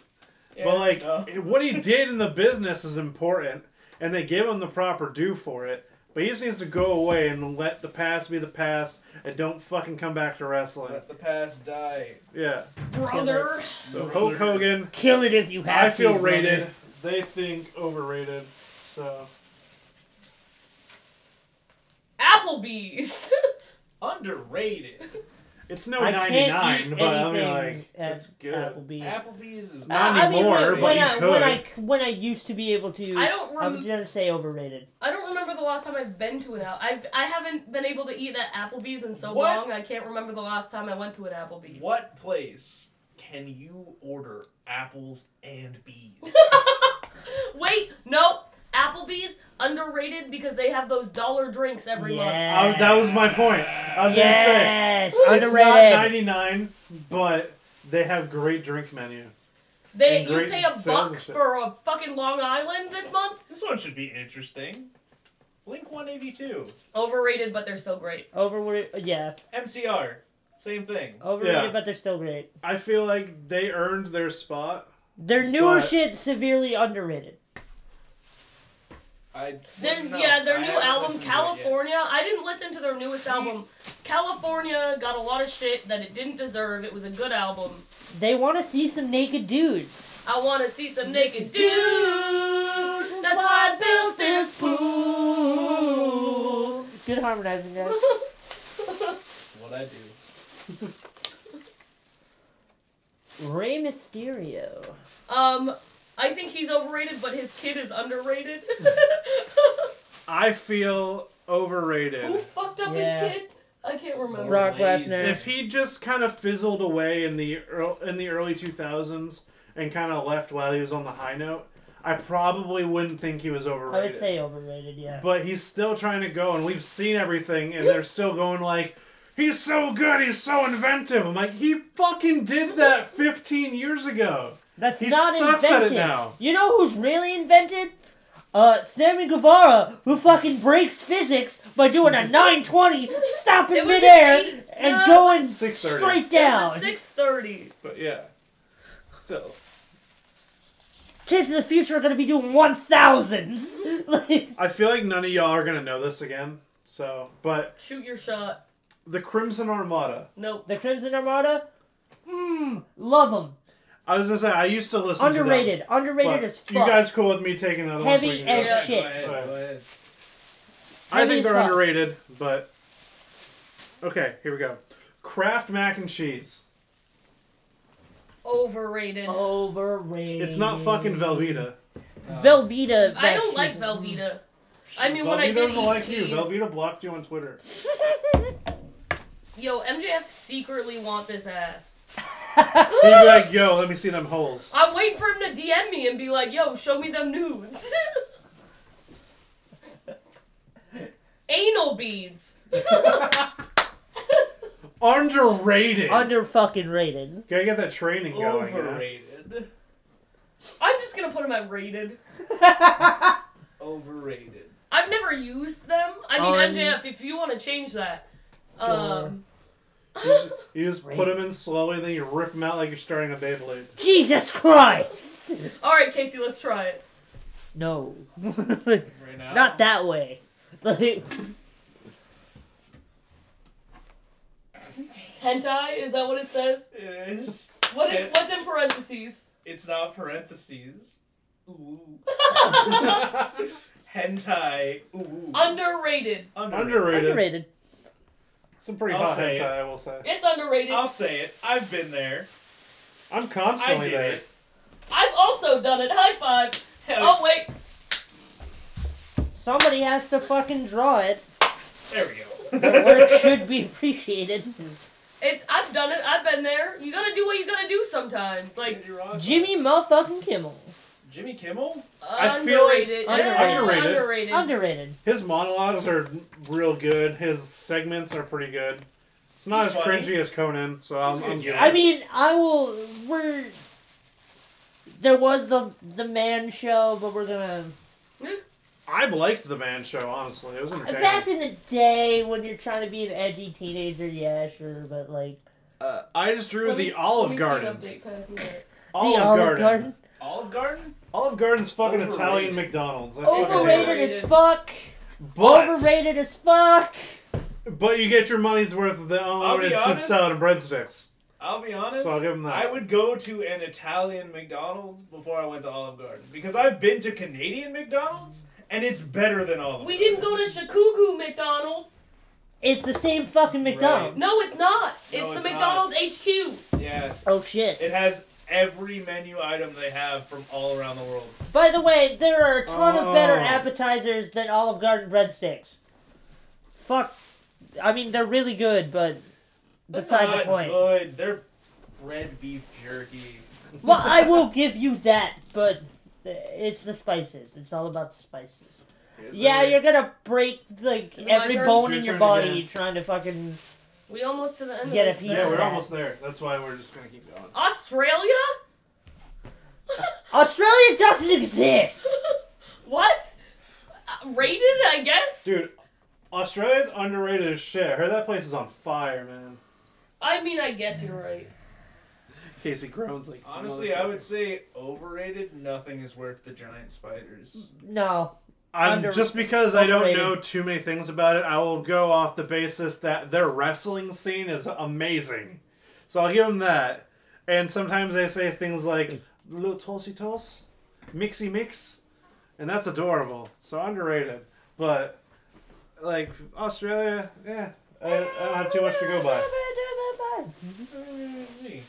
[SPEAKER 3] Yeah,
[SPEAKER 1] but like
[SPEAKER 3] no.
[SPEAKER 1] what he did in the business is important, and they give him the proper due for it. But he just needs to go away and let the past be the past, and don't fucking come back to wrestling.
[SPEAKER 3] the past die.
[SPEAKER 1] Yeah.
[SPEAKER 4] Brother.
[SPEAKER 1] So Hulk Hogan,
[SPEAKER 2] Kill it if you have
[SPEAKER 1] I
[SPEAKER 2] to,
[SPEAKER 1] feel
[SPEAKER 2] brother.
[SPEAKER 1] rated. They think overrated. So
[SPEAKER 4] Applebee's. *laughs*
[SPEAKER 3] Underrated.
[SPEAKER 1] it's no
[SPEAKER 2] I
[SPEAKER 1] ninety
[SPEAKER 2] can't
[SPEAKER 1] nine,
[SPEAKER 2] eat
[SPEAKER 1] but I mean
[SPEAKER 2] anything
[SPEAKER 1] like
[SPEAKER 2] at
[SPEAKER 1] it's good.
[SPEAKER 2] Applebee's.
[SPEAKER 3] *laughs* Applebee's is
[SPEAKER 1] Not
[SPEAKER 2] I- I mean,
[SPEAKER 1] anymore,
[SPEAKER 2] when,
[SPEAKER 1] but
[SPEAKER 2] when
[SPEAKER 1] you
[SPEAKER 2] I,
[SPEAKER 1] could.
[SPEAKER 2] When I when I used to be able to,
[SPEAKER 4] I don't
[SPEAKER 2] I was
[SPEAKER 4] rem-
[SPEAKER 2] gonna say overrated.
[SPEAKER 4] I don't remember the last time I've been to an Apple. I've I haven't been able to eat at Applebee's in so
[SPEAKER 3] What?
[SPEAKER 4] long. I can't remember the last time I went to an Applebee's.
[SPEAKER 3] What place can *laughs* you order apples and bees?
[SPEAKER 4] Wait, nope. Applebee's underrated because they have those dollar drinks every month.
[SPEAKER 1] I- that was my point. I was
[SPEAKER 2] Yes,
[SPEAKER 1] gonna say it's not
[SPEAKER 2] underrated.
[SPEAKER 1] ninety nine, but they have great drink menu.
[SPEAKER 4] They
[SPEAKER 1] And
[SPEAKER 4] you
[SPEAKER 1] great
[SPEAKER 4] pay a
[SPEAKER 1] sales
[SPEAKER 4] buck
[SPEAKER 1] and shit.
[SPEAKER 4] for a fucking Long Island this month.
[SPEAKER 3] This one should be interesting. Blink 182.
[SPEAKER 4] Overrated, but they're still great.
[SPEAKER 2] Overrated. Yeah,
[SPEAKER 3] MCR. Same thing.
[SPEAKER 2] overrated,
[SPEAKER 1] Yeah.
[SPEAKER 2] but they're still great.
[SPEAKER 1] I feel like they earned their spot.
[SPEAKER 2] Their newer
[SPEAKER 1] But-
[SPEAKER 2] shit severely underrated.
[SPEAKER 3] I
[SPEAKER 4] Their,
[SPEAKER 3] no,
[SPEAKER 4] yeah, their
[SPEAKER 3] I
[SPEAKER 4] new
[SPEAKER 3] haven't
[SPEAKER 4] album
[SPEAKER 3] listened to it yet.
[SPEAKER 4] California. I didn't listen to their newest album. California got a lot of shit that it didn't deserve. It was a good album.
[SPEAKER 2] They want to see some naked dudes.
[SPEAKER 4] I want to see some naked dudes. That's why I built this pool.
[SPEAKER 2] Good harmonizing, guys.
[SPEAKER 3] What I do.
[SPEAKER 2] *laughs* Rey Mysterio.
[SPEAKER 4] um, I think he's overrated, but his kid is underrated. *laughs*
[SPEAKER 1] I feel overrated.
[SPEAKER 4] Who fucked up
[SPEAKER 2] Yeah.
[SPEAKER 4] his kid? I can't remember.
[SPEAKER 2] Brock
[SPEAKER 3] Amazing.
[SPEAKER 2] Lesnar.
[SPEAKER 1] If he just kind of fizzled away in the earl in the early two thousands and kind of left while he was on the high note, I probably wouldn't think he was
[SPEAKER 2] I
[SPEAKER 1] overrated.
[SPEAKER 2] would say overrated, yeah.
[SPEAKER 1] But he's still trying to go, and we've seen everything, and they're still going like, "He's so good, he's so inventive." I'm like, he fucking did that 15 years ago.
[SPEAKER 2] That's
[SPEAKER 1] He
[SPEAKER 2] not
[SPEAKER 1] sucks at it
[SPEAKER 2] inventive.
[SPEAKER 1] now.
[SPEAKER 2] You know who's really invented? Uh, Sammy Guevara, who fucking breaks physics by
[SPEAKER 1] *laughs*
[SPEAKER 2] doing a 920,
[SPEAKER 4] It
[SPEAKER 2] stopping
[SPEAKER 4] was an
[SPEAKER 2] midair,
[SPEAKER 4] eight-
[SPEAKER 2] and
[SPEAKER 4] no,
[SPEAKER 2] going
[SPEAKER 1] 630.
[SPEAKER 2] straight
[SPEAKER 4] It
[SPEAKER 2] down.
[SPEAKER 4] was six thirty.
[SPEAKER 1] But yeah, still.
[SPEAKER 2] Kids in the future are gonna be doing 1000s. *laughs* like,
[SPEAKER 1] I feel like none of y'all are gonna know this again. So, but
[SPEAKER 4] Shoot your shot.
[SPEAKER 1] the Crimson Armada.
[SPEAKER 4] Nope.
[SPEAKER 2] the Crimson Armada? Mmm, love them.
[SPEAKER 1] I was gonna say I used to listen to
[SPEAKER 2] Underrated.
[SPEAKER 1] them.
[SPEAKER 2] Underrated
[SPEAKER 1] but
[SPEAKER 2] as fuck.
[SPEAKER 1] You guys cool with me taking another
[SPEAKER 2] Heavy
[SPEAKER 1] one? so we can
[SPEAKER 2] as
[SPEAKER 1] go?
[SPEAKER 2] Yeah, shit.
[SPEAKER 3] Go ahead,
[SPEAKER 1] Right.
[SPEAKER 3] go ahead.
[SPEAKER 1] I think
[SPEAKER 2] Heavy as
[SPEAKER 1] they're
[SPEAKER 2] fuck.
[SPEAKER 1] underrated, but okay, here we go. Kraft mac and cheese.
[SPEAKER 4] Overrated.
[SPEAKER 2] Oh, Overrated.
[SPEAKER 1] It's not fucking Velveeta.
[SPEAKER 3] Uh,
[SPEAKER 2] Velveeta.
[SPEAKER 4] I don't like
[SPEAKER 2] Velveeta.
[SPEAKER 4] Velveeta. I mean, when I
[SPEAKER 1] Velveeta
[SPEAKER 4] did eat
[SPEAKER 1] doesn't like
[SPEAKER 4] cheese,
[SPEAKER 1] you. Velveeta blocked you on Twitter.
[SPEAKER 4] yo, MJF secretly want this ass.
[SPEAKER 1] He'd be like, "Yo, let me see them holes."
[SPEAKER 4] I'm waiting for him to DM me and be like, yo, show me them nudes. Anal beads. *laughs*
[SPEAKER 1] Underrated.
[SPEAKER 2] *laughs* Under fucking rated. *laughs*
[SPEAKER 1] Gotta get that training going. you know?
[SPEAKER 3] Overrated.
[SPEAKER 4] I'm just gonna put them at rated.
[SPEAKER 3] Overrated.
[SPEAKER 4] I've never used them. I mean,
[SPEAKER 2] On-
[SPEAKER 4] MJF, if you want to change that. Um,
[SPEAKER 1] You just, you just put them in slowly, then you rip them out like you're starting a Beyblade.
[SPEAKER 2] Jesus Christ!
[SPEAKER 4] all right, Casey, let's try it.
[SPEAKER 2] No. *laughs*
[SPEAKER 3] Right now.
[SPEAKER 2] Not that way. *laughs* Like,
[SPEAKER 4] Hentai, is that what it says?
[SPEAKER 3] It is.
[SPEAKER 4] What is
[SPEAKER 3] It-
[SPEAKER 4] what's in parentheses? *laughs*
[SPEAKER 3] It's not parentheses. Ooh. Hentai. Ooh.
[SPEAKER 4] Underrated.
[SPEAKER 1] Underrated.
[SPEAKER 2] underrated.
[SPEAKER 1] It's a pretty
[SPEAKER 3] I'll
[SPEAKER 1] hot
[SPEAKER 3] say
[SPEAKER 1] hentai,
[SPEAKER 3] it.
[SPEAKER 1] I will say.
[SPEAKER 4] It's underrated.
[SPEAKER 3] I'll say it. I've been there.
[SPEAKER 1] I'm
[SPEAKER 3] I
[SPEAKER 1] constantly
[SPEAKER 3] did
[SPEAKER 1] there.
[SPEAKER 3] it.
[SPEAKER 4] I've also done it. High five.
[SPEAKER 3] Hell,
[SPEAKER 4] Oh wait,
[SPEAKER 2] Somebody has to fucking draw it.
[SPEAKER 4] Oh.
[SPEAKER 3] There we
[SPEAKER 2] The
[SPEAKER 3] go.
[SPEAKER 2] work should be appreciated.
[SPEAKER 4] it's I've done it. I've been there. You gotta do what you gotta do sometimes. Like
[SPEAKER 3] You're wrong.
[SPEAKER 2] Jimmy motherfucking Kimmel.
[SPEAKER 3] Jimmy Kimmel?
[SPEAKER 1] I feel like-
[SPEAKER 4] underrated.
[SPEAKER 2] Underrated.
[SPEAKER 4] Yeah,
[SPEAKER 1] Underrated.
[SPEAKER 4] underrated.
[SPEAKER 2] Underrated.
[SPEAKER 1] His monologues are real good. His segments are pretty good. It's not
[SPEAKER 3] He's
[SPEAKER 1] as
[SPEAKER 3] funny.
[SPEAKER 1] cringy as Conan, so I'm,
[SPEAKER 3] He's a
[SPEAKER 1] I'm
[SPEAKER 3] good guy.
[SPEAKER 2] I mean, I will. We're. There was the the man show, but we're gonna.
[SPEAKER 1] I liked the Man Show honestly. It was entertaining.
[SPEAKER 2] Back in the day, when you're trying to be an edgy teenager, yeah, sure, but like
[SPEAKER 1] Uh, I just drew
[SPEAKER 4] Let me
[SPEAKER 1] the
[SPEAKER 4] s- let
[SPEAKER 1] Olive
[SPEAKER 4] me see an
[SPEAKER 1] Garden.
[SPEAKER 4] update. Pass me that.
[SPEAKER 1] Olive,
[SPEAKER 2] the Olive
[SPEAKER 1] Garden.
[SPEAKER 2] Garden.
[SPEAKER 3] Olive Garden?
[SPEAKER 1] Olive Garden's fucking
[SPEAKER 3] Overrated.
[SPEAKER 1] Italian McDonald's. I fucking hate it.
[SPEAKER 2] Overrated as fuck.
[SPEAKER 1] But,
[SPEAKER 2] Overrated as fuck.
[SPEAKER 1] But you get your money's worth of the unlimited soup
[SPEAKER 3] honest.
[SPEAKER 1] salad and breadsticks.
[SPEAKER 3] I'll be honest.
[SPEAKER 1] So I'll give him that.
[SPEAKER 3] I would go to an Italian McDonald's before I went to Olive Garden because I've been to Canadian McDonald's and it's better than Olive.
[SPEAKER 4] We didn't go to Shikuku McDonald's.
[SPEAKER 2] It's the same fucking McDonald's.
[SPEAKER 4] No, it's not. It's
[SPEAKER 3] No,
[SPEAKER 4] the
[SPEAKER 3] it's
[SPEAKER 4] McDonald's HQ.
[SPEAKER 3] Garden. Yeah,
[SPEAKER 2] Oh shit.
[SPEAKER 3] it has every menu item they have from all around the world.
[SPEAKER 2] By the way, there are a ton of better
[SPEAKER 1] Oh.
[SPEAKER 2] appetizers than Olive Garden breadsticks. Fuck. I mean, they're really good, but
[SPEAKER 3] They're
[SPEAKER 2] beside
[SPEAKER 3] not
[SPEAKER 2] the point.
[SPEAKER 3] Good. They're red beef jerky.
[SPEAKER 2] Well, I will give you that, but It's the spices. It's all about the spices.
[SPEAKER 5] Here's
[SPEAKER 2] Yeah,
[SPEAKER 5] the-
[SPEAKER 2] you're gonna break like
[SPEAKER 4] Is it my
[SPEAKER 2] every
[SPEAKER 4] turn?
[SPEAKER 2] bone
[SPEAKER 1] It's
[SPEAKER 2] in
[SPEAKER 1] your
[SPEAKER 2] your
[SPEAKER 1] turn
[SPEAKER 2] body
[SPEAKER 1] again.
[SPEAKER 2] trying to fucking.
[SPEAKER 4] We almost to the end
[SPEAKER 2] Get
[SPEAKER 4] of
[SPEAKER 2] a
[SPEAKER 4] this
[SPEAKER 2] piece
[SPEAKER 4] thing.
[SPEAKER 1] Yeah,
[SPEAKER 2] of
[SPEAKER 1] we're
[SPEAKER 2] that.
[SPEAKER 1] almost there. That's why we're just gonna keep going.
[SPEAKER 4] Australia?
[SPEAKER 2] Australia doesn't exist.
[SPEAKER 4] what? Uh, rated, I guess?
[SPEAKER 1] Dude, Australia's underrated as shit. I heard that place is on fire, man.
[SPEAKER 4] I mean, I guess you're right.
[SPEAKER 1] Casey groans like.
[SPEAKER 3] Honestly, I would say overrated. Nothing is worth the giant spiders.
[SPEAKER 2] No,
[SPEAKER 1] I'm
[SPEAKER 2] under-
[SPEAKER 1] just because I don't
[SPEAKER 2] underrated.
[SPEAKER 1] know too many things about it. I will go off the basis that their wrestling scene is amazing, so I'll give them that. And sometimes they say things like "little tulsi tos," "mixy mix," and that's adorable. So underrated, but like Australia, yeah, I, I don't have too much to go by.
[SPEAKER 4] Mm-hmm.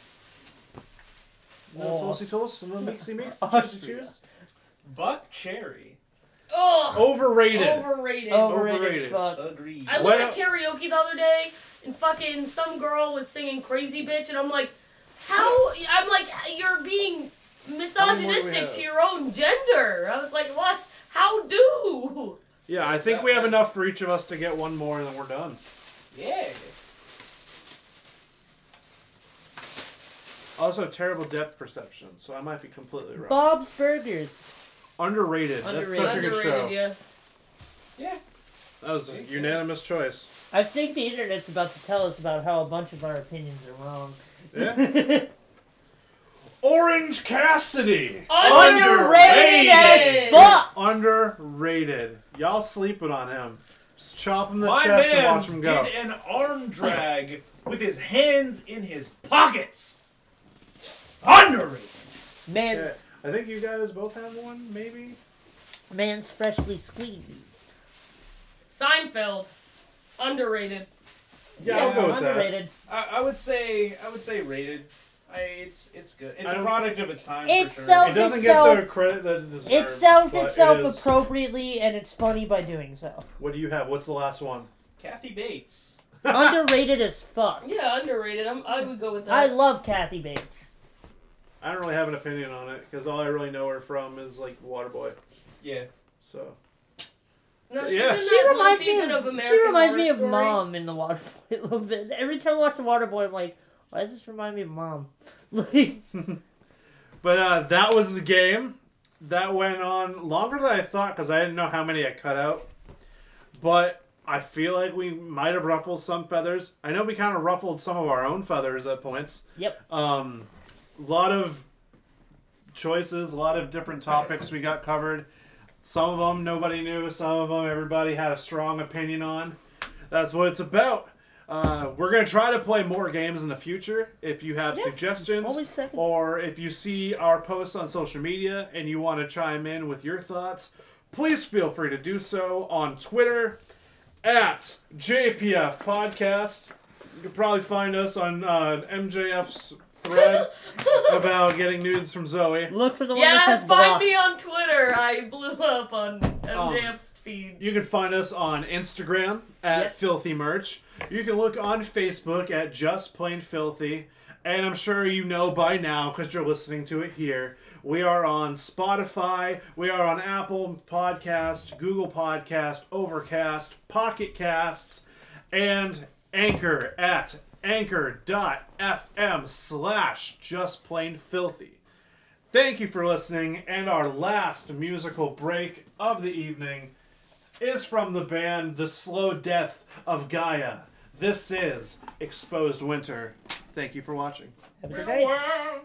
[SPEAKER 1] Little tulsi tos, little mixy mix, choosy choose.
[SPEAKER 3] Buck Cherry.
[SPEAKER 4] Ugh!
[SPEAKER 1] Overrated.
[SPEAKER 2] Overrated
[SPEAKER 4] Overrated.
[SPEAKER 2] as
[SPEAKER 1] Overrated.
[SPEAKER 2] fuck.
[SPEAKER 3] Agreed.
[SPEAKER 4] I was
[SPEAKER 1] Well-
[SPEAKER 4] at karaoke the other day, and fucking some girl was singing "Crazy Bitch," and I'm like, "How?" I'm like, "You're being misogynistic
[SPEAKER 1] have?
[SPEAKER 4] to your own gender." I was like, "What? How do?"
[SPEAKER 1] Yeah, I think we have enough for each of us to get one more and then we're done.
[SPEAKER 3] Yeah.
[SPEAKER 1] Also, terrible depth perception, so I might be completely wrong.
[SPEAKER 2] Bob's Burgers.
[SPEAKER 1] underrated. That's
[SPEAKER 2] Underrated.
[SPEAKER 1] such a good show.
[SPEAKER 4] yeah.
[SPEAKER 3] Yeah.
[SPEAKER 1] That was a unanimous choice.
[SPEAKER 2] I think the internet's about to tell us about how a bunch of our opinions are wrong. *laughs*
[SPEAKER 1] Yeah. *laughs* Orange Cassidy.
[SPEAKER 2] Underrated as fuck.
[SPEAKER 1] Underrated. Y'all sleeping on him. Just chop him the
[SPEAKER 3] My
[SPEAKER 1] chest and
[SPEAKER 3] man
[SPEAKER 1] watch him
[SPEAKER 3] did
[SPEAKER 1] go.
[SPEAKER 3] an arm drag with his hands in his pockets. Underrated.
[SPEAKER 1] Yeah.
[SPEAKER 2] Man's
[SPEAKER 1] I think you guys both have one, maybe?
[SPEAKER 2] man's freshly squeezed.
[SPEAKER 4] Seinfeld, underrated.
[SPEAKER 1] Yeah, I'll
[SPEAKER 3] Yeah,
[SPEAKER 1] go with that.
[SPEAKER 2] underrated.
[SPEAKER 3] I, I would say I would say rated. I, it's it's good. It's
[SPEAKER 1] I
[SPEAKER 3] a
[SPEAKER 1] don't-
[SPEAKER 3] product of its time.
[SPEAKER 2] It's
[SPEAKER 3] for sure.
[SPEAKER 2] so-
[SPEAKER 1] It doesn't
[SPEAKER 2] Itself-
[SPEAKER 1] get the credit that it deserves.
[SPEAKER 2] It sells
[SPEAKER 1] but it
[SPEAKER 2] itself
[SPEAKER 1] is-
[SPEAKER 2] appropriately and it's funny by doing so.
[SPEAKER 1] What do you have? What's the last one?
[SPEAKER 3] Kathy Bates.
[SPEAKER 2] underrated as fuck.
[SPEAKER 4] Yeah, underrated. I'm, I would go with
[SPEAKER 2] I
[SPEAKER 4] that.
[SPEAKER 2] love Kathy Bates.
[SPEAKER 1] *laughs* I don't really have an opinion on it because all I really know her from is like Waterboy.
[SPEAKER 3] Yeah.
[SPEAKER 1] So
[SPEAKER 4] no, she's
[SPEAKER 1] Yeah.
[SPEAKER 4] in
[SPEAKER 2] She
[SPEAKER 4] that one
[SPEAKER 2] reminds me.
[SPEAKER 4] season
[SPEAKER 2] Of,
[SPEAKER 4] of American
[SPEAKER 2] she reminds
[SPEAKER 4] Horror
[SPEAKER 2] me of
[SPEAKER 4] Story.
[SPEAKER 2] mom in the *laughs* Waterboy a little bit. Every time I watch the Waterboy, I'm like, why does this remind me of mom? *laughs* Like,
[SPEAKER 1] But uh, that was the game. That went on longer than I thought because I didn't know how many I cut out. But I feel like we might have ruffled some feathers. I know we kind of ruffled some of our own feathers at points.
[SPEAKER 2] yep.
[SPEAKER 1] Um, a lot of choices, a lot of different topics we got covered. Some of them nobody knew, some of them everybody had a strong opinion on. That's what it's about. Uh, we're going to try to play more games in the future. If you have
[SPEAKER 2] Yeah,
[SPEAKER 1] suggestions,
[SPEAKER 2] always second.
[SPEAKER 1] or if you see our posts on social media and you want to chime in with your thoughts, please feel free to do so on Twitter at JPF Podcast. You can probably find us on uh, MJF's thread about getting nudes from Zoe.
[SPEAKER 2] Look for the one that
[SPEAKER 4] Yeah,
[SPEAKER 2] says
[SPEAKER 4] find
[SPEAKER 2] blocked.
[SPEAKER 4] me on Twitter. I blew up on
[SPEAKER 1] Oh.
[SPEAKER 4] MJF's feed.
[SPEAKER 1] You can find us on Instagram at
[SPEAKER 2] Yep.
[SPEAKER 1] Filthy Merch. You can look on Facebook at Just Plain Filthy. And I'm sure you know by now because you're listening to it here. We are on Spotify. We are on Apple Podcast, Google Podcast, Overcast, Pocket Casts, and Anchor at anchor.fm slash just plain filthy. Thank you for listening, and our last musical break of the evening is from the band The Slow Death of Gaia. This is Exposed Winter. Thank you for watching.
[SPEAKER 2] Have a good night.
[SPEAKER 4] Wow.